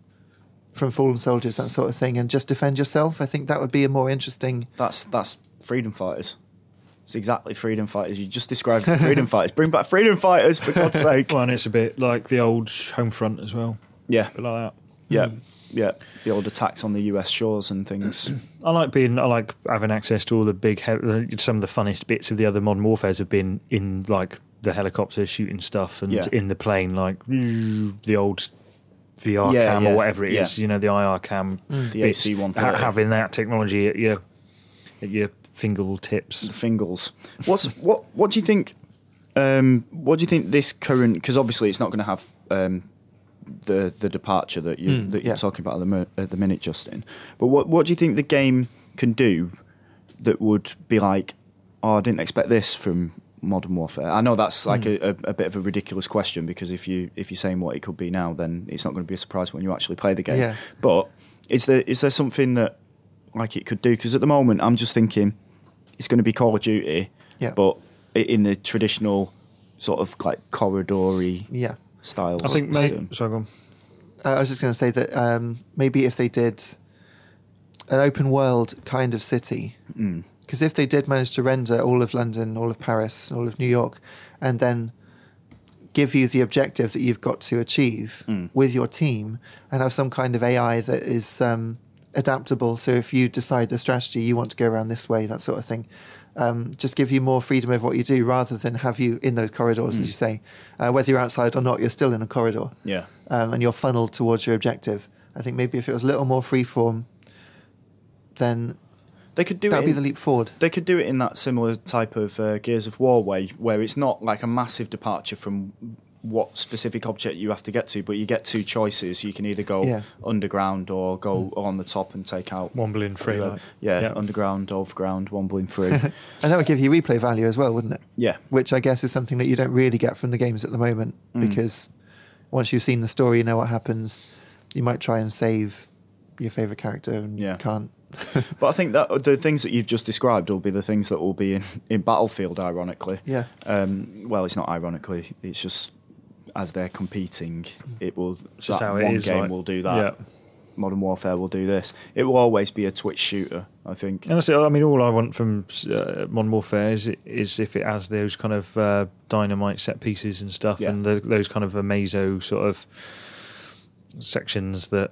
[SPEAKER 2] from fallen soldiers, that sort of thing, and just defend yourself. I think that would be a more interesting.
[SPEAKER 1] that's that's Freedom Fighters. It's exactly Freedom Fighters. You just described Freedom Fighters. Bring back Freedom Fighters for God's sake.
[SPEAKER 3] *laughs* Well, and it's a bit like the old home front as well.
[SPEAKER 1] Yeah,
[SPEAKER 3] But like that.
[SPEAKER 1] yeah, yeah. The old attacks on the U.S. shores and things.
[SPEAKER 3] I like being. I like having access to all the big. He- some of the funnest bits of the other modern warfare's have been in like the helicopter shooting stuff and
[SPEAKER 1] Yeah.
[SPEAKER 3] in the plane, like the old VR
[SPEAKER 1] Yeah,
[SPEAKER 3] cam
[SPEAKER 1] yeah,
[SPEAKER 3] or whatever it is.
[SPEAKER 1] yeah. Mm.
[SPEAKER 3] You know, the IR cam,
[SPEAKER 1] The
[SPEAKER 3] bits.
[SPEAKER 1] AC-130.
[SPEAKER 3] Ha- having that technology at your at your fingertips.
[SPEAKER 1] Fingals. What's what? What do you think? Um, what do you think this current? Because obviously it's not going to have um, the the departure that you that you're
[SPEAKER 2] Mm, yeah.
[SPEAKER 1] talking about at the, mo- at the minute, Justin. But what what do you think the game can do that would be like? Oh, I didn't expect this from Modern Warfare. I know that's like
[SPEAKER 2] Mm.
[SPEAKER 1] a, a, a bit of a ridiculous question because if you if you're saying what it could be now, then it's not going to be a surprise when you actually play the game.
[SPEAKER 2] Yeah.
[SPEAKER 1] But is there is there something that like it could do? Because at the moment, I'm just thinking it's going to be Call of Duty,
[SPEAKER 2] Yeah.
[SPEAKER 1] but i- in the traditional sort of like corridory
[SPEAKER 2] Yeah.
[SPEAKER 1] style.
[SPEAKER 3] I think, mate.
[SPEAKER 1] system.
[SPEAKER 3] Sorry, go on.
[SPEAKER 2] I I was just going to say that um, maybe if they did an open world kind of city, because if they did manage to render all of London, all of Paris, all of New York, and then give you the objective that you've got to achieve with your team and have some kind of AI that is um, adaptable. So if you decide the strategy you want to go around this way, that sort of thing, um, just give you more freedom of what you do rather than have you in those corridors, as you say. Uh, whether you're outside or not, you're still in a corridor
[SPEAKER 1] Yeah.
[SPEAKER 2] um, and you're funneled towards your objective. I think maybe if it was a little more freeform, then
[SPEAKER 1] They could do
[SPEAKER 2] that
[SPEAKER 1] it.
[SPEAKER 2] would be
[SPEAKER 1] in-
[SPEAKER 2] the leap forward.
[SPEAKER 1] They could do it in that similar type of uh, Gears of War way, where it's not like a massive departure from what specific object you have to get to, but you get two choices. You can either go
[SPEAKER 2] Yeah. Hmm.
[SPEAKER 1] underground or go on the top and take out.
[SPEAKER 3] Wombling free, like.
[SPEAKER 1] yeah,
[SPEAKER 3] Yeah.
[SPEAKER 1] underground, overground, wombling
[SPEAKER 2] *laughs*
[SPEAKER 1] free.
[SPEAKER 2] And that would give you replay value as well, wouldn't it?
[SPEAKER 1] yeah,
[SPEAKER 2] Which I guess is something that you don't really get from the games at the moment
[SPEAKER 1] Mm.
[SPEAKER 2] because once you've seen the story, you know what happens. You might try and save your favorite character and
[SPEAKER 1] Yeah.
[SPEAKER 2] can't.
[SPEAKER 1] *laughs* But I think that uh, the things that you've just described will be the things that will be in, in Battlefield, ironically.
[SPEAKER 2] Yeah.
[SPEAKER 1] Um, well, it's not ironically. It's just as they're competing, it will.
[SPEAKER 3] It's just
[SPEAKER 1] that
[SPEAKER 3] how it
[SPEAKER 1] one
[SPEAKER 3] is,
[SPEAKER 1] game
[SPEAKER 3] like.
[SPEAKER 1] will do that.
[SPEAKER 3] Yeah.
[SPEAKER 1] Modern Warfare will do this. It will always be a Twitch shooter, I think.
[SPEAKER 3] And that's it. I mean, all I want from uh, Modern Warfare is, is if it has those kind of uh, dynamite set pieces and stuff,
[SPEAKER 1] Yeah.
[SPEAKER 3] and tho- those kind of amazo sort of sections that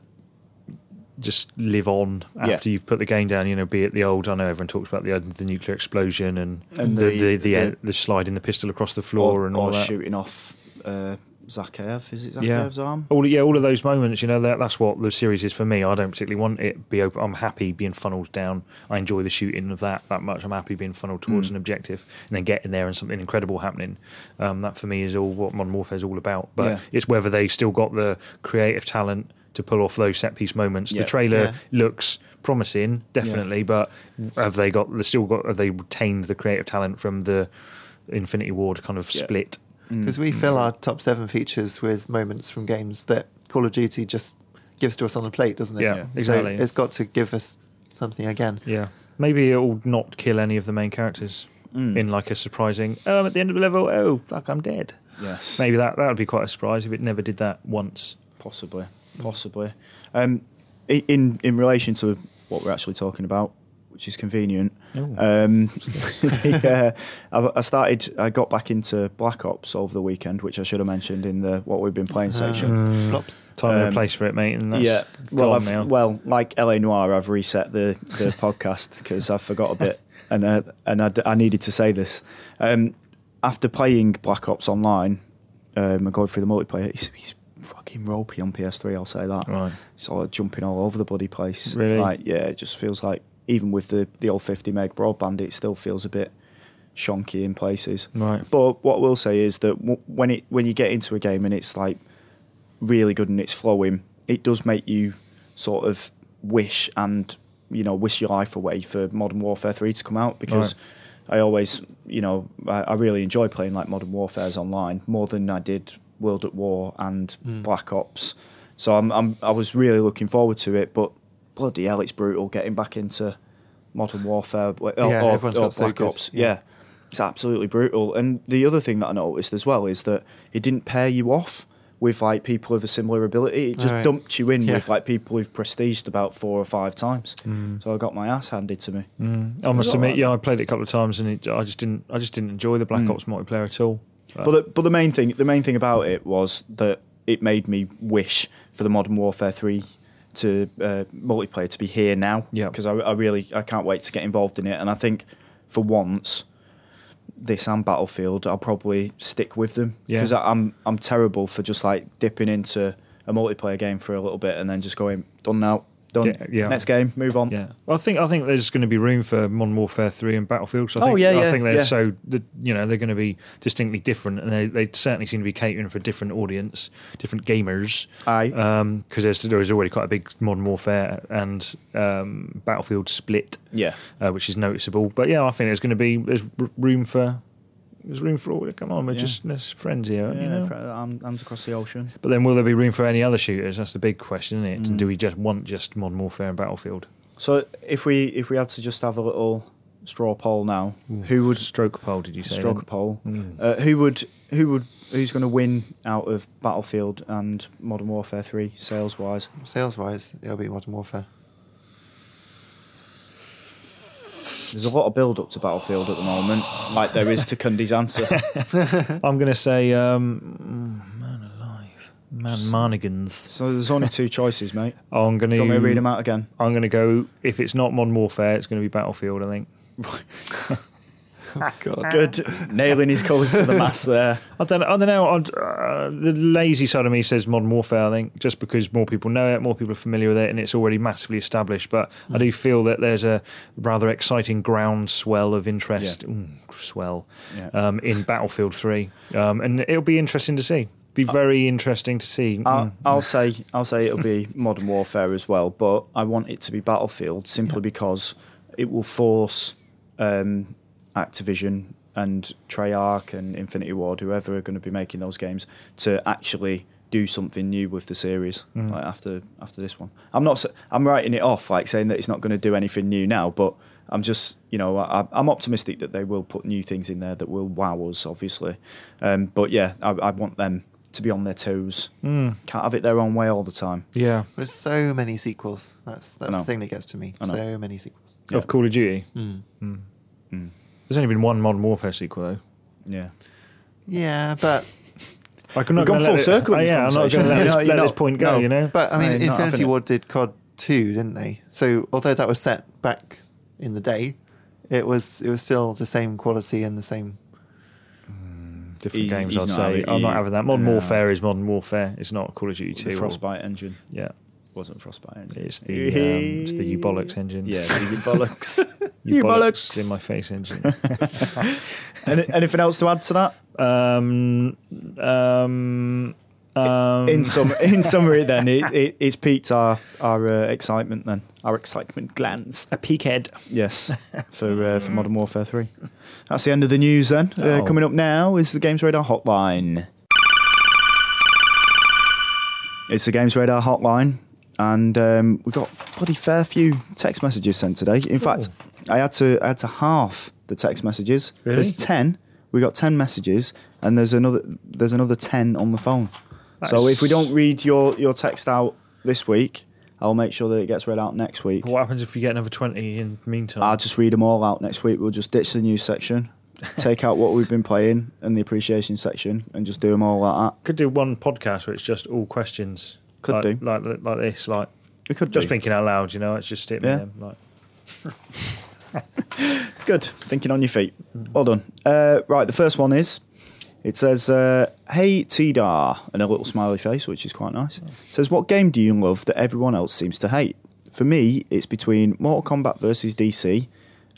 [SPEAKER 3] just live on
[SPEAKER 1] Yeah.
[SPEAKER 3] after you've put the game down. You know, be it the old. I know everyone talks about the the nuclear explosion and,
[SPEAKER 1] And
[SPEAKER 3] the,
[SPEAKER 1] the-
[SPEAKER 3] the, the, the,
[SPEAKER 1] the-
[SPEAKER 3] sliding the pistol across the floor
[SPEAKER 1] or,
[SPEAKER 3] and all
[SPEAKER 1] or
[SPEAKER 3] that.
[SPEAKER 1] shooting off uh, Zakhev. Is it
[SPEAKER 3] Yeah. Oh,
[SPEAKER 1] Zakhev's arm?
[SPEAKER 3] All yeah, all of those moments, you know, that that's what the series is for me. I don't particularly want it be open. I'm happy being funneled down. I enjoy the shooting of that that much. I'm happy being funneled
[SPEAKER 1] Mm.
[SPEAKER 3] towards an objective and then getting there and something incredible happening. Um, that for me is all what Modern Warfare is all about. But
[SPEAKER 1] Yeah.
[SPEAKER 3] it's whether they still got the creative talent to pull off those set piece moments.
[SPEAKER 1] Yeah.
[SPEAKER 3] The trailer
[SPEAKER 2] Yeah.
[SPEAKER 3] looks promising, definitely, but have they got they still got have they retained the creative talent from the Infinity Ward kind of
[SPEAKER 1] Yeah.
[SPEAKER 3] split?
[SPEAKER 1] Mm.
[SPEAKER 2] Because we fill our top seven features with moments from games that Call of Duty just gives to us on the plate, doesn't it?
[SPEAKER 3] Yeah,
[SPEAKER 2] So
[SPEAKER 3] exactly.
[SPEAKER 2] it's got to give us something again.
[SPEAKER 3] Yeah. Maybe it'll not kill any of the main characters
[SPEAKER 1] Mm.
[SPEAKER 3] in like a surprising, um, at the end of the level, oh, fuck, I'm dead.
[SPEAKER 1] Yes.
[SPEAKER 3] Maybe that, that would be quite a surprise if it never did that once.
[SPEAKER 1] Possibly, possibly. Um, i- in in relation to what we're actually talking about, which is convenient.
[SPEAKER 3] Oh.
[SPEAKER 1] Um, *laughs* the, uh, I, I started. I got back into Black Ops over the weekend, which I should have mentioned in the what we've been playing section.
[SPEAKER 2] Flops.
[SPEAKER 3] Time and
[SPEAKER 1] Um,
[SPEAKER 3] place for it, mate, and that's
[SPEAKER 1] yeah,
[SPEAKER 3] gone
[SPEAKER 1] well, I've,
[SPEAKER 3] now.
[SPEAKER 1] well, like La Noir, I've reset the, the podcast because I forgot a bit, and uh, and I, d- I needed to say this. Um, after playing Black Ops Online um, and going through the multiplayer, he's, he's fucking ropey on PS3. I'll say that.
[SPEAKER 3] Right.
[SPEAKER 1] It's all jumping all over the bloody place.
[SPEAKER 3] Really?
[SPEAKER 1] Like, yeah, it just feels like even with the the old 50 meg broadband, it still feels a bit shonky in places.
[SPEAKER 3] Right.
[SPEAKER 1] But what we'll say is that w- when it when you get into a game and it's like really good and it's flowing, it does make you sort of wish and you know wish your life away for Modern Warfare Three to come out because I always you know I, I really enjoy playing like Modern Warfare's online more than I did World at War and Black Ops. So I'm, I'm I was really looking forward to it, but bloody hell, it's brutal getting back into Modern Warfare w- or,
[SPEAKER 2] Yeah,
[SPEAKER 1] or-
[SPEAKER 2] everyone's
[SPEAKER 1] or
[SPEAKER 2] got so
[SPEAKER 1] Black
[SPEAKER 2] good.
[SPEAKER 1] Ops.
[SPEAKER 2] Yeah.
[SPEAKER 1] yeah, it's absolutely brutal. And the other thing that I noticed as well is that it didn't pair you off with like people of a similar ability. It just
[SPEAKER 2] Right.
[SPEAKER 1] dumped you in
[SPEAKER 2] Yeah.
[SPEAKER 1] with like people who've prestiged about four or five times.
[SPEAKER 2] Mm.
[SPEAKER 1] So I got my ass handed to me.
[SPEAKER 3] I must
[SPEAKER 1] all
[SPEAKER 3] admit,
[SPEAKER 1] right.
[SPEAKER 3] yeah, I played it a couple of times and it, I just didn't I just didn't enjoy the Black Ops multiplayer at all.
[SPEAKER 1] But Mm. the, but the main thing the main thing about it was that it made me wish for the Modern Warfare Three to uh, multiplayer to be here now.
[SPEAKER 3] Yeah.
[SPEAKER 1] because I, I really I can't wait to get involved in it, and I think for once. This and Battlefield, I'll probably stick with them
[SPEAKER 3] Yeah.
[SPEAKER 1] because I'm I'm terrible for just like dipping into a multiplayer game for a little bit and then just going done now, Done.
[SPEAKER 3] Yeah, yeah.
[SPEAKER 1] Next game. Move on.
[SPEAKER 3] Yeah, I think I think there's going to be room for Modern Warfare three and Battlefield. 'cause I
[SPEAKER 1] Oh,
[SPEAKER 3] think,
[SPEAKER 1] yeah,
[SPEAKER 3] I
[SPEAKER 1] yeah,
[SPEAKER 3] think they're
[SPEAKER 1] yeah.
[SPEAKER 3] so that you know they're going to be distinctly different, and they they certainly seem to be catering for a different audience, different gamers.
[SPEAKER 1] Aye.
[SPEAKER 3] because Um, there's there is already quite a big Modern Warfare and um, Battlefield split,
[SPEAKER 1] Yeah.
[SPEAKER 3] uh, which is noticeable. But yeah, I think there's going to be there's r- room for there's room for all. Come on, we're
[SPEAKER 1] Yeah.
[SPEAKER 3] just there's friends here. aren't you know?
[SPEAKER 1] fr- um, hands across the ocean.
[SPEAKER 3] But then, will there be room for any other shooters? That's the big question, isn't it? And do we just want just Modern Warfare and Battlefield?
[SPEAKER 1] So if we if we had to just have a little straw poll now, who would
[SPEAKER 3] stroke poll? Did you Mm. say
[SPEAKER 1] stroke a
[SPEAKER 3] then? Mm.
[SPEAKER 1] poll? Uh, who would who would who's going to win out of Battlefield and Modern Warfare Three sales wise?
[SPEAKER 2] Sales wise, it'll be Modern Warfare.
[SPEAKER 1] There's a lot of build up to Battlefield at the moment, like there is to Cundy's
[SPEAKER 3] *laughs*
[SPEAKER 1] answer.
[SPEAKER 3] I'm going to say um, mm, Man Alive, Man Marnigans.
[SPEAKER 1] so there's only two choices, mate.
[SPEAKER 3] I'm going
[SPEAKER 1] Do you want me to read
[SPEAKER 3] to.
[SPEAKER 1] them out again?
[SPEAKER 3] I'm going to go. If it's not Modern Warfare, it's going to be Battlefield. I think.
[SPEAKER 1] Good, nailing his colours to the mast there.
[SPEAKER 3] I don't. I don't know. I'd, uh, the lazy side of me says Modern Warfare. I think just because more people know it, more people are familiar with it, and it's already massively established. But
[SPEAKER 1] Hmm.
[SPEAKER 3] I do feel that there's a rather exciting groundswell of interest.
[SPEAKER 1] Yeah.
[SPEAKER 3] Ooh, swell.
[SPEAKER 1] Yeah.
[SPEAKER 3] Um, in Battlefield Three, um, and it'll be interesting to see. Be
[SPEAKER 1] Uh,
[SPEAKER 3] very interesting to see.
[SPEAKER 1] I'll,
[SPEAKER 3] Mm.
[SPEAKER 1] I'll say I'll say it'll be Modern Warfare as well, but I want it to be Battlefield simply because it will force um, Activision and Treyarch and Infinity Ward, whoever are going to be making those games, to actually do something new with the series like after after this one. I'm not s- I'm writing it off like saying that it's not going to do anything new now, but I'm just you know I, I'm optimistic that they will put new things in there that will wow us obviously, um, but yeah I, I want them to be on their toes. Can't have it their own way all the time.
[SPEAKER 3] Mm. yeah.
[SPEAKER 2] There's so many sequels. That's that's
[SPEAKER 1] know.
[SPEAKER 2] the thing that gets to me.
[SPEAKER 1] know.
[SPEAKER 2] So many sequels.
[SPEAKER 3] of Call of Duty. Mm. There's only been one Modern Warfare sequel
[SPEAKER 1] Hmm. Yeah.
[SPEAKER 2] Yeah, but
[SPEAKER 3] though. Like, I'm not
[SPEAKER 1] We've gone
[SPEAKER 3] gonna
[SPEAKER 1] full
[SPEAKER 3] let it-
[SPEAKER 1] circle in
[SPEAKER 3] Uh,
[SPEAKER 1] this
[SPEAKER 3] *laughs* yeah, I'm not going
[SPEAKER 1] *laughs* conversation.
[SPEAKER 3] to let,
[SPEAKER 1] You
[SPEAKER 3] this,
[SPEAKER 1] know,
[SPEAKER 3] let
[SPEAKER 1] you
[SPEAKER 3] this
[SPEAKER 1] know,
[SPEAKER 3] point go.
[SPEAKER 1] no.
[SPEAKER 3] You know,
[SPEAKER 2] but I mean,
[SPEAKER 1] No, not
[SPEAKER 2] Infinity
[SPEAKER 1] having it.
[SPEAKER 2] Ward did COD two, didn't they? So although that was set back in the day, it was it was still the same quality and the same.
[SPEAKER 3] different
[SPEAKER 1] He's-
[SPEAKER 3] games.
[SPEAKER 1] he's
[SPEAKER 3] I'd
[SPEAKER 1] not
[SPEAKER 3] say
[SPEAKER 1] having-
[SPEAKER 3] I'm not having that. Modern
[SPEAKER 1] No.
[SPEAKER 3] Warfare is Modern Warfare. It's not Call of Duty
[SPEAKER 1] The
[SPEAKER 3] Two. or-
[SPEAKER 1] Frostbite engine
[SPEAKER 3] yeah,
[SPEAKER 1] wasn't Frostbite engine.
[SPEAKER 3] it's the um, it's the U bollocks engine.
[SPEAKER 1] *laughs* Yeah,
[SPEAKER 3] *laughs*
[SPEAKER 1] the *laughs* bollocks.
[SPEAKER 3] U bollocks
[SPEAKER 1] bollocks.
[SPEAKER 3] in my face engine.
[SPEAKER 1] *laughs* Any, anything else to add to that?
[SPEAKER 3] um, um, um,
[SPEAKER 1] in sum, in summary, then it, it, it's piqued our our uh, excitement. Then our excitement glands.
[SPEAKER 3] a peakhead.
[SPEAKER 1] Yes, for uh, for Modern Warfare Three. That's the end of the news. Then uh,
[SPEAKER 3] Hmm. Oh.
[SPEAKER 1] coming up now is the Games Radar Hotline. It's the Games Radar Hotline, and um, we got bloody fair few text messages sent today. In fact, I had to I had to half the text messages.
[SPEAKER 3] Oh. Really?
[SPEAKER 1] There's ten. We got ten messages, and there's another there's another ten on the phone. so
[SPEAKER 3] is-
[SPEAKER 1] if we don't read your your text out this week, I'll make sure that it gets read out next week.
[SPEAKER 3] What happens if you get another twenty in the meantime?
[SPEAKER 1] I'll just read them all out next week. We'll just ditch the news *laughs* section, take out what we've been playing and the appreciation section, and just do them all like that.
[SPEAKER 3] could do one podcast where it's just all questions.
[SPEAKER 1] Could
[SPEAKER 3] like,
[SPEAKER 1] do.
[SPEAKER 3] like like this, like
[SPEAKER 1] We could
[SPEAKER 3] just
[SPEAKER 1] do.
[SPEAKER 3] thinking out loud. You know, it's just hit me.
[SPEAKER 1] Yeah.
[SPEAKER 3] then, Like
[SPEAKER 1] Good. Thinking on your feet. Well done. Uh, right, the first one is it says, uh, Hey Tidar, and a little smiley face, which is quite nice. It says, What game do you love that everyone else seems to hate? For me, it's between Mortal Kombat versus DC,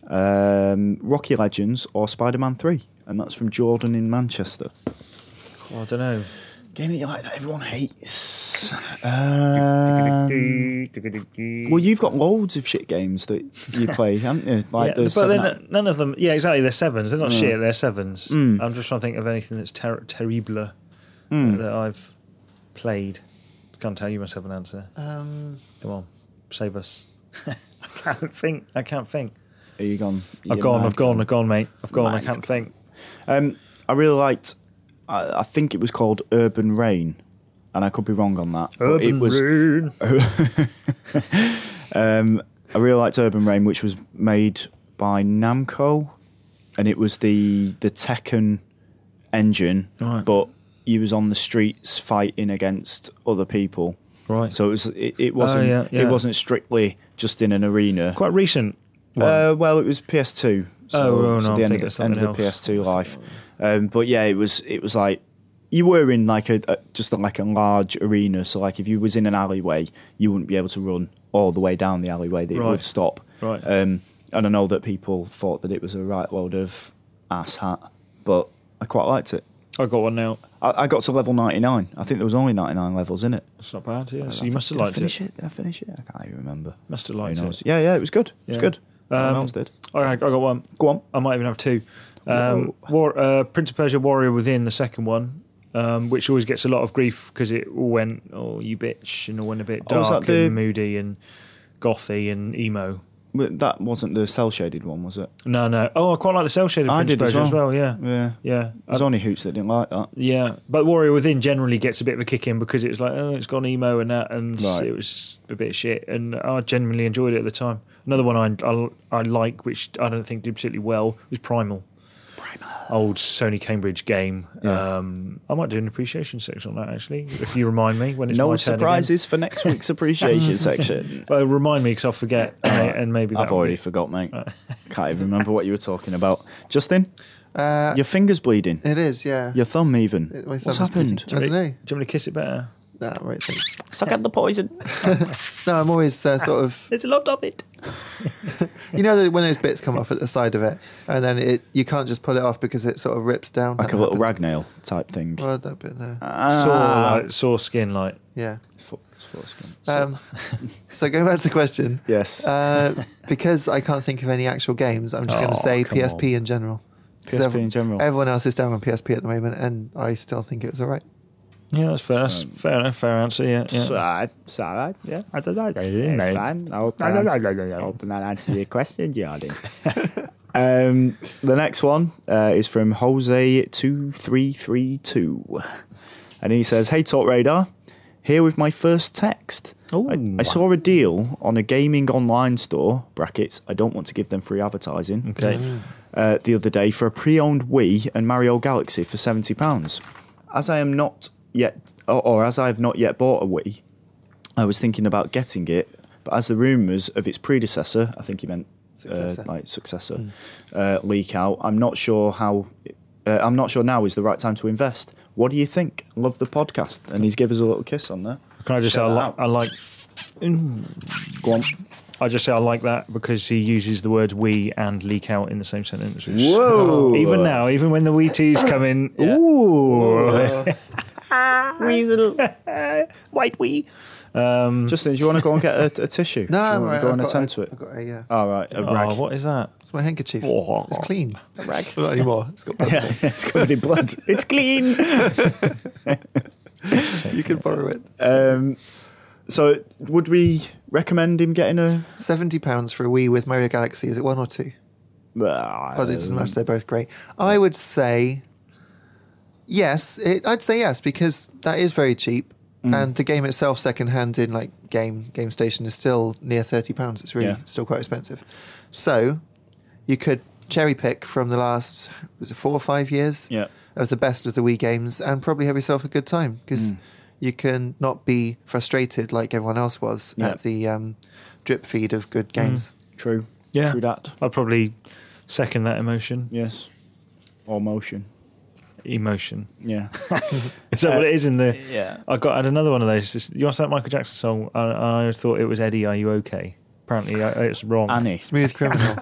[SPEAKER 1] um, Rocky Legends, or Spider Man 3. And that's from Jordan in Manchester.
[SPEAKER 3] I don't know.
[SPEAKER 1] Game that you like that everyone
[SPEAKER 3] *laughs*
[SPEAKER 1] hates. Um, well, you've got loads of shit games that
[SPEAKER 3] *laughs*
[SPEAKER 1] you play, haven't you?
[SPEAKER 3] Yeah,
[SPEAKER 1] Like the
[SPEAKER 3] but
[SPEAKER 1] Seven Mm.
[SPEAKER 3] then uh,
[SPEAKER 1] Up-
[SPEAKER 3] none of them. Yeah, exactly. They're sevens. They're not shit. They're sevens. I'm just trying to think of anything that's ter- terrible
[SPEAKER 1] Mm.
[SPEAKER 3] that I've played. Can't tell you myself an answer.
[SPEAKER 2] Um,
[SPEAKER 3] Come on, save us. *laughs* I can't think. I can't think.
[SPEAKER 1] Are you gone?
[SPEAKER 3] I've
[SPEAKER 1] You're
[SPEAKER 3] gone.
[SPEAKER 1] mad,
[SPEAKER 3] I've gone.
[SPEAKER 1] Cam.
[SPEAKER 3] I've gone, mate. I've gone. I
[SPEAKER 1] Mad.
[SPEAKER 3] can't think.
[SPEAKER 1] Um, I really liked. I, I think it was called Urban Rain, and I could be wrong on that. but it was.
[SPEAKER 3] Rain.
[SPEAKER 1] *laughs* Um, I really liked Urban Rain, which was made by Namco, and it was the the Tekken engine,
[SPEAKER 3] Right.
[SPEAKER 1] but you was on the streets fighting against other people.
[SPEAKER 3] Right. Oh,
[SPEAKER 1] So it was it, it wasn't
[SPEAKER 3] yeah, yeah.
[SPEAKER 1] it wasn't strictly just in an arena.
[SPEAKER 3] Quite recent. one.
[SPEAKER 1] Uh, well, it was PS2. So
[SPEAKER 3] Oh, oh,
[SPEAKER 1] so
[SPEAKER 3] no, I'm
[SPEAKER 1] the end of,
[SPEAKER 3] thinking of
[SPEAKER 1] the, end
[SPEAKER 3] something
[SPEAKER 1] of the
[SPEAKER 3] else.
[SPEAKER 1] PS2 life. Um, but yeah, it was it was like you were in like a, a just like a large arena, so like if you was in an alleyway, you wouldn't be able to run all the way down the alleyway; that it
[SPEAKER 3] Right.
[SPEAKER 1] would stop.
[SPEAKER 3] Right.
[SPEAKER 1] Um, and I know that people thought that it was a right load of ass hat, but I quite liked it.
[SPEAKER 3] I got one now.
[SPEAKER 1] I, I got to level ninety nine. I think there was only ninety nine levels in it.
[SPEAKER 3] It's not bad. Yeah. So
[SPEAKER 1] I
[SPEAKER 3] you
[SPEAKER 1] think-
[SPEAKER 3] must have
[SPEAKER 1] did I
[SPEAKER 3] liked
[SPEAKER 1] finish
[SPEAKER 3] it.
[SPEAKER 1] it. Did I finish it? I can't even remember.
[SPEAKER 3] Must have
[SPEAKER 1] Who
[SPEAKER 3] liked
[SPEAKER 1] knows?
[SPEAKER 3] it.
[SPEAKER 1] Yeah, yeah, it was good. It was
[SPEAKER 3] Yeah.
[SPEAKER 1] good. Everyone
[SPEAKER 3] Um,
[SPEAKER 1] else did.
[SPEAKER 3] All right, I got one.
[SPEAKER 1] Go on.
[SPEAKER 3] I might even have two. Um, War, uh, Prince of Persia Warrior Within, the second one, um, which always gets a lot of grief because it all went, oh, you bitch, and all went a bit
[SPEAKER 1] Oh, is
[SPEAKER 3] dark
[SPEAKER 1] that
[SPEAKER 3] and
[SPEAKER 1] the-
[SPEAKER 3] moody and gothy and emo.
[SPEAKER 1] But that wasn't the cell shaded one, was it?
[SPEAKER 3] No, no. Oh, I quite like the cell shaded
[SPEAKER 1] I
[SPEAKER 3] Prince of
[SPEAKER 1] did as
[SPEAKER 3] Persia as
[SPEAKER 1] well.
[SPEAKER 3] well. Yeah,
[SPEAKER 1] Yeah.
[SPEAKER 3] yeah.
[SPEAKER 1] It was
[SPEAKER 3] I-
[SPEAKER 1] only Hoots that didn't like that.
[SPEAKER 3] yeah, but Warrior Within generally gets a bit of a kick in because it's like, oh, it's gone emo and that, and
[SPEAKER 1] Right.
[SPEAKER 3] it was a bit shit. And I genuinely enjoyed it at the time. Another one I, I, I like, which I don't think did particularly well, was Primal. Primal. Old Sony Cambridge game.
[SPEAKER 1] Yeah.
[SPEAKER 3] Um, I might do an appreciation section on that actually, if you remind me when it's
[SPEAKER 1] no *laughs*
[SPEAKER 3] my turn again.
[SPEAKER 1] surprises for next
[SPEAKER 3] *laughs*
[SPEAKER 1] week's appreciation section.
[SPEAKER 3] Well, remind me because I'll
[SPEAKER 1] *clears throat*
[SPEAKER 3] forget, right, and maybe
[SPEAKER 1] I've
[SPEAKER 3] that'll
[SPEAKER 1] already
[SPEAKER 3] be-
[SPEAKER 1] forgot, mate. Can't even remember what you were talking about. Justin,
[SPEAKER 2] Uh,
[SPEAKER 1] your finger's bleeding.
[SPEAKER 2] it is, yeah.
[SPEAKER 1] Your thumb, even.
[SPEAKER 2] It- my thumb
[SPEAKER 1] What's
[SPEAKER 2] is bleeding.
[SPEAKER 1] happened?
[SPEAKER 2] I don't know.
[SPEAKER 3] Do you want me to kiss it better?
[SPEAKER 2] No, wait, thanks.
[SPEAKER 1] Suck out the poison.
[SPEAKER 2] no, I'm always uh,
[SPEAKER 1] *laughs*
[SPEAKER 2] sort of.
[SPEAKER 3] There's a lot of it.
[SPEAKER 2] You know that when those bits come off at the side of it, and then it you can't just pull it off because it sort of rips down.
[SPEAKER 1] Like a
[SPEAKER 2] That
[SPEAKER 1] little
[SPEAKER 2] happened.
[SPEAKER 1] rag Ah. nail type thing.
[SPEAKER 2] Well, that bit there.
[SPEAKER 1] Uh,
[SPEAKER 3] Sore, like, sore skin, like
[SPEAKER 2] yeah.
[SPEAKER 1] Fo- foreskin. *laughs*
[SPEAKER 2] Um, so going back to the question.
[SPEAKER 1] Yes.
[SPEAKER 2] Uh, because I can't think of any actual games, I'm just going
[SPEAKER 1] Oh,
[SPEAKER 2] to say
[SPEAKER 1] come
[SPEAKER 2] PSP in general. 'Cause
[SPEAKER 1] PSP in general.
[SPEAKER 2] Everyone else is down on PSP at the moment, and I still think it was all right.
[SPEAKER 3] yeah, that's fair. That's fair enough. Fair answer. Yeah. yeah.
[SPEAKER 1] alright. It's alright. Yeah.
[SPEAKER 5] I don't know.
[SPEAKER 1] It's fine. I hope that answers- I hope that answers your question, Jordan. um, the next one uh, is from Jose2332. And he says, Hey, Talk Radar, here with my first text. I, I saw a deal on a gaming online store, brackets, I don't want to give them free advertising,
[SPEAKER 3] Okay.
[SPEAKER 1] uh, the other day for a pre owned Wii and Mario Galaxy for £70. As I am not yet, or, or as I have not yet bought a Wii, I was thinking about getting it, but as the rumours of its predecessor, I think he meant
[SPEAKER 2] Successor. Hmm.
[SPEAKER 1] Uh, like successor, uh, leak out, I'm not sure how. Uh, I'm not sure now is the right time to invest. What do you think? Love the podcast, and he's give us a little kiss on there.
[SPEAKER 3] Can I just say I,
[SPEAKER 1] Shout
[SPEAKER 3] li-
[SPEAKER 1] out.
[SPEAKER 3] I like
[SPEAKER 1] Go on.
[SPEAKER 3] I just say I like that because he uses the words we and leak out in the same sentence. which-
[SPEAKER 1] Whoa!
[SPEAKER 3] Even now, even when the wee twos come in, yeah.
[SPEAKER 1] Ooh.
[SPEAKER 3] *laughs* white wee.
[SPEAKER 1] *laughs* Justin, do you want to go and get a, a tissue?
[SPEAKER 2] No,
[SPEAKER 1] do you
[SPEAKER 2] I'm
[SPEAKER 1] want
[SPEAKER 2] all right.
[SPEAKER 1] to go and
[SPEAKER 2] I've got
[SPEAKER 1] attend
[SPEAKER 2] a-
[SPEAKER 1] to it?
[SPEAKER 2] I've got a, uh,
[SPEAKER 1] All right, a rag. *laughs*
[SPEAKER 3] Oh, what is that?
[SPEAKER 2] it's my handkerchief.
[SPEAKER 3] Oh.
[SPEAKER 2] It's clean.
[SPEAKER 1] rag.
[SPEAKER 2] Not anymore. It's got
[SPEAKER 1] *laughs* Yeah, it's covered in
[SPEAKER 3] *laughs*
[SPEAKER 1] blood. It's clean.
[SPEAKER 2] You can borrow it.
[SPEAKER 1] Um, so, would we recommend him getting a?
[SPEAKER 2] Seventy pounds for a Wii with Mario Galaxy. Is it one or two?
[SPEAKER 1] Uh,
[SPEAKER 2] Oh, it doesn't
[SPEAKER 1] Um,
[SPEAKER 2] matter. They're both great. I would say yes. It, I'd say yes because that is very cheap,
[SPEAKER 1] Mm.
[SPEAKER 2] and the game itself, secondhand in like game game station, is still near thirty pounds. It's really
[SPEAKER 1] Yeah.
[SPEAKER 2] still quite expensive. So you could cherry pick from the last was it four or five years
[SPEAKER 1] Yeah.
[SPEAKER 2] of the best of the Wii games, and probably have yourself a good time because.
[SPEAKER 1] Mm.
[SPEAKER 2] You can not be frustrated like everyone else was
[SPEAKER 1] Yeah. Mm.
[SPEAKER 2] at the um, drip feed of good games.
[SPEAKER 1] True.
[SPEAKER 3] Yeah.
[SPEAKER 1] True that.
[SPEAKER 3] I'd probably second that emotion.
[SPEAKER 1] Yes. Or motion.
[SPEAKER 3] Emotion.
[SPEAKER 1] Yeah.
[SPEAKER 3] Is that what it is in the?
[SPEAKER 1] yeah.
[SPEAKER 3] I got I had another one of those. This- You asked that Michael Jackson song, and I thought it was Eddie. Are you okay? Apparently, I, it's
[SPEAKER 1] *laughs*
[SPEAKER 3] wrong.
[SPEAKER 1] Annie. *laughs*
[SPEAKER 2] Smooth criminal.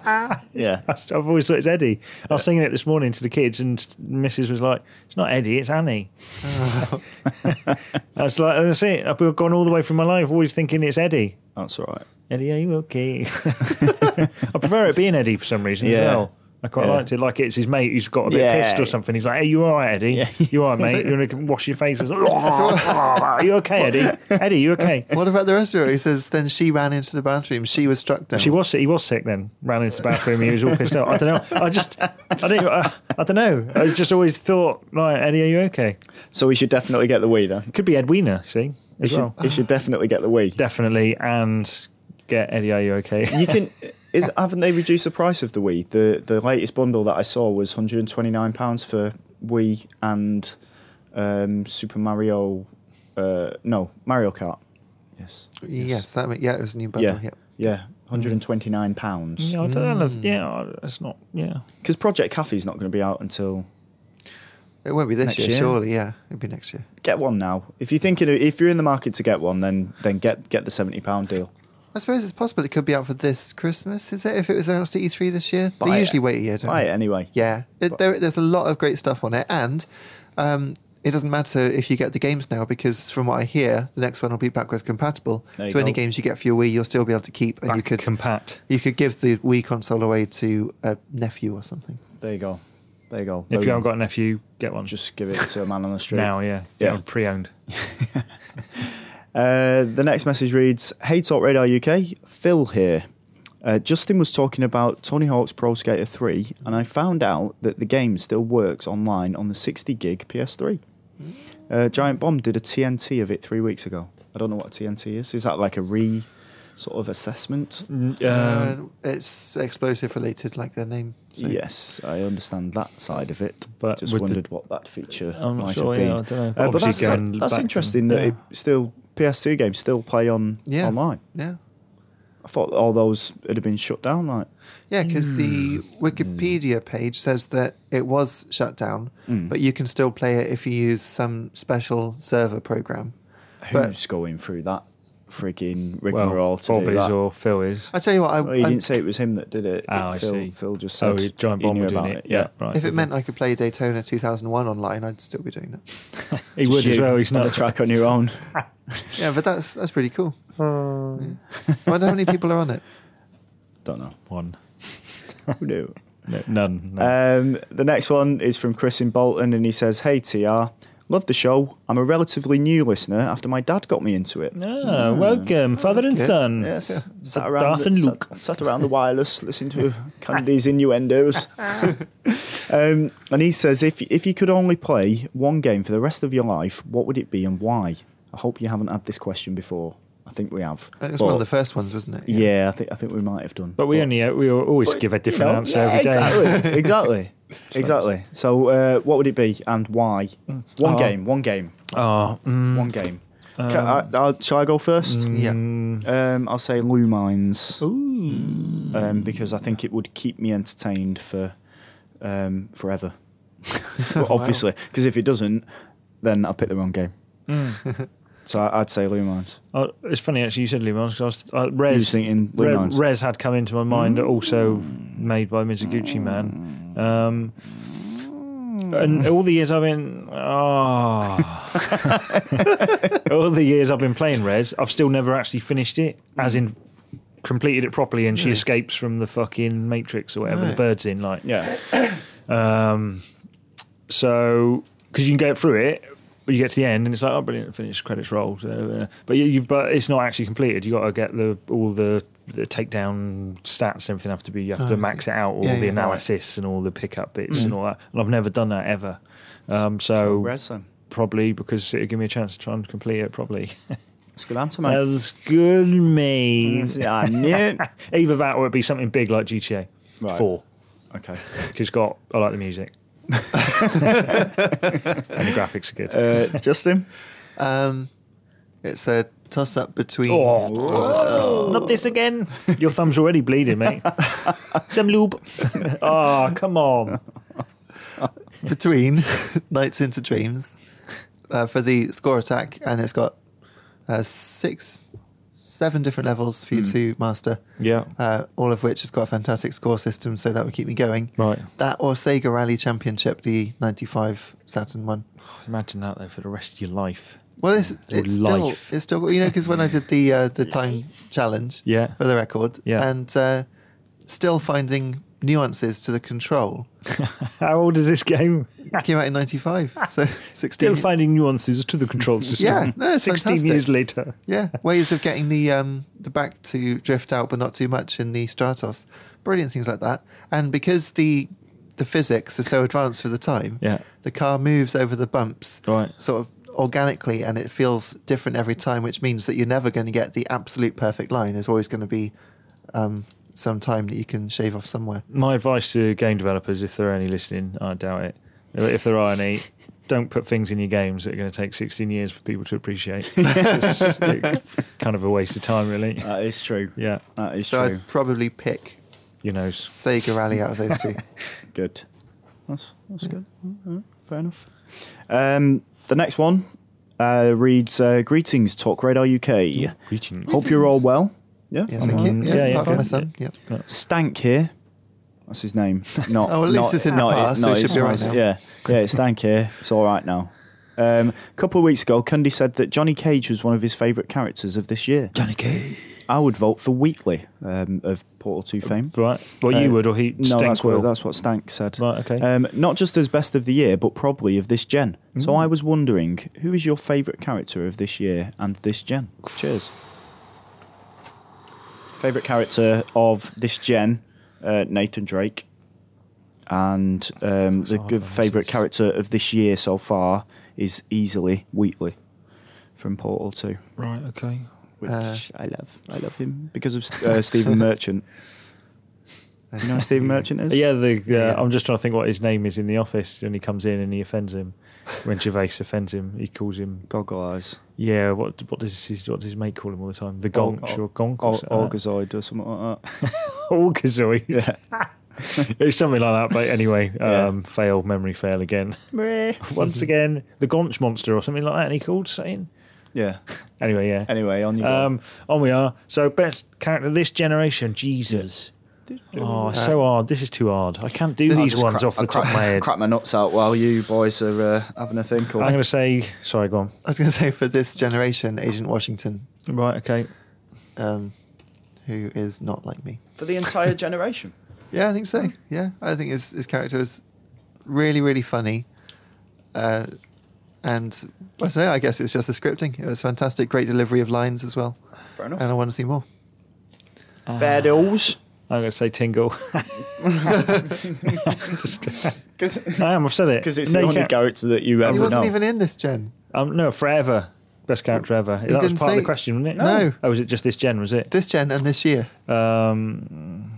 [SPEAKER 1] Yeah.
[SPEAKER 3] I st- *laughs* I've always thought it's Eddie. I was singing it this morning to the kids, and s- Mrs. was like, "It's not Eddie, it's Annie." *laughs* I was like, "That's it. I've gone all the way through my life always thinking it's Eddie.
[SPEAKER 1] That's all right.
[SPEAKER 3] Eddie, are you okay?" *laughs* I prefer it being Eddie for some reason as
[SPEAKER 1] Yeah.
[SPEAKER 3] well. I quite
[SPEAKER 1] Yeah.
[SPEAKER 3] liked it. Like it's his mate who's got a bit
[SPEAKER 1] Yeah.
[SPEAKER 3] pissed or something. He's like, "Hey, you all right, Eddie? You all right,
[SPEAKER 1] *laughs*
[SPEAKER 3] mate? You want to wash your face?" He's like, are you okay, Eddie? Eddie, you okay?
[SPEAKER 2] What about the rest of it? He says, then she ran into the bathroom. She was struck down.
[SPEAKER 3] She was he was sick then. Ran into the bathroom. He was all pissed out. I don't know. I just I didn't. I, I don't know. I just always thought, right, Eddie, are you okay?
[SPEAKER 1] So we should definitely get the Wii then.
[SPEAKER 3] It could be Edwina. See
[SPEAKER 1] You
[SPEAKER 3] as
[SPEAKER 1] should,
[SPEAKER 3] well.
[SPEAKER 1] you should definitely get the Wii.
[SPEAKER 3] Definitely and get Eddie, are you okay?
[SPEAKER 1] You can. Is haven't they reduced the price of the Wii? The the latest bundle that I saw was 129 pounds for Wii and um, Super Mario. Uh, no, Mario Kart. Yes.
[SPEAKER 2] Yes, that meant, yeah, it was a new bundle. Yeah.
[SPEAKER 1] Yeah. Yeah. 129 pounds.
[SPEAKER 3] Yeah, *laughs* I don't know. Yeah, it's not. Yeah,
[SPEAKER 1] Because Project Cafe's not going to be out until
[SPEAKER 2] It won't be this
[SPEAKER 1] Next
[SPEAKER 2] year,
[SPEAKER 1] year.
[SPEAKER 2] surely. Yeah, it'll be next year.
[SPEAKER 1] Get one now. If you're thinking, if you're in the market to get one, then then get get the seventy pound deal.
[SPEAKER 2] I suppose it's possible it could be out for this Christmas. Is it? If it was announced at E3 this year,
[SPEAKER 1] Buy
[SPEAKER 2] they
[SPEAKER 1] it.
[SPEAKER 2] usually wait a year. Don't
[SPEAKER 1] Buy
[SPEAKER 2] they?
[SPEAKER 1] it anyway.
[SPEAKER 2] Yeah, it, there, there's a lot of great stuff on it, and um, it doesn't matter if you get the games now because, from what I hear, the next one will be backwards compatible.
[SPEAKER 1] There you
[SPEAKER 2] So any
[SPEAKER 1] go.
[SPEAKER 2] games you get for your Wii, you'll still be able to keep, and you
[SPEAKER 3] Back
[SPEAKER 2] could
[SPEAKER 3] compat.
[SPEAKER 2] you could give the Wii console away to a nephew or something.
[SPEAKER 1] There you go. There you go.
[SPEAKER 3] If you
[SPEAKER 1] Boom.
[SPEAKER 3] haven't got a nephew, get one just
[SPEAKER 1] just give it to a man on the street
[SPEAKER 3] now. Yeah,
[SPEAKER 1] Yeah.
[SPEAKER 3] get one pre-owned.
[SPEAKER 1] Uh, the next message reads Hey Talk Radar UK, Phil here. Uh, Justin was talking about Tony Hawk's Pro Skater 3, and I found out that the game still works online on the 60 gig PS3.
[SPEAKER 2] Hmm.
[SPEAKER 1] Uh, Giant Bomb did a TNT of it three weeks ago. I don't know what a TNT is. Is that like a re sort of assessment?
[SPEAKER 2] Uh, it's explosive related, like their name. So.
[SPEAKER 1] Yes, I understand that side of it.
[SPEAKER 3] But
[SPEAKER 1] But just
[SPEAKER 3] with the-
[SPEAKER 1] wondered what that feature
[SPEAKER 3] I'm not
[SPEAKER 1] might
[SPEAKER 3] sure,
[SPEAKER 1] have been.
[SPEAKER 3] yeah, I don't know.
[SPEAKER 1] Uh, but
[SPEAKER 3] Obviously
[SPEAKER 1] that's,
[SPEAKER 3] going
[SPEAKER 1] that- that's
[SPEAKER 3] back and-
[SPEAKER 1] interesting that
[SPEAKER 3] yeah.
[SPEAKER 1] it still PS2 games still play on
[SPEAKER 2] Yeah.
[SPEAKER 1] online.
[SPEAKER 2] Yeah.
[SPEAKER 1] I thought all those would have been shut down. Like,
[SPEAKER 2] Yeah, because the Wikipedia page says that it was shut down,
[SPEAKER 1] Hmm.
[SPEAKER 2] but you can still play it if you use some special server program. But-
[SPEAKER 1] who's going through that frigging
[SPEAKER 3] Well,
[SPEAKER 1] rigmarole
[SPEAKER 3] Bob
[SPEAKER 1] to do
[SPEAKER 3] is
[SPEAKER 1] that? Uh,
[SPEAKER 3] or Phil is.
[SPEAKER 2] I tell you what, I,
[SPEAKER 1] Well, he
[SPEAKER 2] I-
[SPEAKER 1] didn't say it was him that did it.
[SPEAKER 3] Oh, I
[SPEAKER 1] Phil,
[SPEAKER 3] see.
[SPEAKER 1] Phil just
[SPEAKER 3] Oh,
[SPEAKER 1] said
[SPEAKER 3] he- Giant
[SPEAKER 1] he
[SPEAKER 3] Bomb
[SPEAKER 1] knew
[SPEAKER 3] were doing
[SPEAKER 1] about
[SPEAKER 3] it.
[SPEAKER 1] it.
[SPEAKER 3] Yeah, right.
[SPEAKER 2] if it meant I could play Daytona 2001 online, I'd still be
[SPEAKER 1] *laughs*
[SPEAKER 2] doing that.
[SPEAKER 3] he would as
[SPEAKER 1] Shoot
[SPEAKER 3] well. He's
[SPEAKER 1] on
[SPEAKER 3] not
[SPEAKER 1] the track on your own. *laughs*
[SPEAKER 2] Yeah, but that's that's pretty cool. Yeah. I wonder how many people are on it.
[SPEAKER 1] Don't
[SPEAKER 3] *laughs*
[SPEAKER 1] know.
[SPEAKER 3] one.
[SPEAKER 1] Who knew?
[SPEAKER 3] No, none. No.
[SPEAKER 1] Um, the next one is from Chris in Bolton, and he says, "Hey TR, love the show. I'm a relatively new listener after my dad got me into it.
[SPEAKER 3] ah, welcome, father and
[SPEAKER 2] good.
[SPEAKER 3] son.
[SPEAKER 1] hmm. Yes, sat
[SPEAKER 3] Darth
[SPEAKER 1] around the,
[SPEAKER 3] and
[SPEAKER 1] sat-
[SPEAKER 3] Luke.
[SPEAKER 1] Sat, around the
[SPEAKER 3] *laughs*
[SPEAKER 1] wireless, listening to Candy's innuendos. um, and he says, if if you could only play one game for the rest of your life, what would it be and why? I hope you haven't had this question before. I think we have.
[SPEAKER 2] I think It was one of
[SPEAKER 1] But-
[SPEAKER 2] the first ones, wasn't it?
[SPEAKER 1] Yeah, I think I think we might have done.
[SPEAKER 3] But we only uh, we always give a different
[SPEAKER 1] You know,
[SPEAKER 3] answer
[SPEAKER 1] yeah,
[SPEAKER 3] every day. *laughs*
[SPEAKER 1] *laughs* Exactly, exactly, exactly. So, uh, what would it be and why? One
[SPEAKER 3] Oh.
[SPEAKER 1] game, one game,
[SPEAKER 3] Oh, mm,
[SPEAKER 1] one game. Can I, I'll, shall I go first?
[SPEAKER 2] Yeah.
[SPEAKER 3] Mm.
[SPEAKER 1] Um, I'll say Lumines. Um, because I think it would keep me entertained for um,
[SPEAKER 3] *laughs*
[SPEAKER 1] forever. Well, obviously, because if it doesn't, then I'll pick the wrong game.
[SPEAKER 3] Mm.
[SPEAKER 1] *laughs* so I, I'd say Lumines.
[SPEAKER 3] Oh, it's funny actually. You said Lumines because I was uh,
[SPEAKER 1] You're
[SPEAKER 3] Res.
[SPEAKER 1] just thinking
[SPEAKER 3] Re-
[SPEAKER 1] Lumines.
[SPEAKER 3] Res had come into my mind, also made by Mizuguchi Man. Um, and all the years I've been, oh, all the years I've been playing Res, I've still never actually finished it, as in completed it properly. And she escapes from the fucking Matrix or whatever the
[SPEAKER 2] Right.
[SPEAKER 3] bird's in, like.
[SPEAKER 1] yeah.
[SPEAKER 3] Um, so because you can go through it, but you get to the end and it's like, oh, brilliant, finished credits roll. So, uh, but you, you, but it's not actually completed. You got to get the all the, the takedown stats and everything have to be. You have
[SPEAKER 2] Oh, I
[SPEAKER 3] to max
[SPEAKER 2] see.
[SPEAKER 3] it out all
[SPEAKER 2] Yeah,
[SPEAKER 3] the
[SPEAKER 2] yeah, right.
[SPEAKER 3] analysis and all the pickup bits and all that. And I've never done that ever. Um, so
[SPEAKER 1] Res then.
[SPEAKER 3] probably because it'll give me a chance to try and complete it *laughs* properly.
[SPEAKER 1] It's a good answer, mate.
[SPEAKER 3] That's good,
[SPEAKER 1] *laughs*
[SPEAKER 3] mate.
[SPEAKER 1] Yeah, I knew.
[SPEAKER 3] *laughs* Either that or it'd be something big like GTA
[SPEAKER 1] Right.
[SPEAKER 3] 4
[SPEAKER 1] okay.
[SPEAKER 3] because it's got I like
[SPEAKER 1] *laughs*
[SPEAKER 3] the music. and the graphics are good.
[SPEAKER 1] Uh, Justin?
[SPEAKER 2] Um, it's a toss up between.
[SPEAKER 1] Oh,
[SPEAKER 3] Not this again. *laughs* Your thumb's already
[SPEAKER 1] *laughs*
[SPEAKER 3] bleeding, mate. Some lube. Oh, come on.
[SPEAKER 2] between *laughs* Nights into Dreams uh, for the score attack, and it's got uh, six, seven different levels for you
[SPEAKER 3] Hmm.
[SPEAKER 2] to master.
[SPEAKER 3] Yeah.
[SPEAKER 2] Uh, all of which has got a fantastic score system, so that would keep me going.
[SPEAKER 3] Right.
[SPEAKER 2] That or Sega Rally Championship, the '95 Saturn one.
[SPEAKER 3] *sighs* Imagine that though for the rest of your life.
[SPEAKER 2] Well, it's
[SPEAKER 3] Your
[SPEAKER 2] it's still
[SPEAKER 3] life.
[SPEAKER 2] it's still you know because when I did the uh, the time challenge
[SPEAKER 3] *laughs* Yeah.
[SPEAKER 2] for the record
[SPEAKER 3] Yeah.
[SPEAKER 2] and uh, still finding nuances to the control
[SPEAKER 3] How old is this game? *laughs*
[SPEAKER 2] it came out in 95 so *laughs* 16
[SPEAKER 3] Still finding nuances to the control system.
[SPEAKER 2] Yeah, no,
[SPEAKER 3] *laughs*
[SPEAKER 2] it's
[SPEAKER 3] 16
[SPEAKER 2] fantastic.
[SPEAKER 3] years later.
[SPEAKER 2] Yeah, ways of getting the um, the back to drift out, but not too much in the Stratos. Brilliant things like that. And because the the physics are so advanced for the time,
[SPEAKER 3] Yeah.
[SPEAKER 2] the car moves over the bumps,
[SPEAKER 3] Right.
[SPEAKER 2] sort of organically, and it feels different every time, which means that you're never going to get the absolute perfect line. There's always going to be um, some time that you can shave off somewhere.
[SPEAKER 3] My advice to game developers, if there are any listening, I doubt it. If there are any, don't put things in your games that are going to take 16 years for people
[SPEAKER 2] *laughs*
[SPEAKER 3] to appreciate. it's kind of a waste of time, really.
[SPEAKER 1] That is true.
[SPEAKER 3] Yeah,
[SPEAKER 1] That is
[SPEAKER 2] So
[SPEAKER 1] true.
[SPEAKER 2] I'd probably pick
[SPEAKER 3] you know. *laughs*
[SPEAKER 2] Sega Rally out of those two.
[SPEAKER 1] Good. That's, that's good. All right, Fair enough. Um, the next one uh, reads uh, Greetings, Talk Radar UK.
[SPEAKER 3] Greetings.
[SPEAKER 1] Hope you're all well. Yeah.
[SPEAKER 2] Yeah,
[SPEAKER 1] I'm
[SPEAKER 2] thank
[SPEAKER 1] all
[SPEAKER 2] you.
[SPEAKER 1] right.
[SPEAKER 2] Yeah,
[SPEAKER 3] Yeah, yeah,
[SPEAKER 2] apart from my
[SPEAKER 3] okay.
[SPEAKER 2] thumb. Yeah.
[SPEAKER 1] Stank here. That's his name. Not,
[SPEAKER 2] *laughs* Oh, at least
[SPEAKER 1] not-
[SPEAKER 2] it's in the
[SPEAKER 1] not
[SPEAKER 2] past, so it
[SPEAKER 1] not
[SPEAKER 2] should
[SPEAKER 1] his
[SPEAKER 2] be all
[SPEAKER 1] voice.
[SPEAKER 2] right now.
[SPEAKER 1] Yeah, yeah, it's Stank here. It's all right now. Um, a couple of weeks ago, Cundy said that Johnny Cage was one of his favourite characters of this year.
[SPEAKER 5] Johnny Cage.
[SPEAKER 1] I would vote for Wheatley um, of Portal 2 fame.
[SPEAKER 3] Right. Well, you
[SPEAKER 1] Uh,
[SPEAKER 3] would, or he
[SPEAKER 1] No, that's
[SPEAKER 3] stink will.
[SPEAKER 1] what, that's what Stank said.
[SPEAKER 3] Right, okay.
[SPEAKER 1] Um, not just as best of the year, but probably of this gen.
[SPEAKER 3] Mm.
[SPEAKER 1] So I was wondering, who is your favourite character of this year and this gen? Cheers. Favourite character of this gen, uh, Nathan Drake. And um, the good favourite character of this year so far is easily Wheatley from Portal 2
[SPEAKER 3] Right. Okay.
[SPEAKER 1] which
[SPEAKER 2] Uh,
[SPEAKER 1] I love. I love him because of uh, Stephen Merchant. You know who
[SPEAKER 2] *laughs*
[SPEAKER 3] *laughs*
[SPEAKER 1] Stephen Merchant is?
[SPEAKER 3] Yeah, the, uh,
[SPEAKER 2] Yeah.
[SPEAKER 3] I'm just trying to think what his name is in the office, and he comes in and he offends him. When Gervais offends him, he calls him.
[SPEAKER 1] Goggle eyes.
[SPEAKER 3] Yeah, what what does his what does his mate call him all the time? The gonch Uh, or gonk or
[SPEAKER 1] Or,
[SPEAKER 3] something like that. *laughs*
[SPEAKER 1] Orgazoid or something like that.
[SPEAKER 3] Orgazoid. *laughs* it's something like that. But anyway,
[SPEAKER 1] *laughs* Yeah.
[SPEAKER 3] um, fail memory fail again. *laughs* Once again, the gonch monster or something like that. And he called saying.
[SPEAKER 1] *laughs* yeah.
[SPEAKER 3] Anyway, yeah.
[SPEAKER 1] Anyway, on your
[SPEAKER 3] Um, on we are. So best character of this generation, Jesus. Oh, it's so hard. This is too hard. I can't do
[SPEAKER 2] I'll
[SPEAKER 3] these
[SPEAKER 1] Just
[SPEAKER 3] ones
[SPEAKER 1] crap-
[SPEAKER 3] off the
[SPEAKER 1] I
[SPEAKER 3] top
[SPEAKER 1] crap, *laughs*
[SPEAKER 3] of my head.
[SPEAKER 1] crap my nuts out while you boys are uh, having a think. Or
[SPEAKER 3] I'm going to say. Sorry, go on.
[SPEAKER 2] I was going to say for this generation, Agent Washington,
[SPEAKER 3] Right. Okay.
[SPEAKER 2] um, who is not like me.
[SPEAKER 1] for the entire generation.
[SPEAKER 2] Yeah, I think so. Yeah, I think his his character is really really funny, uh, and I say I guess it's just the scripting. It was fantastic, great delivery of lines as well,
[SPEAKER 1] Fair
[SPEAKER 2] and I
[SPEAKER 1] enough.
[SPEAKER 2] want to see more.
[SPEAKER 3] Uh,
[SPEAKER 1] Bear
[SPEAKER 3] *laughs*
[SPEAKER 1] Dills.
[SPEAKER 3] I'm going to say Tingle. *laughs* Just-
[SPEAKER 1] Because
[SPEAKER 3] *laughs* I am. I've said it.
[SPEAKER 1] it's
[SPEAKER 3] No,
[SPEAKER 1] the
[SPEAKER 3] you
[SPEAKER 1] only
[SPEAKER 3] can't-
[SPEAKER 1] character that you ever
[SPEAKER 2] He wasn't
[SPEAKER 1] know.
[SPEAKER 2] even in this gen.
[SPEAKER 3] Um, no, forever. Best character ever. that
[SPEAKER 2] didn't
[SPEAKER 3] was part of
[SPEAKER 2] say-
[SPEAKER 3] the question, wasn't it?
[SPEAKER 2] No.
[SPEAKER 3] Oh, was it just this gen? Was it?
[SPEAKER 2] This gen and this *laughs* year.
[SPEAKER 3] Um,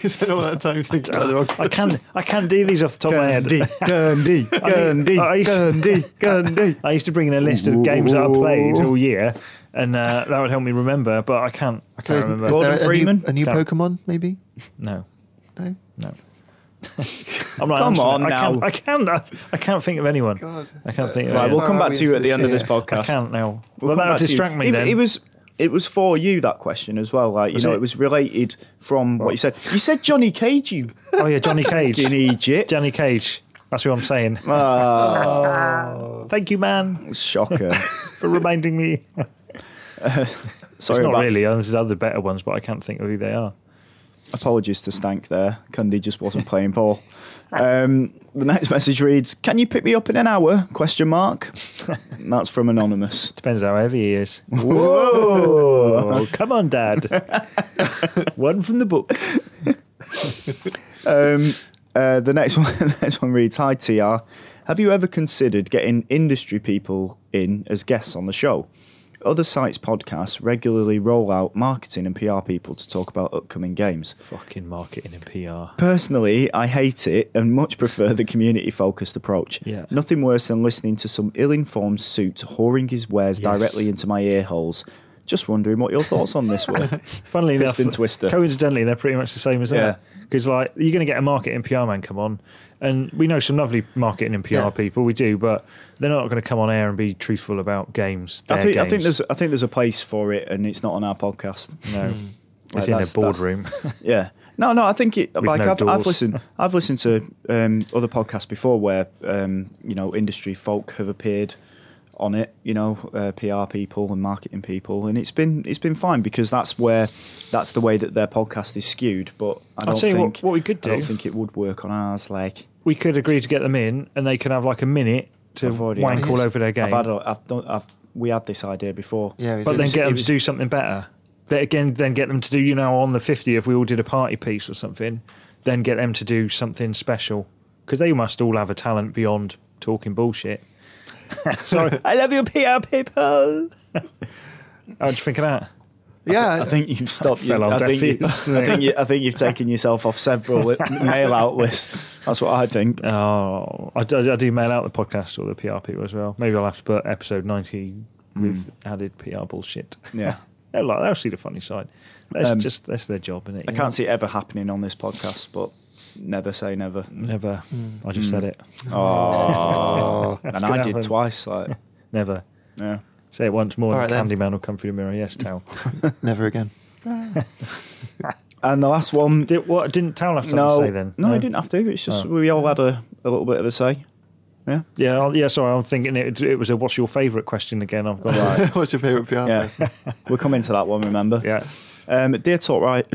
[SPEAKER 2] You spent all that time thinking about the wrong
[SPEAKER 3] I can. I can do these off the top of my head.
[SPEAKER 1] Gundy,
[SPEAKER 3] Gundy, *laughs* Gundy, I used to bring in a list of games that I played all year, and uh, that would help me remember. But I can't. I
[SPEAKER 2] So
[SPEAKER 3] can't
[SPEAKER 2] is-
[SPEAKER 3] remember.
[SPEAKER 2] is
[SPEAKER 1] Gordon
[SPEAKER 2] there a
[SPEAKER 1] Freeman?
[SPEAKER 2] new, a new
[SPEAKER 3] Can't-
[SPEAKER 2] Pokemon maybe?
[SPEAKER 3] No,
[SPEAKER 2] No.
[SPEAKER 3] no. *laughs* I'm like,
[SPEAKER 1] Come
[SPEAKER 3] honestly,
[SPEAKER 1] on
[SPEAKER 3] I
[SPEAKER 1] now.
[SPEAKER 3] Can't, I can't. I, I can't think of anyone.
[SPEAKER 2] God.
[SPEAKER 3] I can't think. Of
[SPEAKER 1] Right,
[SPEAKER 3] anyone.
[SPEAKER 1] we'll
[SPEAKER 2] Where
[SPEAKER 1] come
[SPEAKER 2] are
[SPEAKER 1] back
[SPEAKER 2] we
[SPEAKER 1] to you at the
[SPEAKER 2] this
[SPEAKER 1] end of this
[SPEAKER 2] year?
[SPEAKER 3] I
[SPEAKER 1] podcast.
[SPEAKER 3] can't now.
[SPEAKER 1] We'll come
[SPEAKER 3] well, that'll
[SPEAKER 1] back to you.
[SPEAKER 3] distract me
[SPEAKER 1] it,
[SPEAKER 3] then.
[SPEAKER 1] It was it was for you that question as well. Like
[SPEAKER 3] Was
[SPEAKER 1] you know, it?
[SPEAKER 3] it?
[SPEAKER 1] was related from what you said. You said Johnny Cage, you
[SPEAKER 3] oh
[SPEAKER 1] *laughs*
[SPEAKER 3] yeah, Johnny Cage.
[SPEAKER 1] in Egypt.
[SPEAKER 3] Johnny Cage. That's what
[SPEAKER 1] *laughs*
[SPEAKER 3] I'm saying. Thank you, man, *laughs*
[SPEAKER 1] Shocker.
[SPEAKER 3] for reminding me.
[SPEAKER 1] Sorry
[SPEAKER 3] it's not
[SPEAKER 1] about.
[SPEAKER 3] really. uh, There's other better ones, but I can't think of who they are.
[SPEAKER 1] Apologies to Stank there. Cundy just wasn't playing ball. Um, the next message reads: "Can you pick me up in an hour?" Question mark. And That's from anonymous.
[SPEAKER 3] Depends how heavy he is.
[SPEAKER 1] Whoa!
[SPEAKER 3] Oh, come
[SPEAKER 1] *laughs*
[SPEAKER 3] on, Dad. One from the book.
[SPEAKER 1] Um, uh, the next *laughs* one, the next one reads: Hi TR, have you ever considered getting industry people in as guests on the show? Other sites' podcasts regularly roll out marketing and PR people to talk about upcoming games.
[SPEAKER 3] Fucking marketing and PR.
[SPEAKER 1] Personally, I hate it and much prefer the community focused approach.
[SPEAKER 3] Yeah.
[SPEAKER 1] Nothing worse than listening to some ill informed suit whoring his wares
[SPEAKER 3] Yes.
[SPEAKER 1] directly into my ear holes. Just wondering what your thoughts on this
[SPEAKER 3] *laughs*
[SPEAKER 1] were.
[SPEAKER 3] Funnily enough,
[SPEAKER 1] Piston twister.
[SPEAKER 3] coincidentally, they're pretty much the same as that. Because like, you're going to get a marketing PR man come on, and we know some lovely marketing and PR
[SPEAKER 2] Yeah.
[SPEAKER 3] people. We do, but they're not going to come on air and be truthful about games.
[SPEAKER 1] I
[SPEAKER 3] their
[SPEAKER 1] think, I think
[SPEAKER 3] games.
[SPEAKER 1] there's I think there's a place for it, and it's not on our podcast.
[SPEAKER 3] no.
[SPEAKER 1] *laughs* Like,
[SPEAKER 3] It's in a
[SPEAKER 1] that's- that's-
[SPEAKER 3] boardroom.
[SPEAKER 1] Yeah. No, no, I think it, like I've,
[SPEAKER 3] no
[SPEAKER 1] I've
[SPEAKER 3] doors.
[SPEAKER 1] listened I've listened to um, other podcasts before where um, you know industry folk have appeared on it, you know, uh, PR people and marketing people and it's been it's been fine because that's where that's the way that their podcast is skewed, but I don't
[SPEAKER 3] tell you what-
[SPEAKER 1] think
[SPEAKER 3] what we could
[SPEAKER 1] I don't
[SPEAKER 3] do.
[SPEAKER 1] think it would work on ours like
[SPEAKER 3] we could agree to get them in, and they can have like a minute to
[SPEAKER 1] I've already
[SPEAKER 3] wank
[SPEAKER 1] had
[SPEAKER 3] all
[SPEAKER 1] this.
[SPEAKER 3] over their game.
[SPEAKER 1] I've had a, I've done I've we had this idea before.
[SPEAKER 2] Yeah, we
[SPEAKER 3] but
[SPEAKER 2] did.
[SPEAKER 3] then get
[SPEAKER 1] it
[SPEAKER 3] them
[SPEAKER 1] was-
[SPEAKER 3] to do something better. Then again, then get them to do you know on the 50th we all did a party piece or something. Then get them to do something special because they must all have a talent beyond talking
[SPEAKER 1] *laughs*
[SPEAKER 3] bullshit. Sorry,
[SPEAKER 1] I love you PR people.
[SPEAKER 3] how'd you think of that?
[SPEAKER 2] yeah,
[SPEAKER 1] I think you've *laughs* stopped.
[SPEAKER 3] fell
[SPEAKER 1] you-
[SPEAKER 3] on
[SPEAKER 1] I,
[SPEAKER 3] deaf
[SPEAKER 1] think you,
[SPEAKER 3] ears,
[SPEAKER 1] *laughs*
[SPEAKER 3] didn't
[SPEAKER 1] I
[SPEAKER 3] it?
[SPEAKER 1] think you, I think you've taken yourself off several li- mail out lists. That's what I think.
[SPEAKER 3] Oh, I do, I do mail out the podcast or the PR people as well. Maybe I'll have to put episode 90
[SPEAKER 1] Hmm.
[SPEAKER 3] with added PR bullshit. *laughs*
[SPEAKER 1] Yeah.
[SPEAKER 3] They'll, like, they'll see the funny side. That's
[SPEAKER 1] Um,
[SPEAKER 3] just that's their job, is it?
[SPEAKER 1] I can't see it ever happening on this podcast, but Never say never.
[SPEAKER 3] Never.
[SPEAKER 1] Hmm.
[SPEAKER 3] I just said it.
[SPEAKER 1] Oh,
[SPEAKER 3] That's
[SPEAKER 1] and I
[SPEAKER 3] gonna
[SPEAKER 1] did
[SPEAKER 3] happen.
[SPEAKER 1] twice. Like,
[SPEAKER 3] Never.
[SPEAKER 1] yeah.
[SPEAKER 3] Say it once more,
[SPEAKER 2] All
[SPEAKER 3] and
[SPEAKER 2] right, then.
[SPEAKER 3] Candyman will come through the mirror. Yes, towel.
[SPEAKER 2] Never again.
[SPEAKER 1] And the last one,
[SPEAKER 3] Did, what didn't towel have to
[SPEAKER 1] no,
[SPEAKER 3] say then?
[SPEAKER 1] no, I didn't have to. It's just
[SPEAKER 3] Oh.
[SPEAKER 1] we all had a, a little bit of a say. Yeah, *laughs*
[SPEAKER 3] Yeah, I'll- yeah. Sorry, I'm thinking it. It was a what's your favourite question again? I've got
[SPEAKER 2] *laughs*
[SPEAKER 3] right.
[SPEAKER 2] What's your favourite PR
[SPEAKER 1] yeah.
[SPEAKER 2] person?
[SPEAKER 1] we'll come into that one. Remember,
[SPEAKER 3] *laughs* Yeah,
[SPEAKER 1] Um, dear talk right,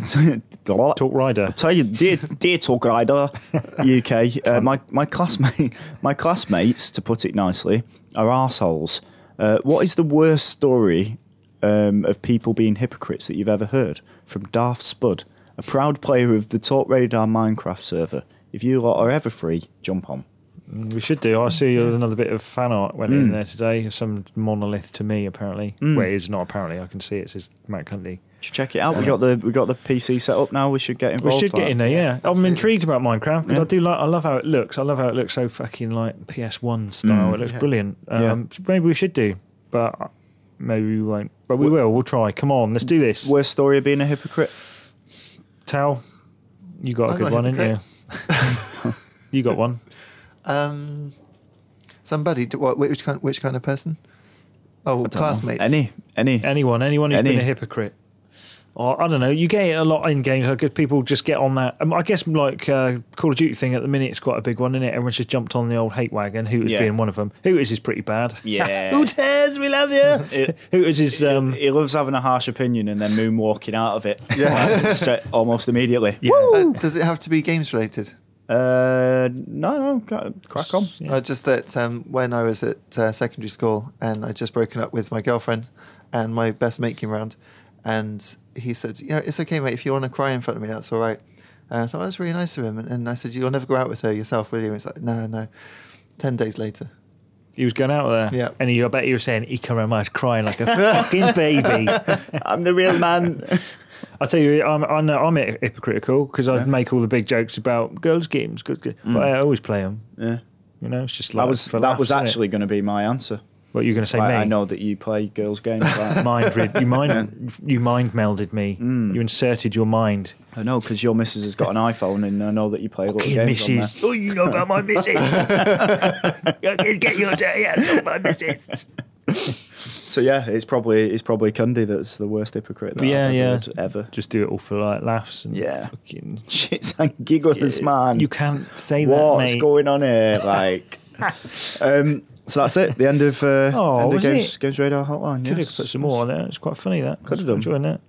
[SPEAKER 1] *laughs*
[SPEAKER 3] talk rider.
[SPEAKER 1] Tell you, dear, dear talk rider, UK. Uh, my my classmate, my classmates, to put it nicely, are arseholes. Uh, what is the worst story um, of people being hypocrites that you've ever heard? From Darth Spud, a proud player of the Talk Radar Minecraft server. If you lot are ever free, jump on.
[SPEAKER 3] Mm, We should do. I see another bit of fan art went in there today. Some monolith to me apparently. Well, it is not apparently. I can see it says Matt Cundy.
[SPEAKER 1] Should check it out. We got the we got the PC set up now. We should get
[SPEAKER 3] We
[SPEAKER 1] involved.
[SPEAKER 3] should get in there. Yeah, I'm
[SPEAKER 2] absolutely.
[SPEAKER 3] intrigued about Minecraft because
[SPEAKER 1] Yeah.
[SPEAKER 3] I do like. I love how it looks. I love how it looks so fucking like PS1 style. it looks
[SPEAKER 2] Yeah.
[SPEAKER 3] brilliant. Um, Maybe we should do, but maybe we won't. But we
[SPEAKER 1] Wh-
[SPEAKER 3] will. We'll try. Come on, let's do this.
[SPEAKER 1] Worst story of being a hypocrite.
[SPEAKER 3] Towel, you got a
[SPEAKER 2] I'm
[SPEAKER 3] good
[SPEAKER 2] not
[SPEAKER 3] one, didn't you?
[SPEAKER 2] hypocrite.
[SPEAKER 3] you *laughs* got one.
[SPEAKER 2] Um, somebody. d- What? Which kind? Which kind of person? Oh,
[SPEAKER 1] Don't know.
[SPEAKER 2] classmates.
[SPEAKER 1] Any any
[SPEAKER 3] Anyone, anyone who's
[SPEAKER 1] Any.
[SPEAKER 3] been a hypocrite. Or I don't know. You get it a lot in games. I guess people just get on that. Um, I guess like uh, Call of Duty thing at the minute, it's quite a big one, isn't it? Everyone's just jumped on the old hate wagon. Hooters
[SPEAKER 1] Yeah.
[SPEAKER 3] being one of them. Hooters is pretty bad.
[SPEAKER 1] Yeah.
[SPEAKER 5] Tez, we love you.
[SPEAKER 1] It-
[SPEAKER 3] *laughs* Hooters is um,
[SPEAKER 1] he loves having a harsh opinion and then moonwalking out of it
[SPEAKER 2] Yeah.
[SPEAKER 1] *laughs* Like, straight, almost immediately.
[SPEAKER 3] yeah.
[SPEAKER 2] Uh, does it have to be games related?
[SPEAKER 1] Uh, no, no, go- crack on.
[SPEAKER 3] Yeah.
[SPEAKER 2] Uh, just that um, when I was at uh, secondary school and I'd just broken up with my girlfriend, and my best mate came round, and he said, "You know, it's okay, mate. If you want to cry in front of me, that's all right." And I thought that was really nice of him, and, and I said, "You'll never go out with her yourself, will you?" And he's like, "No, no." Ten days later,
[SPEAKER 3] He was going out there,
[SPEAKER 2] Yeah.
[SPEAKER 3] and he, I bet you were saying Ikaramaj crying like a fucking baby.
[SPEAKER 1] *laughs* I'm the real man.
[SPEAKER 3] I tell you, I'm I'm, I'm hypocritical because I make all the big jokes about girls' games, girls' games, but I always play them.
[SPEAKER 1] Mm. Yeah.
[SPEAKER 3] You know, it's just like
[SPEAKER 1] That was
[SPEAKER 3] for
[SPEAKER 1] that
[SPEAKER 3] laughs,
[SPEAKER 1] was
[SPEAKER 3] isn't it?
[SPEAKER 1] actually going to be my answer.
[SPEAKER 3] what you're going to say.
[SPEAKER 1] Like,
[SPEAKER 3] me?
[SPEAKER 1] I know that you play girls' games. Like,
[SPEAKER 3] *laughs* mind read you mind you mind melded me
[SPEAKER 1] Mm.
[SPEAKER 3] you inserted your mind
[SPEAKER 1] I know because your missus has got an iPhone, and I know that you play little
[SPEAKER 5] Fucking
[SPEAKER 1] games on there.
[SPEAKER 5] missus. Oh, you know about my
[SPEAKER 1] *laughs*
[SPEAKER 5] missus. Yeah, Get your day yeah, talk about missus.
[SPEAKER 1] So yeah, it's probably it's probably Cundy that's the worst hypocrite. That
[SPEAKER 3] Yeah,
[SPEAKER 1] I've
[SPEAKER 3] yeah.
[SPEAKER 1] ever heard, ever. *laughs*
[SPEAKER 3] just do it all for like laughs and
[SPEAKER 1] Yeah.
[SPEAKER 3] fucking
[SPEAKER 1] Shits and giggles, man.
[SPEAKER 3] you can't say that
[SPEAKER 1] What's
[SPEAKER 3] mate
[SPEAKER 1] going on here?
[SPEAKER 3] *laughs*
[SPEAKER 1] Like, um, so that's it. The end of uh,
[SPEAKER 3] Oh,
[SPEAKER 1] end of
[SPEAKER 3] was
[SPEAKER 1] games,
[SPEAKER 3] it?
[SPEAKER 1] games radar hotline.
[SPEAKER 3] could
[SPEAKER 1] yes.
[SPEAKER 3] have put some more on there it's quite funny that
[SPEAKER 1] Could have done.
[SPEAKER 3] enjoying that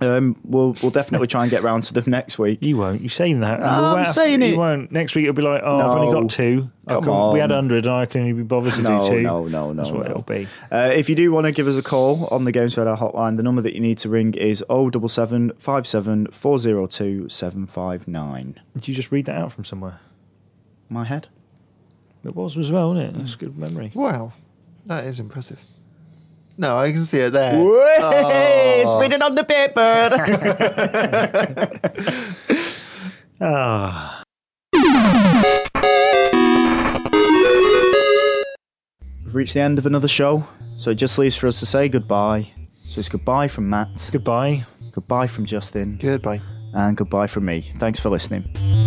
[SPEAKER 1] Um, we'll we'll definitely try and get round to them *laughs* next week.
[SPEAKER 3] you won't you're saying that
[SPEAKER 1] I'm
[SPEAKER 3] You won't have
[SPEAKER 1] saying
[SPEAKER 3] you
[SPEAKER 1] it.
[SPEAKER 3] won't next week it'll be like oh I've
[SPEAKER 1] No.
[SPEAKER 3] only got two I
[SPEAKER 1] Come
[SPEAKER 3] couldn't- we had
[SPEAKER 1] on.
[SPEAKER 3] 100 and I couldn't even be bothered to
[SPEAKER 1] No,
[SPEAKER 3] do two
[SPEAKER 1] no, no, no,
[SPEAKER 3] that's what
[SPEAKER 1] no.
[SPEAKER 3] it'll be
[SPEAKER 1] Uh, if you do want to give us a call on the Games Radar hotline, the number that you need to ring is 077 57 402 759.
[SPEAKER 3] did you just read that out from somewhere
[SPEAKER 1] My head?
[SPEAKER 3] it was as well wasn't it that's good memory
[SPEAKER 2] wow, that is impressive. No, I can see it there.
[SPEAKER 1] It's written on the paper!
[SPEAKER 3] ah
[SPEAKER 1] We've reached the end of another show, so it just leaves for us to say goodbye. So it's goodbye from Matt,
[SPEAKER 3] goodbye
[SPEAKER 1] goodbye from Justin,
[SPEAKER 2] Goodbye.
[SPEAKER 1] and goodbye from me. Thanks for listening.